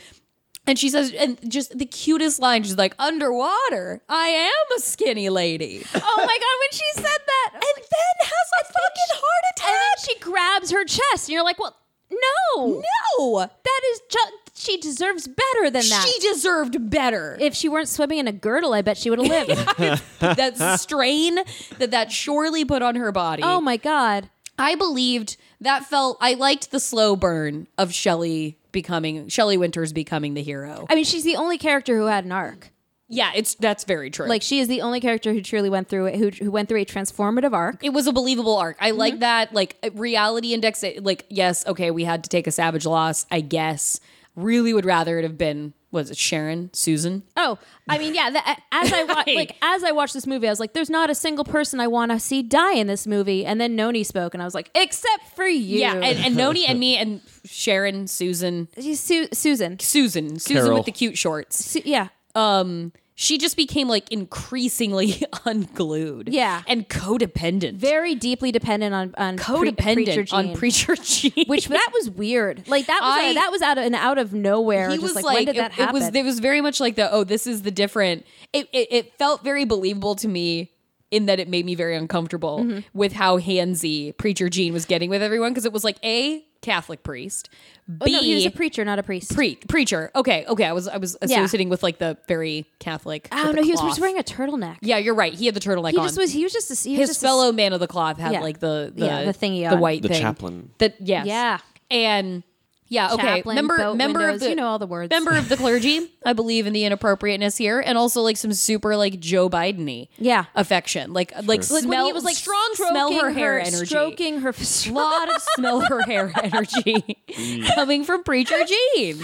[SPEAKER 1] And she says, and just the cutest line, she's like, underwater, I am a skinny lady.
[SPEAKER 2] Oh my god, when she said that, and then has a fucking heart attack. And then she grabs her chest, and you're like, well, no,
[SPEAKER 1] No,
[SPEAKER 2] that is just she deserves better than that.
[SPEAKER 1] she deserved better.
[SPEAKER 2] if she weren't swimming in a girdle, I bet she would have lived.
[SPEAKER 1] that strain that that surely put on her body.
[SPEAKER 2] Oh my god.
[SPEAKER 1] I believed that felt I liked the slow burn of Shelley becoming Shelley Winters becoming the hero.
[SPEAKER 2] I mean, she's the only character who had an arc.
[SPEAKER 1] yeah, it's that's very true.
[SPEAKER 2] Like she is the only character who truly went through it, who, who went through a transformative arc.
[SPEAKER 1] it was a believable arc. I like that. Like uh, reality index. it- Like yes, okay, we had to take a savage loss. I guess really would rather it have been was it Sharon Susan?
[SPEAKER 2] Oh, I mean, yeah. The, as I wa-
[SPEAKER 1] Right.
[SPEAKER 2] like as I watched this movie, I was like, "There's not a single person I want to see die in this movie." And then Noni spoke, and I was like, "Except for you,
[SPEAKER 1] Yeah, and, and Noni and me and Sharon Susan
[SPEAKER 2] She's Su- Susan."
[SPEAKER 1] Susan Susan
[SPEAKER 3] Carol.
[SPEAKER 1] with the cute shorts.
[SPEAKER 2] Su- yeah,
[SPEAKER 1] Um, she just became like increasingly unglued.
[SPEAKER 2] Yeah.
[SPEAKER 1] and codependent.
[SPEAKER 2] very deeply dependent on on pre-
[SPEAKER 1] codependent
[SPEAKER 2] preacher
[SPEAKER 1] on
[SPEAKER 2] Gene.
[SPEAKER 1] preacher Gene.
[SPEAKER 2] which that was weird. Like that was
[SPEAKER 1] I-
[SPEAKER 2] that was out of, and out of nowhere.
[SPEAKER 1] he
[SPEAKER 2] just
[SPEAKER 1] was like,
[SPEAKER 2] like, when did
[SPEAKER 1] it-
[SPEAKER 2] that
[SPEAKER 1] it,
[SPEAKER 2] happen?
[SPEAKER 1] was it was very much like the oh this is the different. It it, it felt very believable to me. In that it made me very uncomfortable
[SPEAKER 2] Mm-hmm.
[SPEAKER 1] with how handsy Preacher Gene was getting with everyone because it was like a Catholic priest,
[SPEAKER 2] oh,
[SPEAKER 1] B
[SPEAKER 2] no, he was a preacher, not a priest.
[SPEAKER 1] pre- preacher. Okay, okay, I was I was associating with like the very Catholic.
[SPEAKER 2] oh
[SPEAKER 1] with
[SPEAKER 2] no,
[SPEAKER 1] the
[SPEAKER 2] he was, he
[SPEAKER 1] cloth.
[SPEAKER 2] was wearing a turtleneck.
[SPEAKER 1] Yeah, you're right. He had the turtleneck
[SPEAKER 2] he
[SPEAKER 1] on.
[SPEAKER 2] just was. He was just. A, he
[SPEAKER 1] His
[SPEAKER 2] was just a-
[SPEAKER 1] fellow man of the cloth had
[SPEAKER 2] Yeah.
[SPEAKER 1] like the the,
[SPEAKER 2] Yeah, the thingy
[SPEAKER 1] the
[SPEAKER 2] on.
[SPEAKER 1] white
[SPEAKER 3] The
[SPEAKER 1] thing.
[SPEAKER 3] chaplain.
[SPEAKER 1] That yes.
[SPEAKER 2] Yeah.
[SPEAKER 1] And yeah, okay.
[SPEAKER 2] Chaplain,
[SPEAKER 1] member
[SPEAKER 2] boat
[SPEAKER 1] member
[SPEAKER 2] windows,
[SPEAKER 1] of the
[SPEAKER 2] you know all the words.
[SPEAKER 1] Member of the clergy, I believe in the inappropriateness here and also like some super like Joe Biden-y
[SPEAKER 2] Yeah.
[SPEAKER 1] affection. Like like
[SPEAKER 2] Like, when
[SPEAKER 1] smell
[SPEAKER 2] he was like
[SPEAKER 1] strong smell her
[SPEAKER 2] stroking
[SPEAKER 1] hair energy.
[SPEAKER 2] stroking her.
[SPEAKER 1] A lot of smell her hair energy
[SPEAKER 2] Mm.
[SPEAKER 1] coming from preacher Gene.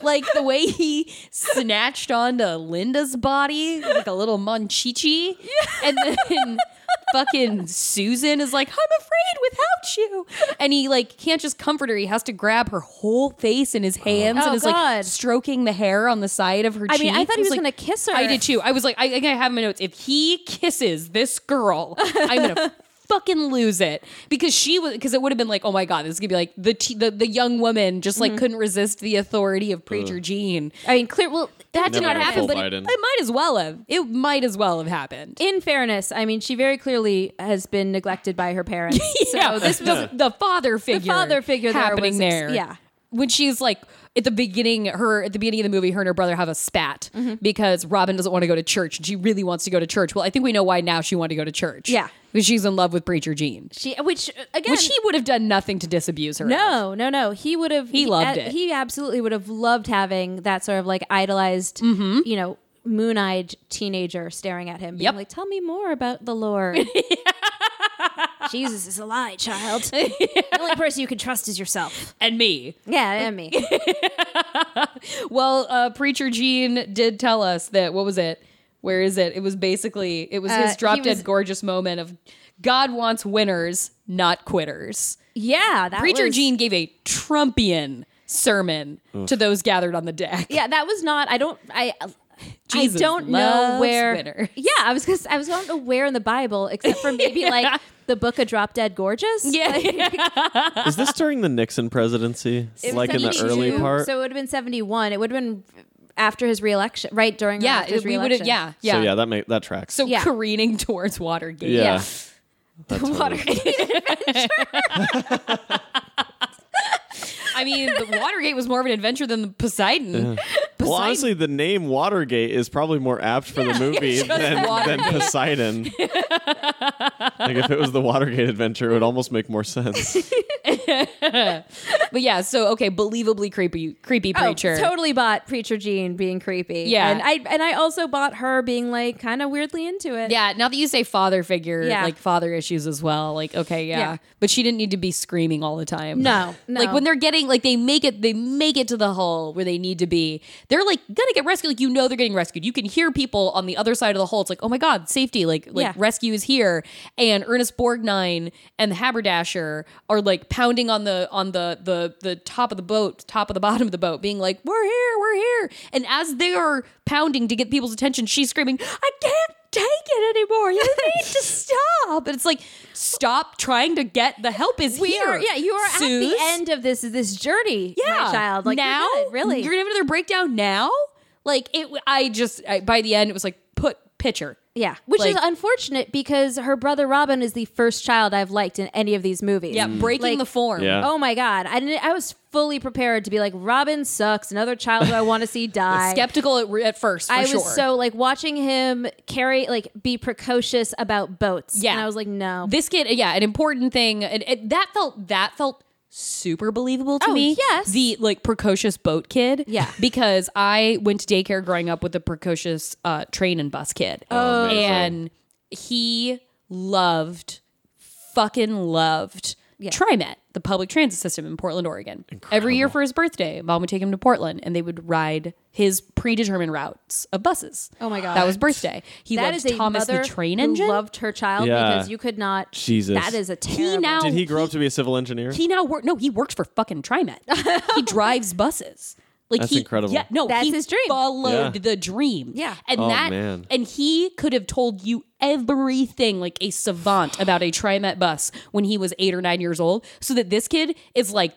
[SPEAKER 1] Like the way he snatched onto Linda's body like a little munchichi, and then fucking Susan is like, "I'm afraid without you," and he like can't just comfort her. He has to grab her whole face in his hands and
[SPEAKER 2] Oh,
[SPEAKER 1] is like
[SPEAKER 2] God.
[SPEAKER 1] stroking the hair on the side of her.
[SPEAKER 2] I mean, I
[SPEAKER 1] cheek.
[SPEAKER 2] thought he was
[SPEAKER 1] like-
[SPEAKER 2] gonna kiss her.
[SPEAKER 1] I did too. I was like, I think I have in my notes. If he kisses this girl, I'm gonna fucking lose it because she was because it would have been like, oh my god, this is gonna be like the t- the, the young woman just like couldn't resist the authority of preacher Gene.
[SPEAKER 2] I mean, clear. Well, that did
[SPEAKER 3] Never
[SPEAKER 2] not
[SPEAKER 3] gonna
[SPEAKER 2] happen.
[SPEAKER 3] pull
[SPEAKER 2] But
[SPEAKER 3] Biden.
[SPEAKER 1] It might as well have. It might as well have happened.
[SPEAKER 2] in fairness, I mean, she very clearly has been neglected by her parents.
[SPEAKER 1] yeah,
[SPEAKER 2] So this was
[SPEAKER 1] the, the father figure,
[SPEAKER 2] father figure there
[SPEAKER 1] happening
[SPEAKER 2] was ex-
[SPEAKER 1] there.
[SPEAKER 2] yeah.
[SPEAKER 1] when she's like at the beginning, her at the beginning of the movie, her and her brother have a spat
[SPEAKER 2] Mm-hmm.
[SPEAKER 1] because Robin doesn't want to go to church and she really wants to go to church. Well, I think we know why now she wanted to go to church.
[SPEAKER 2] Yeah.
[SPEAKER 1] because she's in love with preacher Gene,
[SPEAKER 2] she, which uh, again,
[SPEAKER 1] which he would have done nothing to disabuse her. of.
[SPEAKER 2] No, no, no. He would have. He,
[SPEAKER 1] loved
[SPEAKER 2] a-
[SPEAKER 1] it.
[SPEAKER 2] He absolutely would have loved having that sort of like idolized, you know, moon-eyed teenager staring at him. Being
[SPEAKER 1] Yep.
[SPEAKER 2] Like, tell me more about the Lord. Jesus is a lie, child. The only person you can trust is yourself.
[SPEAKER 1] and me.
[SPEAKER 2] Yeah, and me.
[SPEAKER 1] Well, uh, preacher Gene did tell us that. What was it? Where is it? It was basically it was
[SPEAKER 2] Uh,
[SPEAKER 1] his
[SPEAKER 2] he
[SPEAKER 1] drop dead
[SPEAKER 2] was-
[SPEAKER 1] gorgeous moment of God wants winners, not quitters.
[SPEAKER 2] Yeah, that
[SPEAKER 1] Preacher
[SPEAKER 2] was-
[SPEAKER 1] Gene gave a Trumpian sermon to those gathered on the deck.
[SPEAKER 2] Yeah, that was not. I don't. I.
[SPEAKER 1] Jesus
[SPEAKER 2] I don't know
[SPEAKER 1] loves
[SPEAKER 2] where.
[SPEAKER 1] winners.
[SPEAKER 2] Yeah, I was. Gonna, s- I was don't know where in the Bible, except for maybe like the book of Drop Dead Gorgeous.
[SPEAKER 1] Yeah.
[SPEAKER 3] Is this during the Nixon presidency?
[SPEAKER 2] It was
[SPEAKER 3] like in the
[SPEAKER 2] 72,
[SPEAKER 3] early part?
[SPEAKER 2] So it would have been 71. It would have been after his reelection, right during or
[SPEAKER 1] yeah,
[SPEAKER 2] after his
[SPEAKER 1] we would have.
[SPEAKER 2] reelection.
[SPEAKER 1] Yeah, yeah.
[SPEAKER 3] So yeah, that make that tracks.
[SPEAKER 1] So
[SPEAKER 2] Yeah.
[SPEAKER 1] careening towards Watergate.
[SPEAKER 3] yeah.
[SPEAKER 2] yeah.
[SPEAKER 3] That's funny.
[SPEAKER 1] I mean, the Watergate was more of an adventure than the Poseidon.
[SPEAKER 3] Well, honestly, the name Watergate is probably more apt for the movie than, than Poseidon. like if it was the Watergate adventure, it would almost make more sense.
[SPEAKER 1] But yeah, so okay, believably creepy, creepy
[SPEAKER 2] Oh,
[SPEAKER 1] preacher.
[SPEAKER 2] totally bought Preacher Gene being creepy.
[SPEAKER 1] Yeah.
[SPEAKER 2] And I and I also bought her being like kind of weirdly into it.
[SPEAKER 1] Yeah, now that you say father figure,
[SPEAKER 2] Yeah.
[SPEAKER 1] like father issues as well. Like, okay, yeah.
[SPEAKER 2] Yeah.
[SPEAKER 1] But she didn't need to be screaming all the time.
[SPEAKER 2] No,
[SPEAKER 1] Like
[SPEAKER 2] no.
[SPEAKER 1] when they're getting like they make it they make it to the hull where they need to be. They're like gonna get rescued. Like you know they're getting rescued. You can hear people on the other side of the hull. It's like, oh my god, safety, like like
[SPEAKER 2] Yeah.
[SPEAKER 1] rescue is here. And Ernest Borgnine and the Haberdasher are like pounding on the on the the the top of the boat, top of the bottom of the boat, being like, We're here, we're here. And as they are pounding to get people's attention, she's screaming, I can't take it anymore. You need to stop. And it's like, stop trying to get the help is
[SPEAKER 2] We
[SPEAKER 1] here.
[SPEAKER 2] are, yeah, you are at the
[SPEAKER 1] Suze."
[SPEAKER 2] end of this this journey,
[SPEAKER 1] Yeah,
[SPEAKER 2] my child. Like you're
[SPEAKER 1] now,
[SPEAKER 2] good, really.
[SPEAKER 1] you're gonna have another breakdown now. Like it, I just I, by the end it was like put pitcher.
[SPEAKER 2] Yeah, which is
[SPEAKER 1] Like-
[SPEAKER 2] unfortunate because her brother Robin is the first child I've liked in any of these movies.
[SPEAKER 1] Yeah, breaking
[SPEAKER 2] Like-
[SPEAKER 1] the form.
[SPEAKER 3] Yeah.
[SPEAKER 2] Oh my god, I didn't, I was fully prepared to be like Robin sucks, another child who I want to see die.
[SPEAKER 1] Skeptical at, at first. For
[SPEAKER 2] I was
[SPEAKER 1] sure.
[SPEAKER 2] so like watching him carry like be precocious about boats.
[SPEAKER 1] Yeah.
[SPEAKER 2] and I was like, no,
[SPEAKER 1] this kid yeah an important thing and it, that felt that felt super believable to
[SPEAKER 2] Oh,
[SPEAKER 1] me
[SPEAKER 2] yes.
[SPEAKER 1] the like precocious boat kid
[SPEAKER 2] Yeah.
[SPEAKER 1] because i went to daycare growing up with a precocious uh, train and bus kid oh
[SPEAKER 3] Amazing.
[SPEAKER 1] and he loved fucking loved TriMet, the public transit system in Portland, Oregon. Every year for his birthday, mom would take him to Portland and they would ride his predetermined routes of buses.
[SPEAKER 2] Oh my God.
[SPEAKER 1] That was birthday. He
[SPEAKER 2] that
[SPEAKER 1] loved
[SPEAKER 2] is a
[SPEAKER 1] Thomas
[SPEAKER 2] mother
[SPEAKER 1] the train
[SPEAKER 2] who
[SPEAKER 1] engine.
[SPEAKER 2] loved her child
[SPEAKER 3] Yeah.
[SPEAKER 2] because you could not.
[SPEAKER 3] Jesus.
[SPEAKER 2] that is a terrible.
[SPEAKER 1] now-
[SPEAKER 3] Did he grow up to be a civil engineer?
[SPEAKER 1] He now work. No, he works for fucking TriMet. he drives buses. Like
[SPEAKER 3] That's
[SPEAKER 1] he,
[SPEAKER 3] incredible.
[SPEAKER 1] Yeah, no,
[SPEAKER 2] That's
[SPEAKER 1] he
[SPEAKER 2] his dream.
[SPEAKER 1] Followed
[SPEAKER 3] Yeah.
[SPEAKER 1] the dream.
[SPEAKER 2] Yeah.
[SPEAKER 1] and
[SPEAKER 3] Oh,
[SPEAKER 1] that
[SPEAKER 3] man.
[SPEAKER 1] and he could have told you everything like a savant about a TriMet bus when he was eight or nine years old. So that this kid is like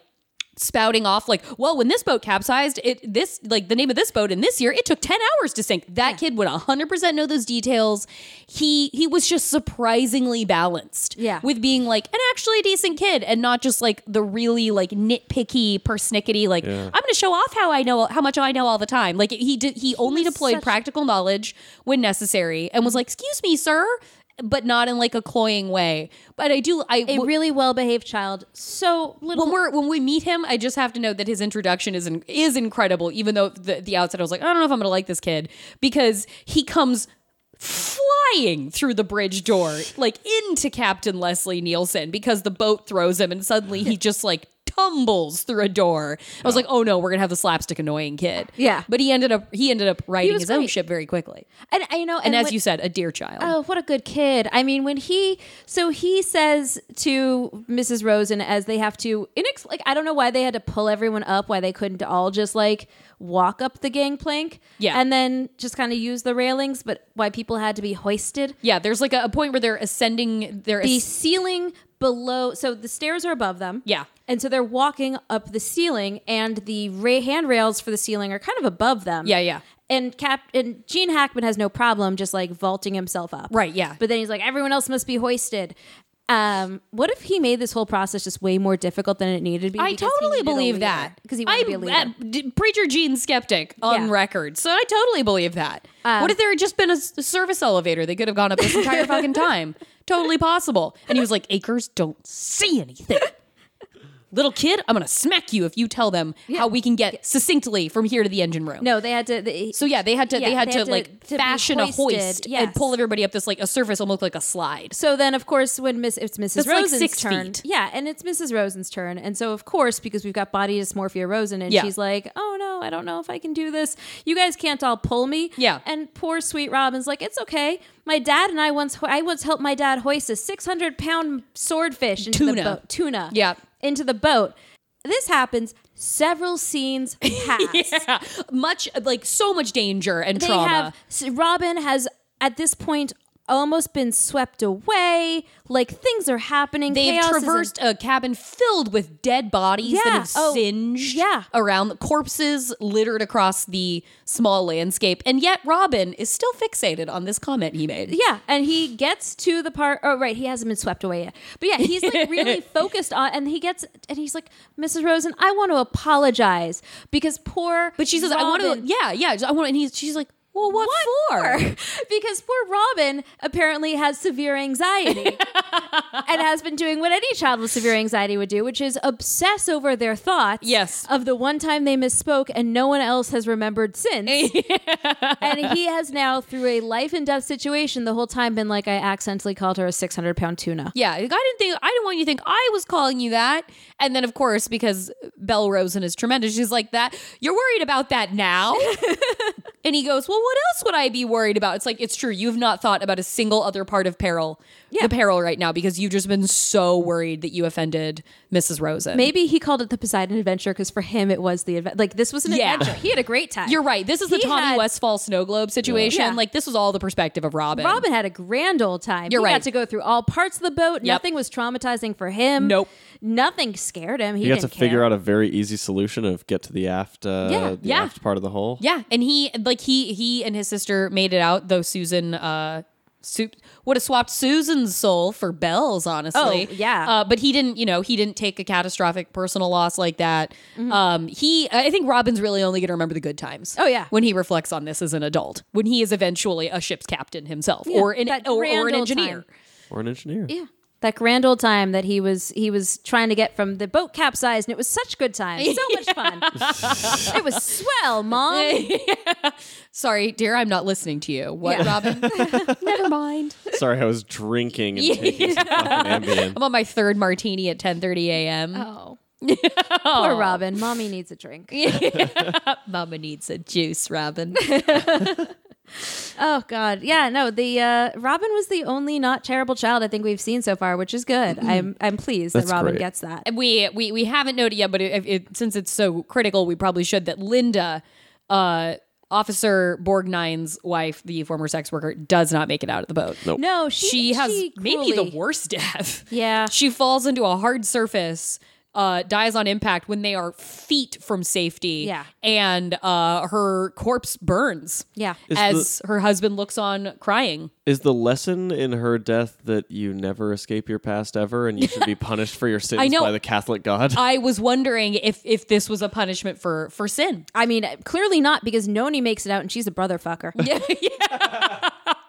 [SPEAKER 1] spouting off like, well, when this boat capsized, it this like the name of this boat and this year it took 10 hours to sink. That kid would 100% know those details. He he was just surprisingly balanced
[SPEAKER 2] Yeah.
[SPEAKER 1] with being like an actually decent kid and not just like the really like nitpicky persnickety like I'm going to show off how I know how much I know all the time. Like he did he only deployed
[SPEAKER 2] such-
[SPEAKER 1] practical knowledge when necessary and was like, "Excuse me, sir," but not in like a cloying way. But I do I
[SPEAKER 2] A really well-behaved child, so little.
[SPEAKER 1] when we're when we meet him, I just have to know that his introduction is in, is incredible. Even though the at the outset I was like, I don't know if I'm gonna like this kid because he comes flying through the bridge door like into Captain Leslie Nielsen because the boat throws him and suddenly he just like tumbles through a door. I was like, oh no, we're gonna have the slapstick annoying kid.
[SPEAKER 2] Yeah.
[SPEAKER 1] but he ended up he ended up riding
[SPEAKER 2] was
[SPEAKER 1] his own
[SPEAKER 2] great.
[SPEAKER 1] ship very quickly.
[SPEAKER 2] and I- you know,
[SPEAKER 1] And, as
[SPEAKER 2] when-
[SPEAKER 1] you said, a dear child.
[SPEAKER 2] Oh, what a good kid. I mean, when he so he says to Mrs. Rosen as they have to inex- like I don't know why they had to pull everyone up, why they couldn't all just like walk up the gangplank
[SPEAKER 1] Yeah.
[SPEAKER 2] and then just kind of use the railings, but why people had to be hoisted.
[SPEAKER 1] yeah, there's like a, a point where they're ascending. They're
[SPEAKER 2] The
[SPEAKER 1] as-
[SPEAKER 2] ceiling below so the stairs are above them.
[SPEAKER 1] Yeah.
[SPEAKER 2] And so they're walking up the ceiling and the ra- handrails for the ceiling are kind of above them.
[SPEAKER 1] yeah, yeah,
[SPEAKER 2] And Cap and Gene Hackman has no problem just like vaulting himself up.
[SPEAKER 1] right, yeah.
[SPEAKER 2] But then he's like, everyone else must be hoisted. Um, what if he made this whole process just way more difficult than it needed to be?
[SPEAKER 1] I totally believe that
[SPEAKER 2] because he wanted to be a
[SPEAKER 1] I'm,
[SPEAKER 2] leader.
[SPEAKER 1] uh, d- preacher Gene skeptic on
[SPEAKER 2] Yeah. Um,
[SPEAKER 1] record, so I totally believe that. what if there had just been a s- service elevator? They could have gone up this entire fucking time. Totally possible. And he was like, "Acres don't see anything." Little kid, I'm gonna smack you if you tell them how we can get succinctly from here to the engine room.
[SPEAKER 2] no, they had to. They,
[SPEAKER 1] So yeah, they had to
[SPEAKER 2] Yeah,
[SPEAKER 1] they had
[SPEAKER 2] they
[SPEAKER 1] to
[SPEAKER 2] had to-
[SPEAKER 1] like
[SPEAKER 2] to be
[SPEAKER 1] fashion a
[SPEAKER 2] hoisted,
[SPEAKER 1] hoist
[SPEAKER 2] yes.
[SPEAKER 1] and pull everybody up this like a surface almost like a slide.
[SPEAKER 2] So then, of course, when Miss it's Mrs.
[SPEAKER 1] That's like
[SPEAKER 2] Rosen's
[SPEAKER 1] six
[SPEAKER 2] turn,
[SPEAKER 1] feet.
[SPEAKER 2] yeah, and it's Mrs. Rosen's turn, and so of course, because we've got body dysmorphia Rosen, and
[SPEAKER 1] Yeah.
[SPEAKER 2] she's like, "Oh no, I don't know if I can do this. You guys can't all pull me."
[SPEAKER 1] Yeah.
[SPEAKER 2] and poor sweet Robin's like, "It's okay. My dad and I once ho- I once helped my dad hoist a six hundred pound swordfish into
[SPEAKER 1] Tuna.
[SPEAKER 2] the boat, tuna,
[SPEAKER 1] Yeah.
[SPEAKER 2] into the boat." This happens. Several scenes pass.
[SPEAKER 1] Yeah, much like so much danger and
[SPEAKER 2] They
[SPEAKER 1] trauma.
[SPEAKER 2] have s- Robin has at this point almost been swept away. Like things are happening.
[SPEAKER 1] They've
[SPEAKER 2] Chaos is in-
[SPEAKER 1] traversed a cabin filled with dead bodies that
[SPEAKER 2] Yeah.
[SPEAKER 1] have
[SPEAKER 2] Oh,
[SPEAKER 1] singed
[SPEAKER 2] yeah.
[SPEAKER 1] around the corpses littered across the small landscape. And yet Robin is still fixated on this comment he made.
[SPEAKER 2] Yeah, and he gets to the part. Oh, right, he hasn't been swept away yet. But yeah, he's like really focused on, and he gets, and he's like, Mrs. Rosen, I want to apologize because poor.
[SPEAKER 1] But she says, I want to,
[SPEAKER 2] Robin-
[SPEAKER 1] yeah, yeah, I want, and he's, she's like, well, what, for?
[SPEAKER 2] because poor Robin apparently has severe anxiety and has been doing what any child with severe anxiety would do, which is obsess over their thoughts
[SPEAKER 1] Yes.
[SPEAKER 2] of the one time they misspoke and no one else has remembered since. and he has now, through a life and death situation, the whole time been like, I accidentally called her a 600 pound tuna.
[SPEAKER 1] Yeah, like, I didn't think I didn't want you to think I was calling you that. And then of course, because Belle Rosen is tremendous, she's like that. You're worried about that now. and he goes, Well, what else would I be worried about? It's like, it's true. You've not thought about a single other part of peril, the peril right now, because you've just been so worried that you offended Mrs. Rosen.
[SPEAKER 2] Maybe he called it the Poseidon Adventure because for him it was the adventure. Like, this was an
[SPEAKER 1] Yeah.
[SPEAKER 2] adventure. He had a great time.
[SPEAKER 1] You're right. This is the
[SPEAKER 2] He
[SPEAKER 1] Tommy
[SPEAKER 2] had-
[SPEAKER 1] Westfall snow globe situation.
[SPEAKER 2] Yeah.
[SPEAKER 1] Like this was all the perspective of Robin.
[SPEAKER 2] Robin had a grand old time.
[SPEAKER 1] You're
[SPEAKER 2] he
[SPEAKER 1] right.
[SPEAKER 2] got to go through all parts of the
[SPEAKER 1] Yep.
[SPEAKER 2] boat. Nothing was traumatizing for him.
[SPEAKER 1] Nope.
[SPEAKER 2] Nothing scared him. He,
[SPEAKER 3] You got to
[SPEAKER 2] didn't
[SPEAKER 3] figure
[SPEAKER 2] care.
[SPEAKER 3] out a very easy solution of get to the aft, uh,
[SPEAKER 2] Yeah,
[SPEAKER 3] the
[SPEAKER 1] yeah.
[SPEAKER 3] aft part of the hole.
[SPEAKER 1] Yeah, and he like he he he and his sister made it out, though Susan uh, Su- would have swapped Susan's soul for Belle's, honestly.
[SPEAKER 2] Oh, yeah.
[SPEAKER 1] Uh, but he didn't, you know, he didn't take a catastrophic personal loss like that. Um, he, I think Robin's really only going to remember the good times.
[SPEAKER 2] Mm-hmm. Oh, yeah.
[SPEAKER 1] When he reflects on this as an adult, when he is eventually a ship's captain himself or, an,
[SPEAKER 2] that
[SPEAKER 1] or, or
[SPEAKER 2] grand
[SPEAKER 1] an
[SPEAKER 2] old
[SPEAKER 1] engineer.
[SPEAKER 2] time.
[SPEAKER 3] Or an engineer.
[SPEAKER 2] Yeah. That grand old time that he was he was trying to get from the boat capsized, and it was such good time, so much fun. it was swell, mom.
[SPEAKER 1] Sorry, dear, I'm not listening to you. What, Robin? Never mind.
[SPEAKER 3] Sorry, I was drinking and taking some fucking Ambien.
[SPEAKER 1] I'm on my third martini at 10:30 a.m.
[SPEAKER 2] Oh, poor Robin. Mommy needs a drink.
[SPEAKER 1] Mama needs a juice, Robin.
[SPEAKER 2] Oh God, yeah, no. The uh, Robin was the only not terrible child I think we've seen so far, which is good. I'm I'm pleased
[SPEAKER 3] That's
[SPEAKER 2] that Robin
[SPEAKER 3] great.
[SPEAKER 2] gets that.
[SPEAKER 1] And we we we haven't noted yet, but it, it, since it's so critical, we probably should. That Linda, uh, Officer Borgnine's wife, the former sex worker, does not make it out of the boat.
[SPEAKER 3] Nope.
[SPEAKER 2] No, she
[SPEAKER 1] she has
[SPEAKER 2] she
[SPEAKER 1] maybe the
[SPEAKER 2] cruelly-
[SPEAKER 1] worst death.
[SPEAKER 2] Yeah.
[SPEAKER 1] she falls into a hard surface. Uh, dies on impact when they are feet from safety.
[SPEAKER 2] Yeah.
[SPEAKER 1] and uh, her corpse burns.
[SPEAKER 2] Yeah.
[SPEAKER 3] Is
[SPEAKER 1] as her husband looks on crying.
[SPEAKER 3] Is the lesson in her death that you never escape your past ever and you should be punished for your sins
[SPEAKER 1] I know. Uh,
[SPEAKER 3] by the Catholic God?
[SPEAKER 1] I was wondering if if this was a punishment for for sin.
[SPEAKER 2] I mean, clearly not because Noni makes it out and she's a brother fucker.
[SPEAKER 1] yeah,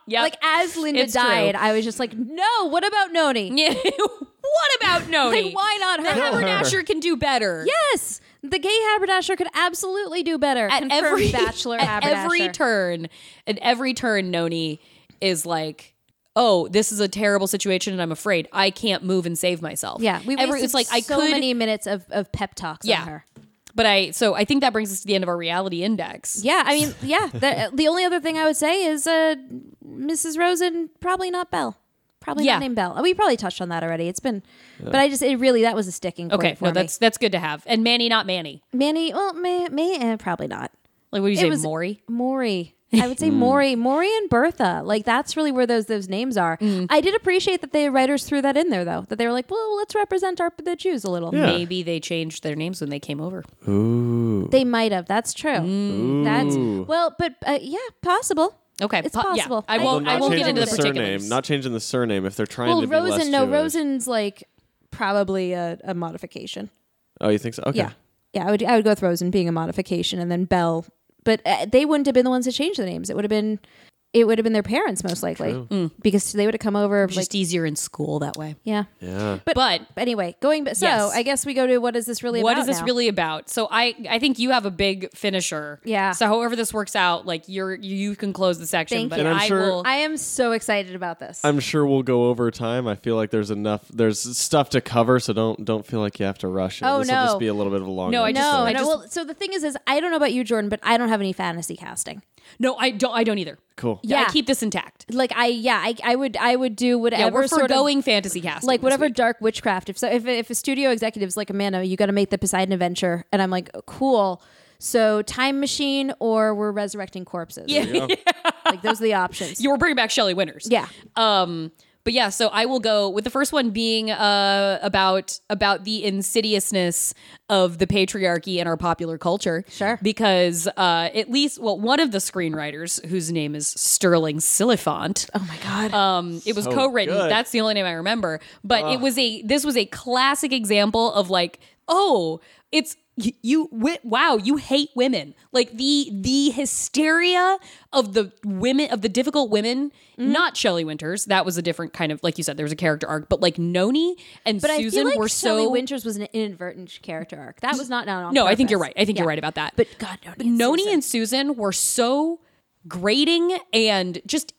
[SPEAKER 1] yeah.
[SPEAKER 2] Like as Linda
[SPEAKER 1] It's true.
[SPEAKER 2] died, I was just like, no. What about Noni?
[SPEAKER 1] Yeah. what about Noni?
[SPEAKER 2] Like, why not
[SPEAKER 1] The
[SPEAKER 2] her?
[SPEAKER 1] haberdasher can do better.
[SPEAKER 2] Yes, the gay haberdasher could absolutely do better.
[SPEAKER 1] At
[SPEAKER 2] Confirmed
[SPEAKER 1] every
[SPEAKER 2] bachelor
[SPEAKER 1] at
[SPEAKER 2] haberdasher.
[SPEAKER 1] every turn, at every turn, Noni is like, "Oh, this is a terrible situation, and I'm afraid I can't move and save myself."
[SPEAKER 2] Yeah, we
[SPEAKER 1] Every-
[SPEAKER 2] wasted
[SPEAKER 1] it's like I
[SPEAKER 2] so
[SPEAKER 1] could,
[SPEAKER 2] many minutes of, of pep talks
[SPEAKER 1] Yeah.
[SPEAKER 2] on her.
[SPEAKER 1] but I. So I think that brings us to the end of our reality index.
[SPEAKER 2] Yeah, I mean, yeah. The, the only other thing I would say is uh, Mrs. Rosen, probably not Belle. Probably
[SPEAKER 1] Yeah.
[SPEAKER 2] not named Belle. We probably touched on that already. It's been, but I just, it really, that was a sticking point
[SPEAKER 1] Okay,
[SPEAKER 2] for
[SPEAKER 1] no,
[SPEAKER 2] me.
[SPEAKER 1] that's that's good to have. And Manny, not Manny.
[SPEAKER 2] Manny, well, may, may, eh, probably not.
[SPEAKER 1] Like, what do you
[SPEAKER 2] It
[SPEAKER 1] say,
[SPEAKER 2] was-
[SPEAKER 1] Maury?
[SPEAKER 2] Maury. I would say Maury, Maury and Bertha. Like that's really where those those names are. I did appreciate that the writers threw that in there though. That they were like, well, let's represent our the Jews a little.
[SPEAKER 3] Yeah.
[SPEAKER 1] Maybe they changed their names when they came over.
[SPEAKER 3] Ooh.
[SPEAKER 2] They might have. That's true. That's
[SPEAKER 3] Ooh.
[SPEAKER 2] well, but uh, yeah, possible.
[SPEAKER 1] Okay,
[SPEAKER 2] It's
[SPEAKER 1] po- yeah.
[SPEAKER 2] possible.
[SPEAKER 1] I
[SPEAKER 2] I
[SPEAKER 1] won't.
[SPEAKER 2] don't
[SPEAKER 1] I won't
[SPEAKER 2] know.
[SPEAKER 1] get into the
[SPEAKER 2] Changing
[SPEAKER 1] particulars.
[SPEAKER 3] surname. Not changing the surname if they're trying
[SPEAKER 2] Well,
[SPEAKER 3] to be less
[SPEAKER 2] Rosen. No,
[SPEAKER 3] Jewish.
[SPEAKER 2] Rosen's like probably a, a modification.
[SPEAKER 3] Oh, you think so? Okay.
[SPEAKER 2] Yeah, yeah. I would I would go with Rosen being a modification, and then Bell. But uh, they wouldn't have been the ones to change the names. It would have been it would have been their parents most likely because they would have come over. Like,
[SPEAKER 1] Just easier in school that way.
[SPEAKER 2] yeah.
[SPEAKER 3] Yeah.
[SPEAKER 1] But
[SPEAKER 2] Anyway, going ba- so
[SPEAKER 1] Yes.
[SPEAKER 2] I guess we go to what is this really?
[SPEAKER 1] what
[SPEAKER 2] about
[SPEAKER 1] is this
[SPEAKER 2] now?
[SPEAKER 1] really about? So I I think you have a big finisher.
[SPEAKER 2] Yeah.
[SPEAKER 1] So however this works out, like you're you can close the section,
[SPEAKER 2] Thank
[SPEAKER 1] but
[SPEAKER 2] you.
[SPEAKER 3] And I'm
[SPEAKER 1] I
[SPEAKER 3] sure-
[SPEAKER 1] will.
[SPEAKER 2] I am so excited about this.
[SPEAKER 3] I'm sure we'll go over time. I feel like there's enough there's stuff to cover, so don't don't feel like you have to rush it.
[SPEAKER 2] Oh,
[SPEAKER 3] this will
[SPEAKER 2] no.
[SPEAKER 3] just be a little bit of a long
[SPEAKER 1] No, I
[SPEAKER 2] no,
[SPEAKER 1] just-
[SPEAKER 3] episode.
[SPEAKER 2] no.
[SPEAKER 1] just-
[SPEAKER 2] well, so the thing is, is I don't know about you, Jordan, but I don't have any fantasy casting.
[SPEAKER 1] no, I don't. I don't either.
[SPEAKER 3] cool.
[SPEAKER 1] Yeah.
[SPEAKER 2] Yeah.
[SPEAKER 1] I keep this intact.
[SPEAKER 2] Like I, yeah, I, I would, I would do whatever.
[SPEAKER 1] Yeah, we're
[SPEAKER 2] sort of-
[SPEAKER 1] foregoing fantasy casting.
[SPEAKER 2] like
[SPEAKER 1] this
[SPEAKER 2] whatever
[SPEAKER 1] week.
[SPEAKER 2] dark witchcraft. If so, if if a studio executive's like Amanda, you got to make the Poseidon adventure, and I'm like, oh, cool. So time machine or we're resurrecting corpses.
[SPEAKER 1] Yeah.
[SPEAKER 2] like those are the options.
[SPEAKER 1] You're bringing back Shelley Winters.
[SPEAKER 2] yeah,
[SPEAKER 1] Um. But yeah, so I will go with the first one being uh about about the insidiousness of the patriarchy in our popular culture.
[SPEAKER 2] Sure.
[SPEAKER 1] Because uh at least well one of the screenwriters whose name is Sterling Siliphant. Oh my god. Um it was
[SPEAKER 3] So
[SPEAKER 1] co-written.
[SPEAKER 3] good.
[SPEAKER 1] That's the only name I remember. But it was a this was a classic example of like, oh, it's you, you wi- wow, you hate women. Like the the hysteria of the women of the difficult women,
[SPEAKER 2] Mm-hmm.
[SPEAKER 1] not Shelley Winters. That was a different kind of like you said there was a character arc, but like Noni and
[SPEAKER 2] but I
[SPEAKER 1] Susan
[SPEAKER 2] feel like
[SPEAKER 1] were
[SPEAKER 2] Shelley
[SPEAKER 1] so
[SPEAKER 2] Winters was an inadvertent character arc. That was not done on
[SPEAKER 1] No, I think
[SPEAKER 2] purpose.
[SPEAKER 1] you're right. I think you're
[SPEAKER 2] Yeah.
[SPEAKER 1] right about that.
[SPEAKER 2] But God, Noni, and
[SPEAKER 1] Noni
[SPEAKER 2] Susan.
[SPEAKER 1] and Susan were so grating and just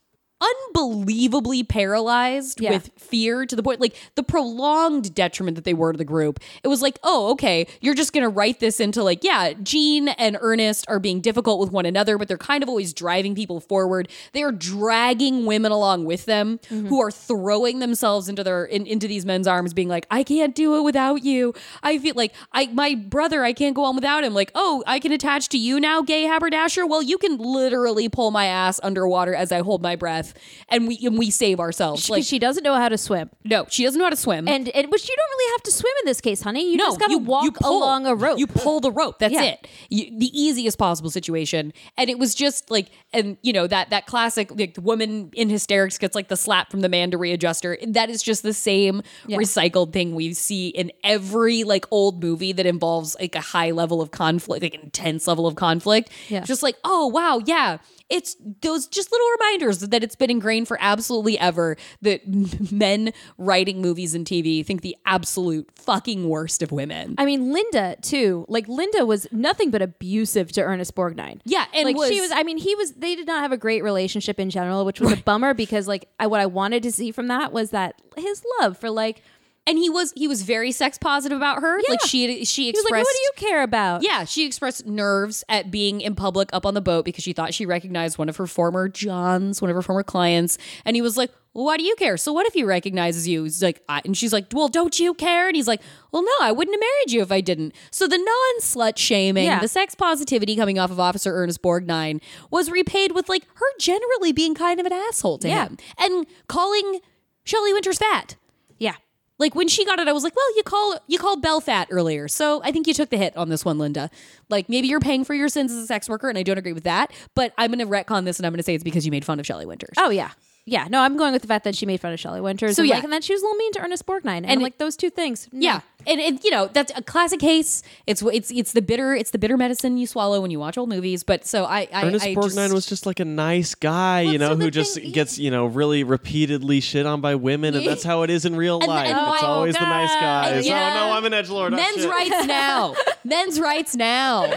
[SPEAKER 1] unbelievably paralyzed
[SPEAKER 2] Yeah.
[SPEAKER 1] with fear to the point like the prolonged detriment that they were to the group. It was like, oh, okay, you're just gonna write this into like, yeah, Gene and Ernest are being difficult with one another, but they're kind of always driving people forward. They are dragging women along with them who are throwing themselves into their in, into these men's arms, being like, I can't do it without you. I feel like I my brother, I can't go on without him. Like, oh, I can attach to you now, gay haberdasher. Well, you can literally pull my ass underwater as I hold my breath. live, and we and we save ourselves.
[SPEAKER 2] She,
[SPEAKER 1] Like
[SPEAKER 2] she doesn't know how to swim,
[SPEAKER 1] no, she doesn't know how to swim.
[SPEAKER 2] and it, which you don't really have to swim in this case, honey. You
[SPEAKER 1] no,
[SPEAKER 2] just gotta
[SPEAKER 1] you,
[SPEAKER 2] walk
[SPEAKER 1] you pull.
[SPEAKER 2] along a rope.
[SPEAKER 1] You pull the rope. That's
[SPEAKER 2] Yeah.
[SPEAKER 1] it. You, the easiest possible situation. And it was just like, and you know that that classic like the woman in hysterics gets like the slap from the man to readjust her. That is just the same recycled thing we see in every like old movie that involves like a high level of conflict, like intense level of conflict.
[SPEAKER 2] Yeah.
[SPEAKER 1] Just like, oh wow, yeah. It's those just little reminders that it's been ingrained for absolutely ever that men writing movies and TV think the absolute fucking worst of women.
[SPEAKER 2] I mean, Linda too. Like Linda was nothing but abusive to Ernest Borgnine.
[SPEAKER 1] Yeah, and
[SPEAKER 2] like she
[SPEAKER 1] was-
[SPEAKER 2] was. I mean, he was. They did not have a great relationship in general, which was a bummer because like I, what I wanted to see from that was that his love for like
[SPEAKER 1] and he was he was very sex positive about her. Like
[SPEAKER 2] Yeah.
[SPEAKER 1] she she
[SPEAKER 2] he was
[SPEAKER 1] expressed
[SPEAKER 2] like, what do you care about?
[SPEAKER 1] yeah, she expressed nerves at being in public up on the boat because she thought she recognized one of her former Johns, one of her former clients, and he was like, well, "Why do you care? So what if he recognizes you?" He's like, I, and she's like, "Well, don't you care?" And he's like, "Well, no, I wouldn't have married you if I didn't." So the non-slut shaming,
[SPEAKER 2] Yeah.
[SPEAKER 1] the sex positivity coming off of Officer Ernest Borgnine was repaid with like her generally being kind of an asshole to
[SPEAKER 2] Yeah.
[SPEAKER 1] him and calling Shelley Winters fat.
[SPEAKER 2] yeah.
[SPEAKER 1] Like when she got it, I was like, "Well, you call you called Bell fat earlier, so I think you took the hit on this one, Linda. Like maybe you're paying for your sins as a sex worker, and I don't agree with that. But I'm going to retcon this, and I'm going to say it's because you made fun of Shelley Winters.
[SPEAKER 2] Oh yeah. Yeah, no, I'm going with the fact that she made fun of Shelley Winters,
[SPEAKER 1] So,
[SPEAKER 2] and,
[SPEAKER 1] yeah.
[SPEAKER 2] like, and then she was a little mean to Ernest Borgnine, and, like those two things. no.
[SPEAKER 1] yeah, and it, you know that's a classic case. It's it's it's the bitter it's the bitter medicine you swallow when you watch old movies. But so I, I
[SPEAKER 3] Ernest
[SPEAKER 1] I
[SPEAKER 3] Borgnine
[SPEAKER 1] just-
[SPEAKER 3] was just like a nice guy, you
[SPEAKER 2] Well,
[SPEAKER 3] know,
[SPEAKER 2] so the
[SPEAKER 3] who just
[SPEAKER 2] thing-
[SPEAKER 3] gets, you know, really repeatedly shit on by women, and that's how it is in real
[SPEAKER 1] And- oh,
[SPEAKER 3] life.
[SPEAKER 1] and
[SPEAKER 3] it's
[SPEAKER 1] why-
[SPEAKER 3] always the nice guys.
[SPEAKER 1] Yeah.
[SPEAKER 3] Oh no, I'm an edge lord.
[SPEAKER 1] men's rights now, men's rights now.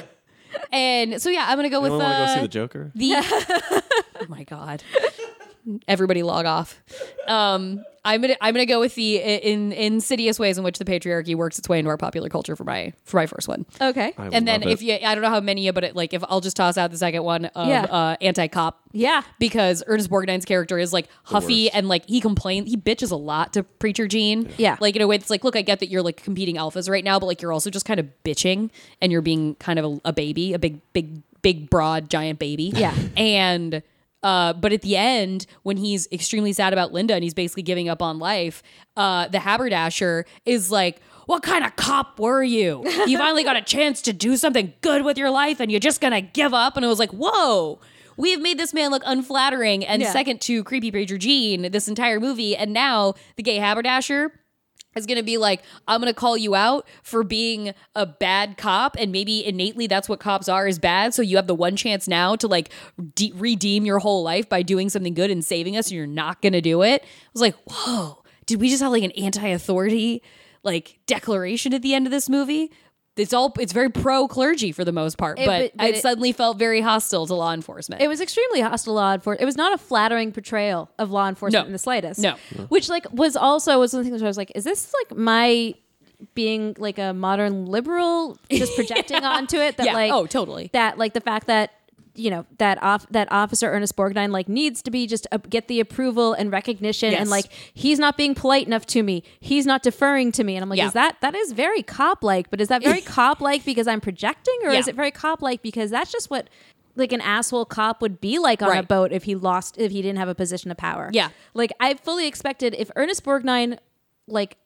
[SPEAKER 1] And so yeah, I'm going to go with
[SPEAKER 3] Anyone want to go
[SPEAKER 1] uh,
[SPEAKER 3] see the Joker?
[SPEAKER 1] The oh my god, everybody log off. Um, I'm gonna I'm gonna go with the in insidious ways in which the patriarchy works its way into our popular culture for my for my first one.
[SPEAKER 2] Mm, Okay.
[SPEAKER 3] I
[SPEAKER 1] and then
[SPEAKER 3] love it.
[SPEAKER 1] if you I don't know how many, but it, like if I'll just toss out the second one of
[SPEAKER 2] Yeah.
[SPEAKER 1] uh, anti cop.
[SPEAKER 2] Yeah.
[SPEAKER 1] Because Ernest Borgnine's character is like huffy
[SPEAKER 3] worst.
[SPEAKER 1] and like he complains, he bitches a lot to Preacher Gene.
[SPEAKER 2] Yeah.
[SPEAKER 1] Like in a way, it's like, look, I get that you're like competing alphas right now, but like you're also just kind of bitching and you're being kind of a, a baby, a big, big, big, broad, giant baby.
[SPEAKER 2] Yeah.
[SPEAKER 1] and, uh, but at the end, when he's extremely sad about Linda and he's basically giving up on life, uh, the haberdasher is like, What kind of cop were you? You finally got a chance to do something good with your life and you're just going to give up. And it was like, Whoa, we have made this man look unflattering and
[SPEAKER 2] Yeah.
[SPEAKER 1] second to Creepy Preacher Gene this entire movie. And now the gay haberdasher is going to be like, I'm going to call you out for being a bad cop. And maybe innately that's what cops are is bad. So you have the one chance now to like de- redeem your whole life by doing something good and saving us. And you're not going to do it. I was like, whoa, did we just have like an anti authority like declaration at the end of this movie? It's all it's very pro clergy for the most part, but,
[SPEAKER 2] but- but
[SPEAKER 1] I
[SPEAKER 2] it-
[SPEAKER 1] suddenly felt very hostile to law enforcement.
[SPEAKER 2] It was extremely hostile law enforcement. It was not a flattering portrayal of law enforcement
[SPEAKER 1] No.
[SPEAKER 2] in the slightest.
[SPEAKER 1] No.
[SPEAKER 2] Which like was also was one of the things where I was like, is this like my being like a modern liberal just projecting onto it that
[SPEAKER 1] Yeah.
[SPEAKER 2] like
[SPEAKER 1] Oh, totally.
[SPEAKER 2] that like the fact that you know that off that officer Ernest Borgnine like needs to be just uh, get the approval and recognition
[SPEAKER 1] Yes.
[SPEAKER 2] and like he's not being polite enough to me he's not deferring to me and I'm like
[SPEAKER 1] Yeah.
[SPEAKER 2] is that that is very cop like but is that very cop like because I'm projecting or is
[SPEAKER 1] Yeah.
[SPEAKER 2] it very cop like because that's just what like an asshole cop would be like on a
[SPEAKER 1] Right.
[SPEAKER 2] boat if he lost if he didn't have a position of power
[SPEAKER 1] Yeah.
[SPEAKER 2] like I fully expected if Ernest Borgnine like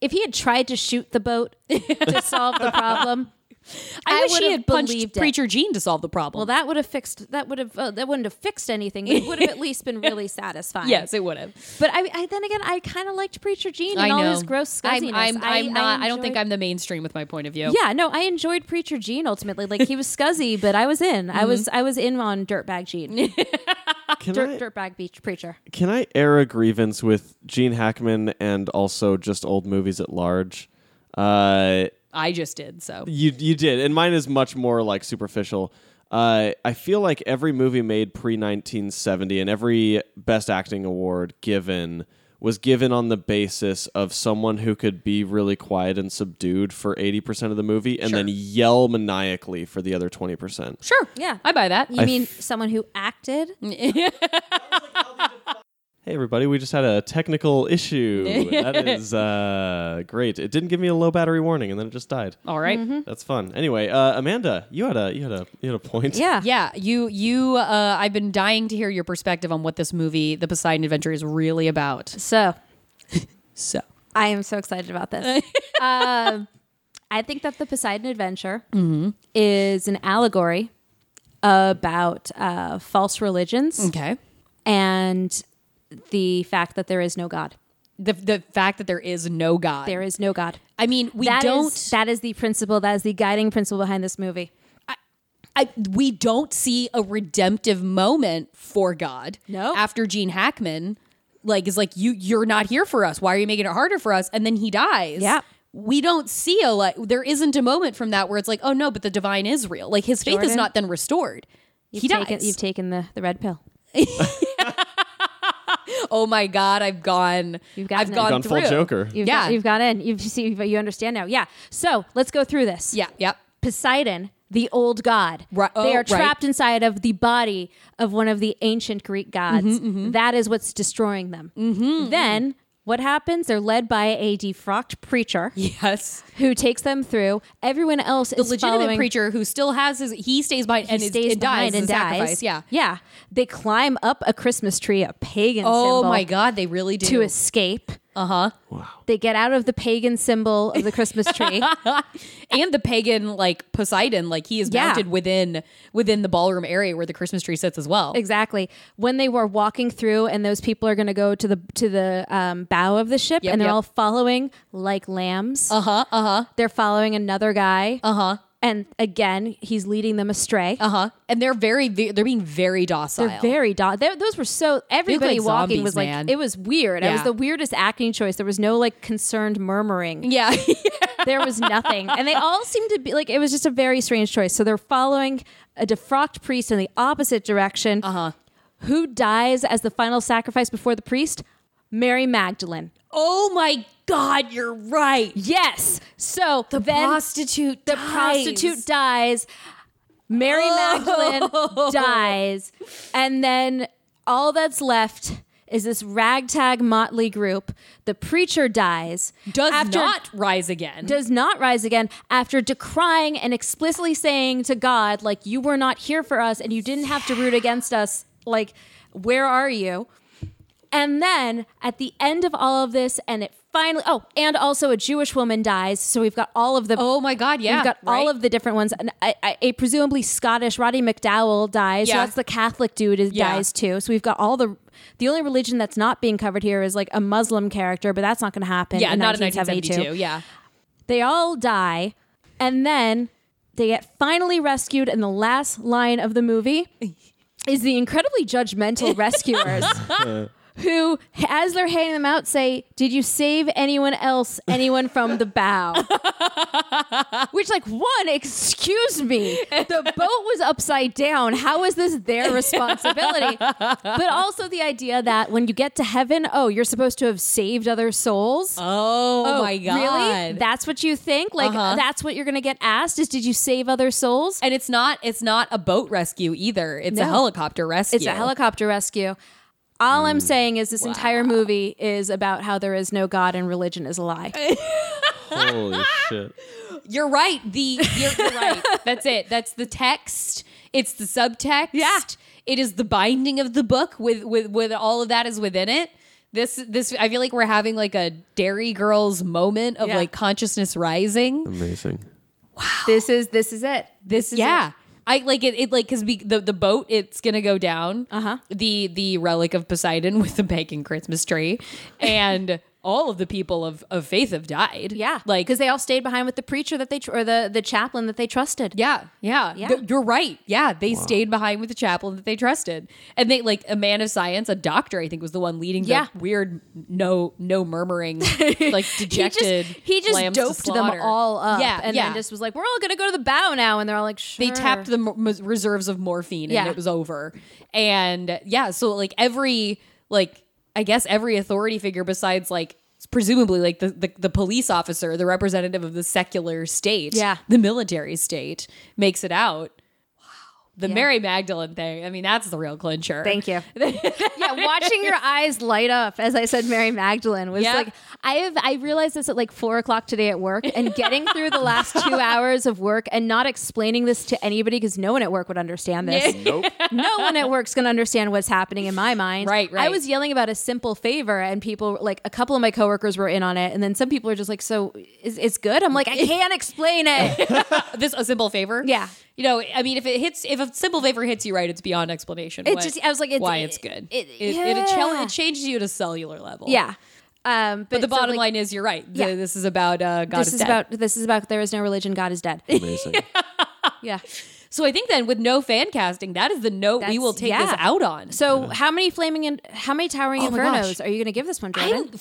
[SPEAKER 2] if he had tried to shoot the boat to solve the problem
[SPEAKER 1] I,
[SPEAKER 2] I
[SPEAKER 1] wish he
[SPEAKER 2] would've
[SPEAKER 1] had punched
[SPEAKER 2] believed it.
[SPEAKER 1] Preacher Gene to solve the problem.
[SPEAKER 2] well, that would have fixed. That would have. Uh, that wouldn't have fixed anything. It would have at least been really satisfying.
[SPEAKER 1] yes, it would have.
[SPEAKER 2] but I, I then again, I kind of liked Preacher Gene and all his gross scuzziness.
[SPEAKER 1] I'm, I'm,
[SPEAKER 2] I-
[SPEAKER 1] I'm not. I, don't think
[SPEAKER 2] enjoyed-
[SPEAKER 1] I'm the mainstream with my point of view.
[SPEAKER 2] Yeah, no, I enjoyed Preacher Gene ultimately. Like he was scuzzy, but I was in. I
[SPEAKER 1] Mm-hmm.
[SPEAKER 2] was I was in on Dirtbag Gene,
[SPEAKER 3] Can I-
[SPEAKER 2] Dirt Dirtbag Beach Preacher.
[SPEAKER 3] Can I air a grievance with Gene Hackman and also just old movies at large? Uh,
[SPEAKER 1] I just did. So
[SPEAKER 3] you you did, and mine is much more like superficial. Uh, I feel like every movie made pre 1970 and every Best Acting award given was given on the basis of someone who could be really quiet and subdued for 80% of the movie and then yell maniacally for the other 20%.
[SPEAKER 1] sure,
[SPEAKER 2] Yeah.
[SPEAKER 1] I buy that. Mm.
[SPEAKER 2] You mean someone who acted?
[SPEAKER 3] hey everybody, we just had a technical issue. that is uh, great. It didn't give me a low battery warning, and then it just died.
[SPEAKER 1] All right.
[SPEAKER 2] Mm-hmm.
[SPEAKER 3] That's fun. Anyway, uh, Amanda, you had a you had a you had a point.
[SPEAKER 2] Yeah.
[SPEAKER 1] Yeah, you you uh I've been dying to hear your perspective on what this movie, The Poseidon Adventure is really about.
[SPEAKER 2] So
[SPEAKER 1] So,
[SPEAKER 2] I am so excited about this. um, I think that the Poseidon Adventure
[SPEAKER 1] Mm-hmm.
[SPEAKER 2] is an allegory about uh, false religions
[SPEAKER 1] okay.
[SPEAKER 2] and the fact that there is no God.
[SPEAKER 1] The the fact that there is no god.
[SPEAKER 2] There is no God.
[SPEAKER 1] I mean, we
[SPEAKER 2] That is-
[SPEAKER 1] don't
[SPEAKER 2] that is the principle. That is the guiding principle behind this movie.
[SPEAKER 1] I, we don't see a redemptive moment for God.
[SPEAKER 2] No.
[SPEAKER 1] After Gene Hackman, like is like you you're not here for us. Why are you making it harder for us? And then he dies.
[SPEAKER 2] Yeah.
[SPEAKER 1] We don't see a like there isn't a moment from that where it's like, oh no, but the divine is real. Like his faith is
[SPEAKER 2] Jordan,
[SPEAKER 1] not then restored. he dies.
[SPEAKER 2] Taken, you've taken the, the red pill.
[SPEAKER 1] oh my god, I've gone.
[SPEAKER 2] You've gotten
[SPEAKER 1] I've
[SPEAKER 2] it.
[SPEAKER 1] gone,
[SPEAKER 3] Gone full
[SPEAKER 1] through.
[SPEAKER 3] Joker.
[SPEAKER 2] You've
[SPEAKER 1] Yeah.
[SPEAKER 2] got, you've got in. You've see, you've- you understand now. Yeah. So let's go through this.
[SPEAKER 1] Yeah, yep.
[SPEAKER 2] Poseidon, the old god.
[SPEAKER 1] Ri- oh,
[SPEAKER 2] they are
[SPEAKER 1] right.
[SPEAKER 2] trapped inside of the body of one of the ancient Greek gods.
[SPEAKER 1] Mm-hmm,
[SPEAKER 2] That is what's destroying them. Then what happens? They're led by a defrocked preacher
[SPEAKER 1] Yes.
[SPEAKER 2] who takes them through. Everyone else
[SPEAKER 1] The
[SPEAKER 2] is
[SPEAKER 1] legitimate
[SPEAKER 2] following
[SPEAKER 1] preacher who still has his he stays behind and is-
[SPEAKER 2] stays
[SPEAKER 1] and dies
[SPEAKER 2] behind
[SPEAKER 1] as
[SPEAKER 2] and
[SPEAKER 1] a sacrifice.
[SPEAKER 2] dies.
[SPEAKER 1] Yeah.
[SPEAKER 2] yeah. They climb up a Christmas tree, a pagan
[SPEAKER 1] Oh
[SPEAKER 2] symbol,
[SPEAKER 1] my god, they really do. Uh-huh.
[SPEAKER 2] to escape. Uh huh. Wow. They get out of the pagan symbol of the Christmas tree.
[SPEAKER 1] and the pagan like Poseidon, like he is
[SPEAKER 2] Yeah.
[SPEAKER 1] mounted within within the ballroom area where the Christmas tree sits as well.
[SPEAKER 2] Exactly. When they were walking through, and those people are going to go to the to the um, bow of the ship,
[SPEAKER 1] Yep,
[SPEAKER 2] and they're
[SPEAKER 1] yep. Uh-huh,
[SPEAKER 2] all following like lambs. Uh huh. Uh huh. They're following another guy. Uh huh. And again, he's leading them astray.
[SPEAKER 1] Uh huh. And they're very ve- they're being very docile.
[SPEAKER 2] They're very dog. Those were so everybody
[SPEAKER 1] like
[SPEAKER 2] walking
[SPEAKER 1] zombies,
[SPEAKER 2] was like
[SPEAKER 1] man.
[SPEAKER 2] it was weird. It was
[SPEAKER 1] Yeah.
[SPEAKER 2] the weirdest acting choice. There was no like concerned murmuring.
[SPEAKER 1] yeah.
[SPEAKER 2] there was nothing, and they all seemed to be like it was just a very strange choice. So they're following a defrocked priest in the opposite direction. Uh
[SPEAKER 1] Uh-huh.
[SPEAKER 2] huh. Who dies as the final sacrifice before the priest? Mary Magdalene.
[SPEAKER 1] oh my god, you're right.
[SPEAKER 2] Yes. So the then
[SPEAKER 1] prostitute
[SPEAKER 2] the
[SPEAKER 1] dies. Oh.
[SPEAKER 2] prostitute dies. Mary Magdalene dies, and then all that's left is this ragtag motley group. The preacher dies.
[SPEAKER 1] Does
[SPEAKER 2] after-
[SPEAKER 1] not rise again.
[SPEAKER 2] does not rise again after decrying and explicitly saying to God, like, you were not here for us and you didn't have to root against us. Like, where are you? And then at the end of all of this, and it finally, oh, and also a Jewish woman dies. So we've got all of the.
[SPEAKER 1] oh my god, yeah.
[SPEAKER 2] We've got all
[SPEAKER 1] right?
[SPEAKER 2] of the different ones, and I, I, a presumably Scottish Roddy McDowell dies. So
[SPEAKER 1] Yeah.
[SPEAKER 2] that's the Catholic dude is,
[SPEAKER 1] Yeah.
[SPEAKER 2] dies too. So we've got all the. The only religion that's not being covered here is like a Muslim character, but that's not going to happen.
[SPEAKER 1] yeah,
[SPEAKER 2] in
[SPEAKER 1] not in
[SPEAKER 2] 1972
[SPEAKER 1] 1972. Yeah.
[SPEAKER 2] they all die and then they get finally rescued and the last line of the movie is the incredibly judgmental rescuers who as they're handing them out say did you save anyone else anyone from the bow which like one excuse me the boat was upside down how is this their responsibility but also the idea that when you get to heaven oh you're supposed to have saved other souls
[SPEAKER 1] Oh,
[SPEAKER 2] Oh, Uh-huh.
[SPEAKER 1] my god.
[SPEAKER 2] Really? That's what you think? Like that's what you're going to get asked is did you save other souls?
[SPEAKER 1] and it's not it's not a boat rescue either. It's a
[SPEAKER 2] No.
[SPEAKER 1] helicopter rescue.
[SPEAKER 2] It's a helicopter rescue. All I'm saying is this entire movie is about how there is no god and religion is a lie.
[SPEAKER 3] Holy shit.
[SPEAKER 1] You're right. The you're, you're right. That's it. That's the text. It's the subtext.
[SPEAKER 2] Yeah.
[SPEAKER 1] It is the binding of the book with with with all of that is within it. This this I feel like we're having like a Dairy Girls moment of
[SPEAKER 2] Yeah.
[SPEAKER 1] like consciousness rising.
[SPEAKER 3] Amazing.
[SPEAKER 2] this is this is it. This is
[SPEAKER 1] Yeah. I like it, it like because the the boat it's gonna go down uh-huh the the relic of Poseidon with the pagan Christmas tree and all of the people of of faith have died
[SPEAKER 2] Yeah.
[SPEAKER 1] like
[SPEAKER 2] cuz they all stayed behind with the preacher that they tr- or the the chaplain that they trusted.
[SPEAKER 1] Yeah, yeah,
[SPEAKER 2] Yeah.
[SPEAKER 1] Th- you're right. Yeah, they stayed behind with the chaplain that they trusted, and they like a man of science, a doctor, I think, was the one leading
[SPEAKER 2] Yeah.
[SPEAKER 1] the weird no no murmuring like dejected.
[SPEAKER 2] he just, he just
[SPEAKER 1] lambs to
[SPEAKER 2] doped them
[SPEAKER 1] slaughter.
[SPEAKER 2] all up
[SPEAKER 1] Yeah,
[SPEAKER 2] and
[SPEAKER 1] yeah.
[SPEAKER 2] then just was like, "We're all going to go to the bow now." And they're all like, "Sure."
[SPEAKER 1] they tapped the mo- mo- reserves of morphine,
[SPEAKER 2] Mm. Yeah.
[SPEAKER 1] and it was over. And yeah, so like every like I guess every authority figure besides like presumably like the, the the police officer, the representative of the secular state,
[SPEAKER 2] Yeah.
[SPEAKER 1] the military state, makes it out. The Mary Magdalene thing. I mean, that's the real clincher.
[SPEAKER 2] Thank you. yeah, watching your eyes light up as I said Mary Magdalene was
[SPEAKER 1] Yeah.
[SPEAKER 2] like I have I realized this at like four o'clock today at work and getting through the last two hours of work and not explaining this to anybody because no one at work would understand this.
[SPEAKER 3] Nope.
[SPEAKER 2] no one at work's gonna understand what's happening in my mind.
[SPEAKER 1] Right, right.
[SPEAKER 2] I was yelling about a simple favor, and people like a couple of my coworkers were in on it, and then some people are just like, "So is it's good?" I'm like, I can't explain it.
[SPEAKER 1] This a simple favor.
[SPEAKER 2] Yeah.
[SPEAKER 1] You know, I mean, if it hits, if a simple favor hits you right, it's beyond explanation.
[SPEAKER 2] It
[SPEAKER 1] why-
[SPEAKER 2] just- I was like, it's-
[SPEAKER 1] why it's good.
[SPEAKER 2] it-
[SPEAKER 1] It it, it, chal-
[SPEAKER 2] yeah.
[SPEAKER 1] it changes you to cellular level.
[SPEAKER 2] yeah. Um,
[SPEAKER 1] But
[SPEAKER 2] but,
[SPEAKER 1] the
[SPEAKER 2] so,
[SPEAKER 1] bottom
[SPEAKER 2] like,
[SPEAKER 1] line is, you're right. The-
[SPEAKER 2] Yeah.
[SPEAKER 1] This is about uh, God
[SPEAKER 2] This
[SPEAKER 1] is,
[SPEAKER 2] is
[SPEAKER 1] dead.
[SPEAKER 2] about this is about there is no religion, God is dead.
[SPEAKER 3] Amazing.
[SPEAKER 2] yeah.
[SPEAKER 1] So I think then with no fan casting, that is the note we
[SPEAKER 2] That's-
[SPEAKER 1] will take
[SPEAKER 2] yeah.
[SPEAKER 1] this out on.
[SPEAKER 2] So how many flaming and how many towering
[SPEAKER 1] Oh my
[SPEAKER 2] infernos
[SPEAKER 1] gosh.
[SPEAKER 2] are you going to give this one,
[SPEAKER 1] I'm
[SPEAKER 2] Jordan?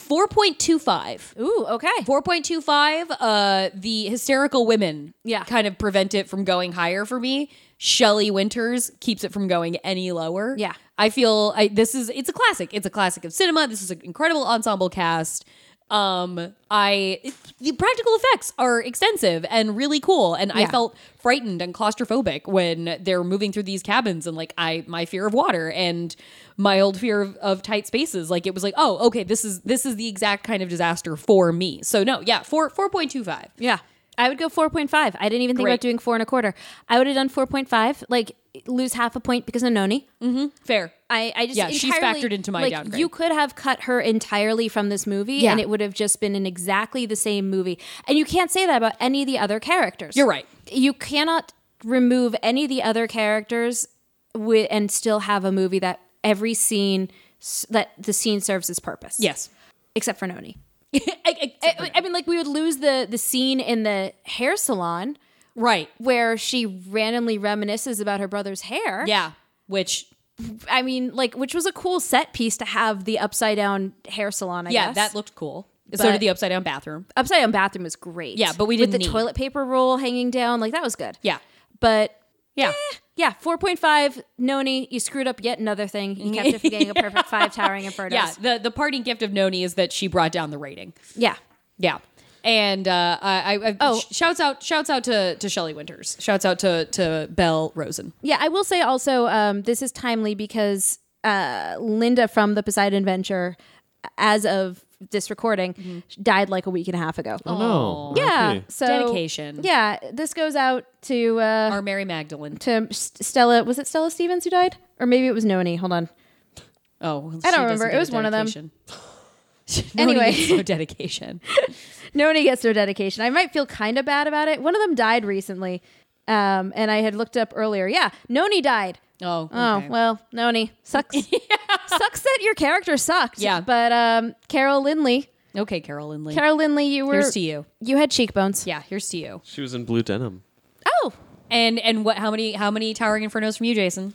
[SPEAKER 1] 4.25.
[SPEAKER 2] Ooh, okay.
[SPEAKER 1] 4.25 uh the hysterical women
[SPEAKER 2] Yeah.
[SPEAKER 1] kind of prevent it from going higher for me shelly winters keeps it from going any lower
[SPEAKER 2] Yeah.
[SPEAKER 1] i feel i this is it's a classic it's a classic of cinema this is an incredible ensemble cast um i the practical effects are extensive and really cool and i
[SPEAKER 2] Yeah.
[SPEAKER 1] felt frightened and claustrophobic when they're moving through these cabins and like i my fear of water and my old fear of, of tight spaces like it was like oh okay this is this is the exact kind of disaster for me so no yeah 4 4.25
[SPEAKER 2] Yeah. I would go 4.5. I didn't even think
[SPEAKER 1] Great.
[SPEAKER 2] about doing four and a quarter. I would have done 4.5, like lose half a point because of Noni.
[SPEAKER 1] fair
[SPEAKER 2] I, I just
[SPEAKER 1] Yeah, she's
[SPEAKER 2] entirely-
[SPEAKER 1] factored into my
[SPEAKER 2] like,
[SPEAKER 1] downgrade.
[SPEAKER 2] You could have cut her entirely from this movie,
[SPEAKER 1] Yeah.
[SPEAKER 2] and it would have just been in exactly the same movie. And you can't say that about any of the other characters.
[SPEAKER 1] You're right.
[SPEAKER 2] You cannot remove any of the other characters with, and still have a movie that every scene s- that the scene serves its purpose.
[SPEAKER 1] yes
[SPEAKER 2] except for Noni.
[SPEAKER 1] I- I-
[SPEAKER 2] I, I mean, like we would lose the the scene in the hair salon
[SPEAKER 1] right
[SPEAKER 2] where she randomly reminisces about her brother's hair.
[SPEAKER 1] yeah which
[SPEAKER 2] I mean, like, which was a cool set piece to have the upside down hair salon. I
[SPEAKER 1] yeah
[SPEAKER 2] guess.
[SPEAKER 1] that looked cool so
[SPEAKER 2] But-
[SPEAKER 1] did the upside down bathroom
[SPEAKER 2] upside down bathroom was great.
[SPEAKER 1] Yeah, but we didn't
[SPEAKER 2] with the
[SPEAKER 1] need-
[SPEAKER 2] toilet paper roll hanging down. Like that was good.
[SPEAKER 1] yeah Eh.
[SPEAKER 2] but
[SPEAKER 1] yeah
[SPEAKER 2] yeah, four point five. Noni, you screwed up yet another thing. You kept it from getting a perfect five towering infernos.
[SPEAKER 1] yeah the the parting gift of noni is that she brought down the rating
[SPEAKER 2] yeah.
[SPEAKER 1] Yeah. And uh, I, I, I
[SPEAKER 2] Oh.
[SPEAKER 1] sh- shouts out, shouts out to to Shelley Winters. Shouts out to to Belle Rosen.
[SPEAKER 2] Yeah, I will say also um, this is timely because uh, Linda from the Poseidon Venture, as of this recording, died like a week and a half ago.
[SPEAKER 3] Oh,
[SPEAKER 2] yeah,
[SPEAKER 3] okay.
[SPEAKER 2] so
[SPEAKER 1] Dedication.
[SPEAKER 2] Yeah, this goes out to uh,
[SPEAKER 1] Our Mary Magdalene.
[SPEAKER 2] to S- Stella. Was it Stella Stevens who died, or maybe it was Noni? Hold on.
[SPEAKER 1] Oh, well,
[SPEAKER 2] I don't
[SPEAKER 1] she doesn't
[SPEAKER 2] remember. It
[SPEAKER 1] get a
[SPEAKER 2] was one of them.
[SPEAKER 1] dedication.
[SPEAKER 2] Anyway.
[SPEAKER 1] anyway, no dedication.
[SPEAKER 2] Noni gets their dedication. I might feel kind of bad about it. One of them died recently, um, and I had looked up earlier. Yeah, Noni died.
[SPEAKER 1] Oh, okay.
[SPEAKER 2] Oh well, Noni sucks. Sucks that your character sucked.
[SPEAKER 1] Yeah.
[SPEAKER 2] but um, Carol Lindley.
[SPEAKER 1] okay, Carol and Lee.
[SPEAKER 2] Carol Lindley, you were
[SPEAKER 1] here's to you.
[SPEAKER 2] you had cheekbones.
[SPEAKER 1] Yeah, here's to you.
[SPEAKER 3] She was in blue denim.
[SPEAKER 2] Oh,
[SPEAKER 1] And and what? How many? How many towering infernos from you, Jason?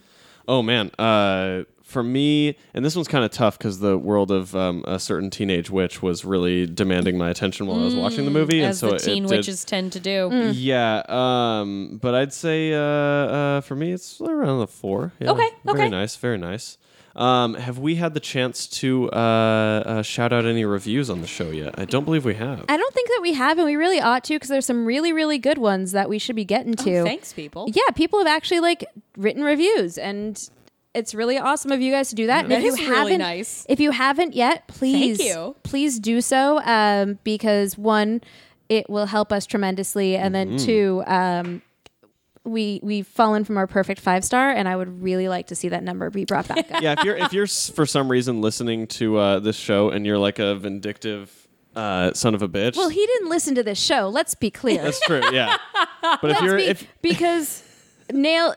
[SPEAKER 3] Oh man, uh, for me, and this one's kind of tough because the world of um, a certain teenage witch was really demanding my attention while I was watching the movie, and
[SPEAKER 1] Mm, As
[SPEAKER 3] so
[SPEAKER 1] the
[SPEAKER 3] it-
[SPEAKER 1] teen
[SPEAKER 3] it did-
[SPEAKER 1] witches Hmm. tend to do.
[SPEAKER 3] Yeah, um, but I'd say uh, uh, for me, it's around the four. Yeah,
[SPEAKER 1] Okay, okay.
[SPEAKER 3] very nice, very nice. Um, have we had the chance to uh, uh, shout out any reviews on the show yet? I don't believe we have.
[SPEAKER 2] I don't think that we have, and we really ought to because there's some really really good ones that we should be getting to.
[SPEAKER 1] Oh, thanks, people.
[SPEAKER 2] Yeah, people have actually like written reviews, and it's really awesome of you guys to do that. And
[SPEAKER 1] That
[SPEAKER 2] if you
[SPEAKER 1] is really
[SPEAKER 2] haven't-
[SPEAKER 1] nice.
[SPEAKER 2] If you haven't yet, please
[SPEAKER 1] you.
[SPEAKER 2] please do so um, because one, it will help us tremendously, and then two. Um, we we've fallen from our perfect five star, and I would really like to see that number be brought back up.
[SPEAKER 3] yeah, if you're if you're s- for some reason listening to uh, this show and you're like a vindictive uh, son of a bitch,
[SPEAKER 2] Well, he didn't listen to this show. Let's be clear.
[SPEAKER 3] that's true. Yeah, but if
[SPEAKER 2] Let's
[SPEAKER 3] you're
[SPEAKER 2] be-
[SPEAKER 3] if
[SPEAKER 2] because nail.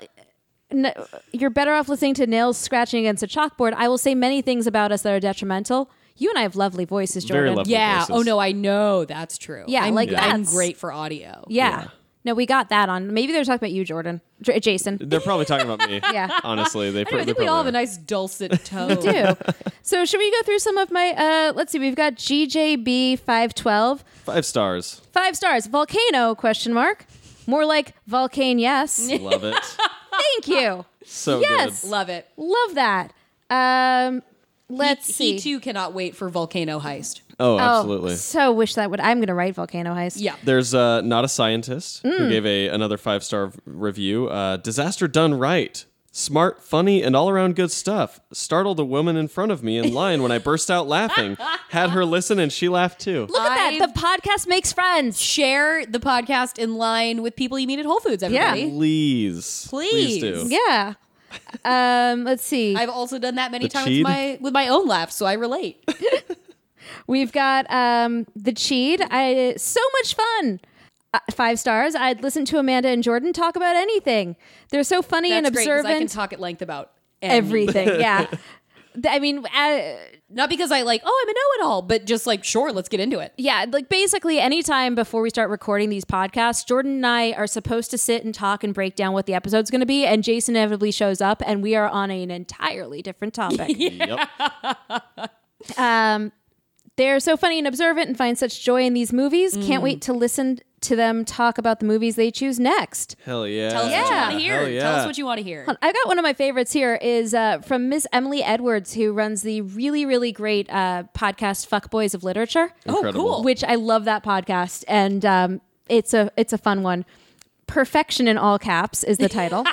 [SPEAKER 2] n- you're better off listening to nails scratching against a chalkboard. I will say many things about us that are detrimental. You and I have lovely voices, Jordan.
[SPEAKER 3] very lovely.
[SPEAKER 1] Yeah.
[SPEAKER 3] voices.
[SPEAKER 1] Oh no, I know that's true.
[SPEAKER 2] Yeah,
[SPEAKER 1] I'm,
[SPEAKER 2] like
[SPEAKER 1] I'm
[SPEAKER 2] that's-
[SPEAKER 1] great for audio.
[SPEAKER 2] Yeah. No, we got that on. Maybe they're talking about you, Jordan. J- Jason.
[SPEAKER 3] They're probably talking about me.
[SPEAKER 2] Yeah.
[SPEAKER 3] Honestly, they.
[SPEAKER 1] I think we all have a nice dulcet tone.
[SPEAKER 2] Do. So should we go through some of my uh let's see, we've got GJB five twelve.
[SPEAKER 3] five stars.
[SPEAKER 2] Five stars. Volcano question mark. More like volcano yes.
[SPEAKER 3] Love it.
[SPEAKER 2] Thank you.
[SPEAKER 3] So
[SPEAKER 2] Yes.
[SPEAKER 3] good.
[SPEAKER 1] Love it.
[SPEAKER 2] Love that. Um let's
[SPEAKER 1] he,
[SPEAKER 2] see.
[SPEAKER 1] He too cannot wait for Volcano Heist.
[SPEAKER 3] Oh, absolutely.
[SPEAKER 2] so wish that would. I'm going to write Volcano Heist.
[SPEAKER 1] Yeah.
[SPEAKER 3] There's uh, not a scientist who gave a another five star review. Uh, Disaster done right. Smart, funny, and all around good stuff. Startled a woman in front of me in line when I burst out laughing. Had her listen and she laughed too.
[SPEAKER 2] Look at that. The podcast makes friends.
[SPEAKER 1] Share the podcast in line with people you meet at Whole Foods, everybody.
[SPEAKER 2] Yeah.
[SPEAKER 3] Please.
[SPEAKER 1] Please.
[SPEAKER 3] do.
[SPEAKER 2] Yeah. Um, let's see.
[SPEAKER 1] I've also done that many
[SPEAKER 3] The
[SPEAKER 1] times
[SPEAKER 3] cheed?
[SPEAKER 1] with my, with my own laugh, so I relate.
[SPEAKER 2] We've got um, the cheat. I so much fun. Uh, five stars. I'd listen to Amanda and Jordan talk about anything. They're so funny and
[SPEAKER 1] That's great 'cause I can
[SPEAKER 2] observant.
[SPEAKER 1] talk at length about everything.
[SPEAKER 2] everything. yeah. Th- I mean, uh,
[SPEAKER 1] Not because I like, oh, I'm a know-it-all, but just like, sure, let's get into it.
[SPEAKER 2] yeah. Like basically, anytime before we start recording these podcasts, Jordan and I are supposed to sit and talk and break down what the episode's going to be, and Jason inevitably shows up, and we are on an entirely different topic.
[SPEAKER 3] Yep.
[SPEAKER 2] Um, they're so funny and observant and find such joy in these movies. Can't wait to listen to them talk about the movies they choose next.
[SPEAKER 3] Hell yeah.
[SPEAKER 1] Tell us what you
[SPEAKER 2] Yeah.
[SPEAKER 1] want to hear.
[SPEAKER 3] Hell yeah.
[SPEAKER 1] Tell us what you want to hear.
[SPEAKER 2] I got one of my favorites here is uh, from Miss Emily Edwards, who runs the really, really great uh, podcast Fuckboys of Literature,
[SPEAKER 3] Incredible.
[SPEAKER 1] cool.
[SPEAKER 2] which I love that podcast. And um, it's a it's a fun one. Perfection in all caps is the title.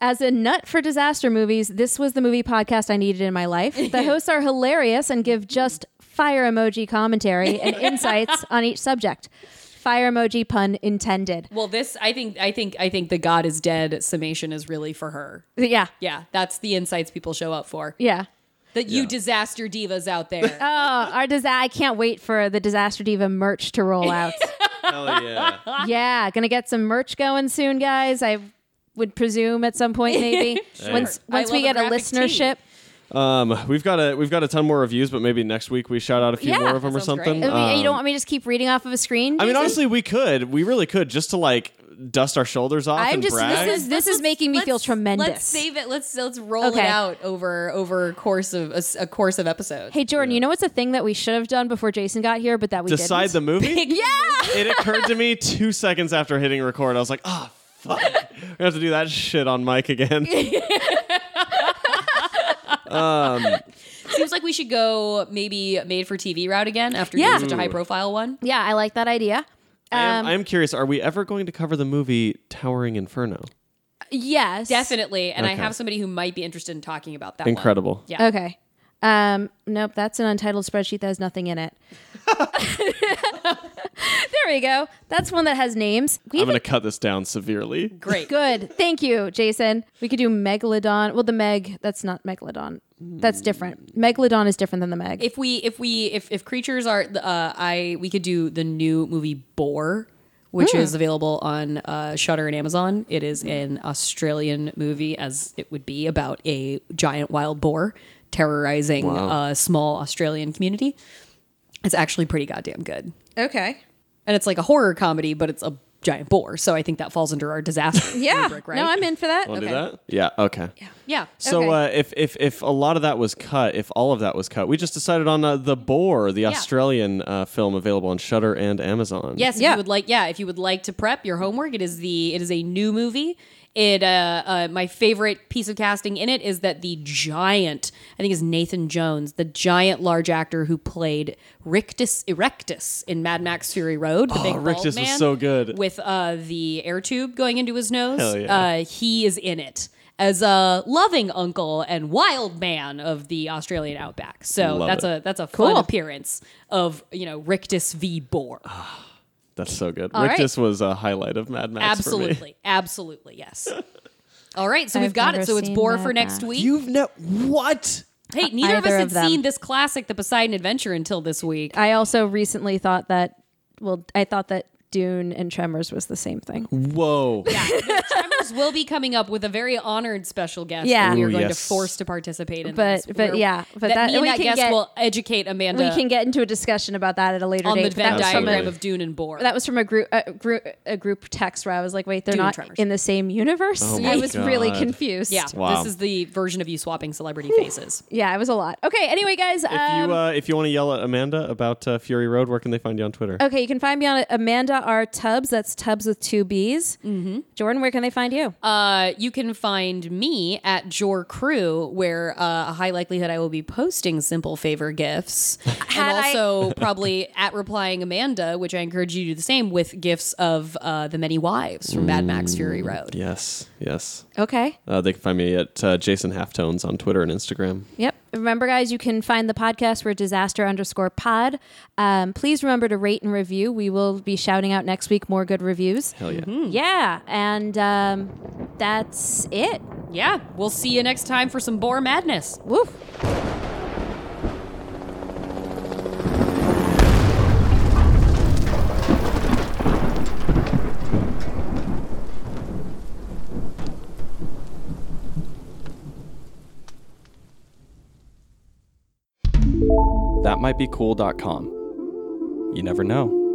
[SPEAKER 2] As a nut for disaster movies, this was the movie podcast I needed in my life. The hosts are hilarious and give just fire emoji commentary and insights on each subject. Fire emoji pun intended.
[SPEAKER 1] Well, this I think I think I think the God is dead summation is really for her.
[SPEAKER 2] Yeah.
[SPEAKER 1] Yeah, that's the insights people show up for.
[SPEAKER 2] Yeah.
[SPEAKER 1] That you disaster divas out there.
[SPEAKER 2] Oh, our disa- I can't wait for the Disaster Diva merch to roll out.
[SPEAKER 3] Hell yeah.
[SPEAKER 2] yeah, gonna get some merch going soon, guys. I would presume at some point maybe once
[SPEAKER 1] I
[SPEAKER 2] once
[SPEAKER 1] love
[SPEAKER 2] we
[SPEAKER 1] a
[SPEAKER 2] get a
[SPEAKER 1] graphic
[SPEAKER 2] listenership.
[SPEAKER 3] Um, we've got a we've got a ton more reviews, but maybe next week we shout out a few
[SPEAKER 2] Yeah,
[SPEAKER 3] more of them or
[SPEAKER 1] that sounds
[SPEAKER 3] something.
[SPEAKER 2] I mean,
[SPEAKER 3] Um,
[SPEAKER 2] you don't want me to just keep reading off of a screen?
[SPEAKER 3] I mean,
[SPEAKER 2] Jason?
[SPEAKER 3] honestly, we could. We really could just to like dust our shoulders off
[SPEAKER 2] I'm
[SPEAKER 3] and
[SPEAKER 2] just
[SPEAKER 3] brag.
[SPEAKER 2] this is this is making me feel
[SPEAKER 1] Let's-
[SPEAKER 2] tremendous.
[SPEAKER 1] Let's save it. Let's let's roll it
[SPEAKER 2] Okay.
[SPEAKER 1] out over over course of a, s- a course of episodes.
[SPEAKER 2] Hey Jordan, you know what's a thing that we should have done before Jason got here, but that we
[SPEAKER 3] decide the
[SPEAKER 2] didn't?
[SPEAKER 3] movie.
[SPEAKER 2] yeah.
[SPEAKER 3] it occurred to me two seconds after hitting record. I was like, oh, fuck. We have to do that shit on mic again.
[SPEAKER 1] Seems like we should go maybe made for TV route again after
[SPEAKER 2] Yeah.
[SPEAKER 1] doing such a high profile one.
[SPEAKER 2] Yeah, I like that idea.
[SPEAKER 3] I, am, I am curious, are we ever going to cover the movie Towering Inferno?
[SPEAKER 2] Yes,
[SPEAKER 1] Definitely, and I
[SPEAKER 3] Okay.
[SPEAKER 1] have somebody who might be interested in talking about that. one.
[SPEAKER 3] Incredible.
[SPEAKER 1] Yeah.
[SPEAKER 2] Okay. Um, nope, that's an untitled spreadsheet that has nothing in it. there we go. That's one that has names. We
[SPEAKER 3] I'm
[SPEAKER 2] have
[SPEAKER 3] going to cut this down severely.
[SPEAKER 1] Great.
[SPEAKER 2] Good. Thank you, Jason. We could do Megalodon. Well, the Meg, that's not Megalodon. That's different. Megalodon is different than the Meg.
[SPEAKER 1] if we if we if if creatures are uh i we could do the new movie boar which
[SPEAKER 2] Hmm.
[SPEAKER 1] is available on uh, Shutter and Amazon. It is an Australian movie, as it would be about a giant wild boar terrorizing a small Australian community. It's actually pretty goddamn good,
[SPEAKER 2] okay.
[SPEAKER 1] and it's like a horror comedy, but it's a giant boar. So I think that falls under our disaster.
[SPEAKER 2] Yeah.
[SPEAKER 1] rubric, right?
[SPEAKER 2] No, I'm in for that.
[SPEAKER 3] Want to
[SPEAKER 2] Okay.
[SPEAKER 3] do that? Yeah. Okay.
[SPEAKER 1] yeah.
[SPEAKER 3] So
[SPEAKER 2] Okay.
[SPEAKER 3] uh, if, if if a lot of that was cut, if all of that was cut, we just decided on uh, the Boar, the Australian uh, film available on Shutter and Amazon.
[SPEAKER 1] Yes, if
[SPEAKER 2] Yeah.
[SPEAKER 1] you would like, yeah, if you would like to prep your homework, it is the it is a new movie. It uh, uh my favorite piece of casting in it is that the giant, I think is Nathan Jones, the giant large actor who played Rictus Erectus in Mad Max Fury Road, the big bald
[SPEAKER 3] Oh, Rictus was
[SPEAKER 1] man
[SPEAKER 3] so good.
[SPEAKER 1] with uh the air tube going into his nose.
[SPEAKER 3] Hell yeah.
[SPEAKER 1] Uh he is in it. As a loving uncle and wild man of the Australian outback, so
[SPEAKER 3] Love
[SPEAKER 1] that's
[SPEAKER 3] it.
[SPEAKER 1] a that's a fun
[SPEAKER 2] Cool.
[SPEAKER 1] appearance of you know Rictus v Boar.
[SPEAKER 3] That's so good.
[SPEAKER 2] right.
[SPEAKER 3] Rictus was a highlight of Mad Max for me.
[SPEAKER 1] Absolutely. Absolutely. Yes. All right. So we've
[SPEAKER 2] I've
[SPEAKER 1] got it.
[SPEAKER 2] never
[SPEAKER 1] So it's
[SPEAKER 2] seen
[SPEAKER 1] Boar
[SPEAKER 2] that
[SPEAKER 1] for next
[SPEAKER 2] back.
[SPEAKER 1] week.
[SPEAKER 3] You've never. What?
[SPEAKER 1] hey, neither of us
[SPEAKER 2] Either
[SPEAKER 1] had
[SPEAKER 2] of them.
[SPEAKER 1] seen this classic, The Poseidon Adventure, until this week.
[SPEAKER 2] I also recently thought that, well, I thought that Dune and Tremors was the same thing.
[SPEAKER 3] Whoa.
[SPEAKER 1] Tremors will be coming up with a very honored special guest
[SPEAKER 2] Yeah.
[SPEAKER 1] that we are
[SPEAKER 3] Ooh,
[SPEAKER 1] going
[SPEAKER 3] yes.
[SPEAKER 1] to force to participate in.
[SPEAKER 2] But-
[SPEAKER 1] this,
[SPEAKER 2] but
[SPEAKER 1] where-
[SPEAKER 2] yeah, but
[SPEAKER 1] that,
[SPEAKER 2] that-
[SPEAKER 1] me and
[SPEAKER 2] we
[SPEAKER 1] that
[SPEAKER 2] can
[SPEAKER 1] guest
[SPEAKER 2] get-
[SPEAKER 1] will educate Amanda
[SPEAKER 2] we can get into a discussion about that at a later
[SPEAKER 1] on
[SPEAKER 2] date.
[SPEAKER 1] the
[SPEAKER 2] but
[SPEAKER 1] Venn
[SPEAKER 2] that was from a-
[SPEAKER 1] diagram of Dune and Boar.
[SPEAKER 2] That was from a group a group a group text where I was like, wait, they're
[SPEAKER 1] Dune
[SPEAKER 2] not
[SPEAKER 1] Tremors.
[SPEAKER 2] in the same universe.
[SPEAKER 3] Oh my
[SPEAKER 2] I was really
[SPEAKER 3] God.
[SPEAKER 2] confused.
[SPEAKER 1] yeah.
[SPEAKER 3] Wow.
[SPEAKER 1] This is the version of you swapping celebrity faces.
[SPEAKER 2] yeah, it was a lot. Okay, anyway, guys.
[SPEAKER 3] If
[SPEAKER 2] um,
[SPEAKER 3] you uh, if you want to yell at Amanda about uh, Fury Road, where can they find you on
[SPEAKER 1] Oh.
[SPEAKER 3] Twitter?
[SPEAKER 2] okay, you can find me on Amanda R Tubbs. That's Tubbs with two B's. Mm-hmm. Jordan, where can they find find you?
[SPEAKER 1] Uh, you can find me at Jor Crew, where uh, a high likelihood I will be posting simple favor gifts, and
[SPEAKER 2] I-
[SPEAKER 1] also probably at replying Amanda, which I encourage you to do the same with gifts of uh, the many wives from Mad Max Fury Road.
[SPEAKER 3] Yes, yes.
[SPEAKER 2] Okay.
[SPEAKER 3] Uh, they can find me at uh, Jason Halftones on Twitter and Instagram.
[SPEAKER 2] Yep. Remember, guys, you can find the podcast. We're disaster underscore pod. Um, please remember to rate and review. We will be shouting out next week more good reviews.
[SPEAKER 3] Hell yeah.
[SPEAKER 1] Mm-hmm.
[SPEAKER 2] Yeah. And um, that's it.
[SPEAKER 1] Yeah, we'll see you next time for some boar madness.
[SPEAKER 2] Woof.
[SPEAKER 3] That might be cool.com. You never know.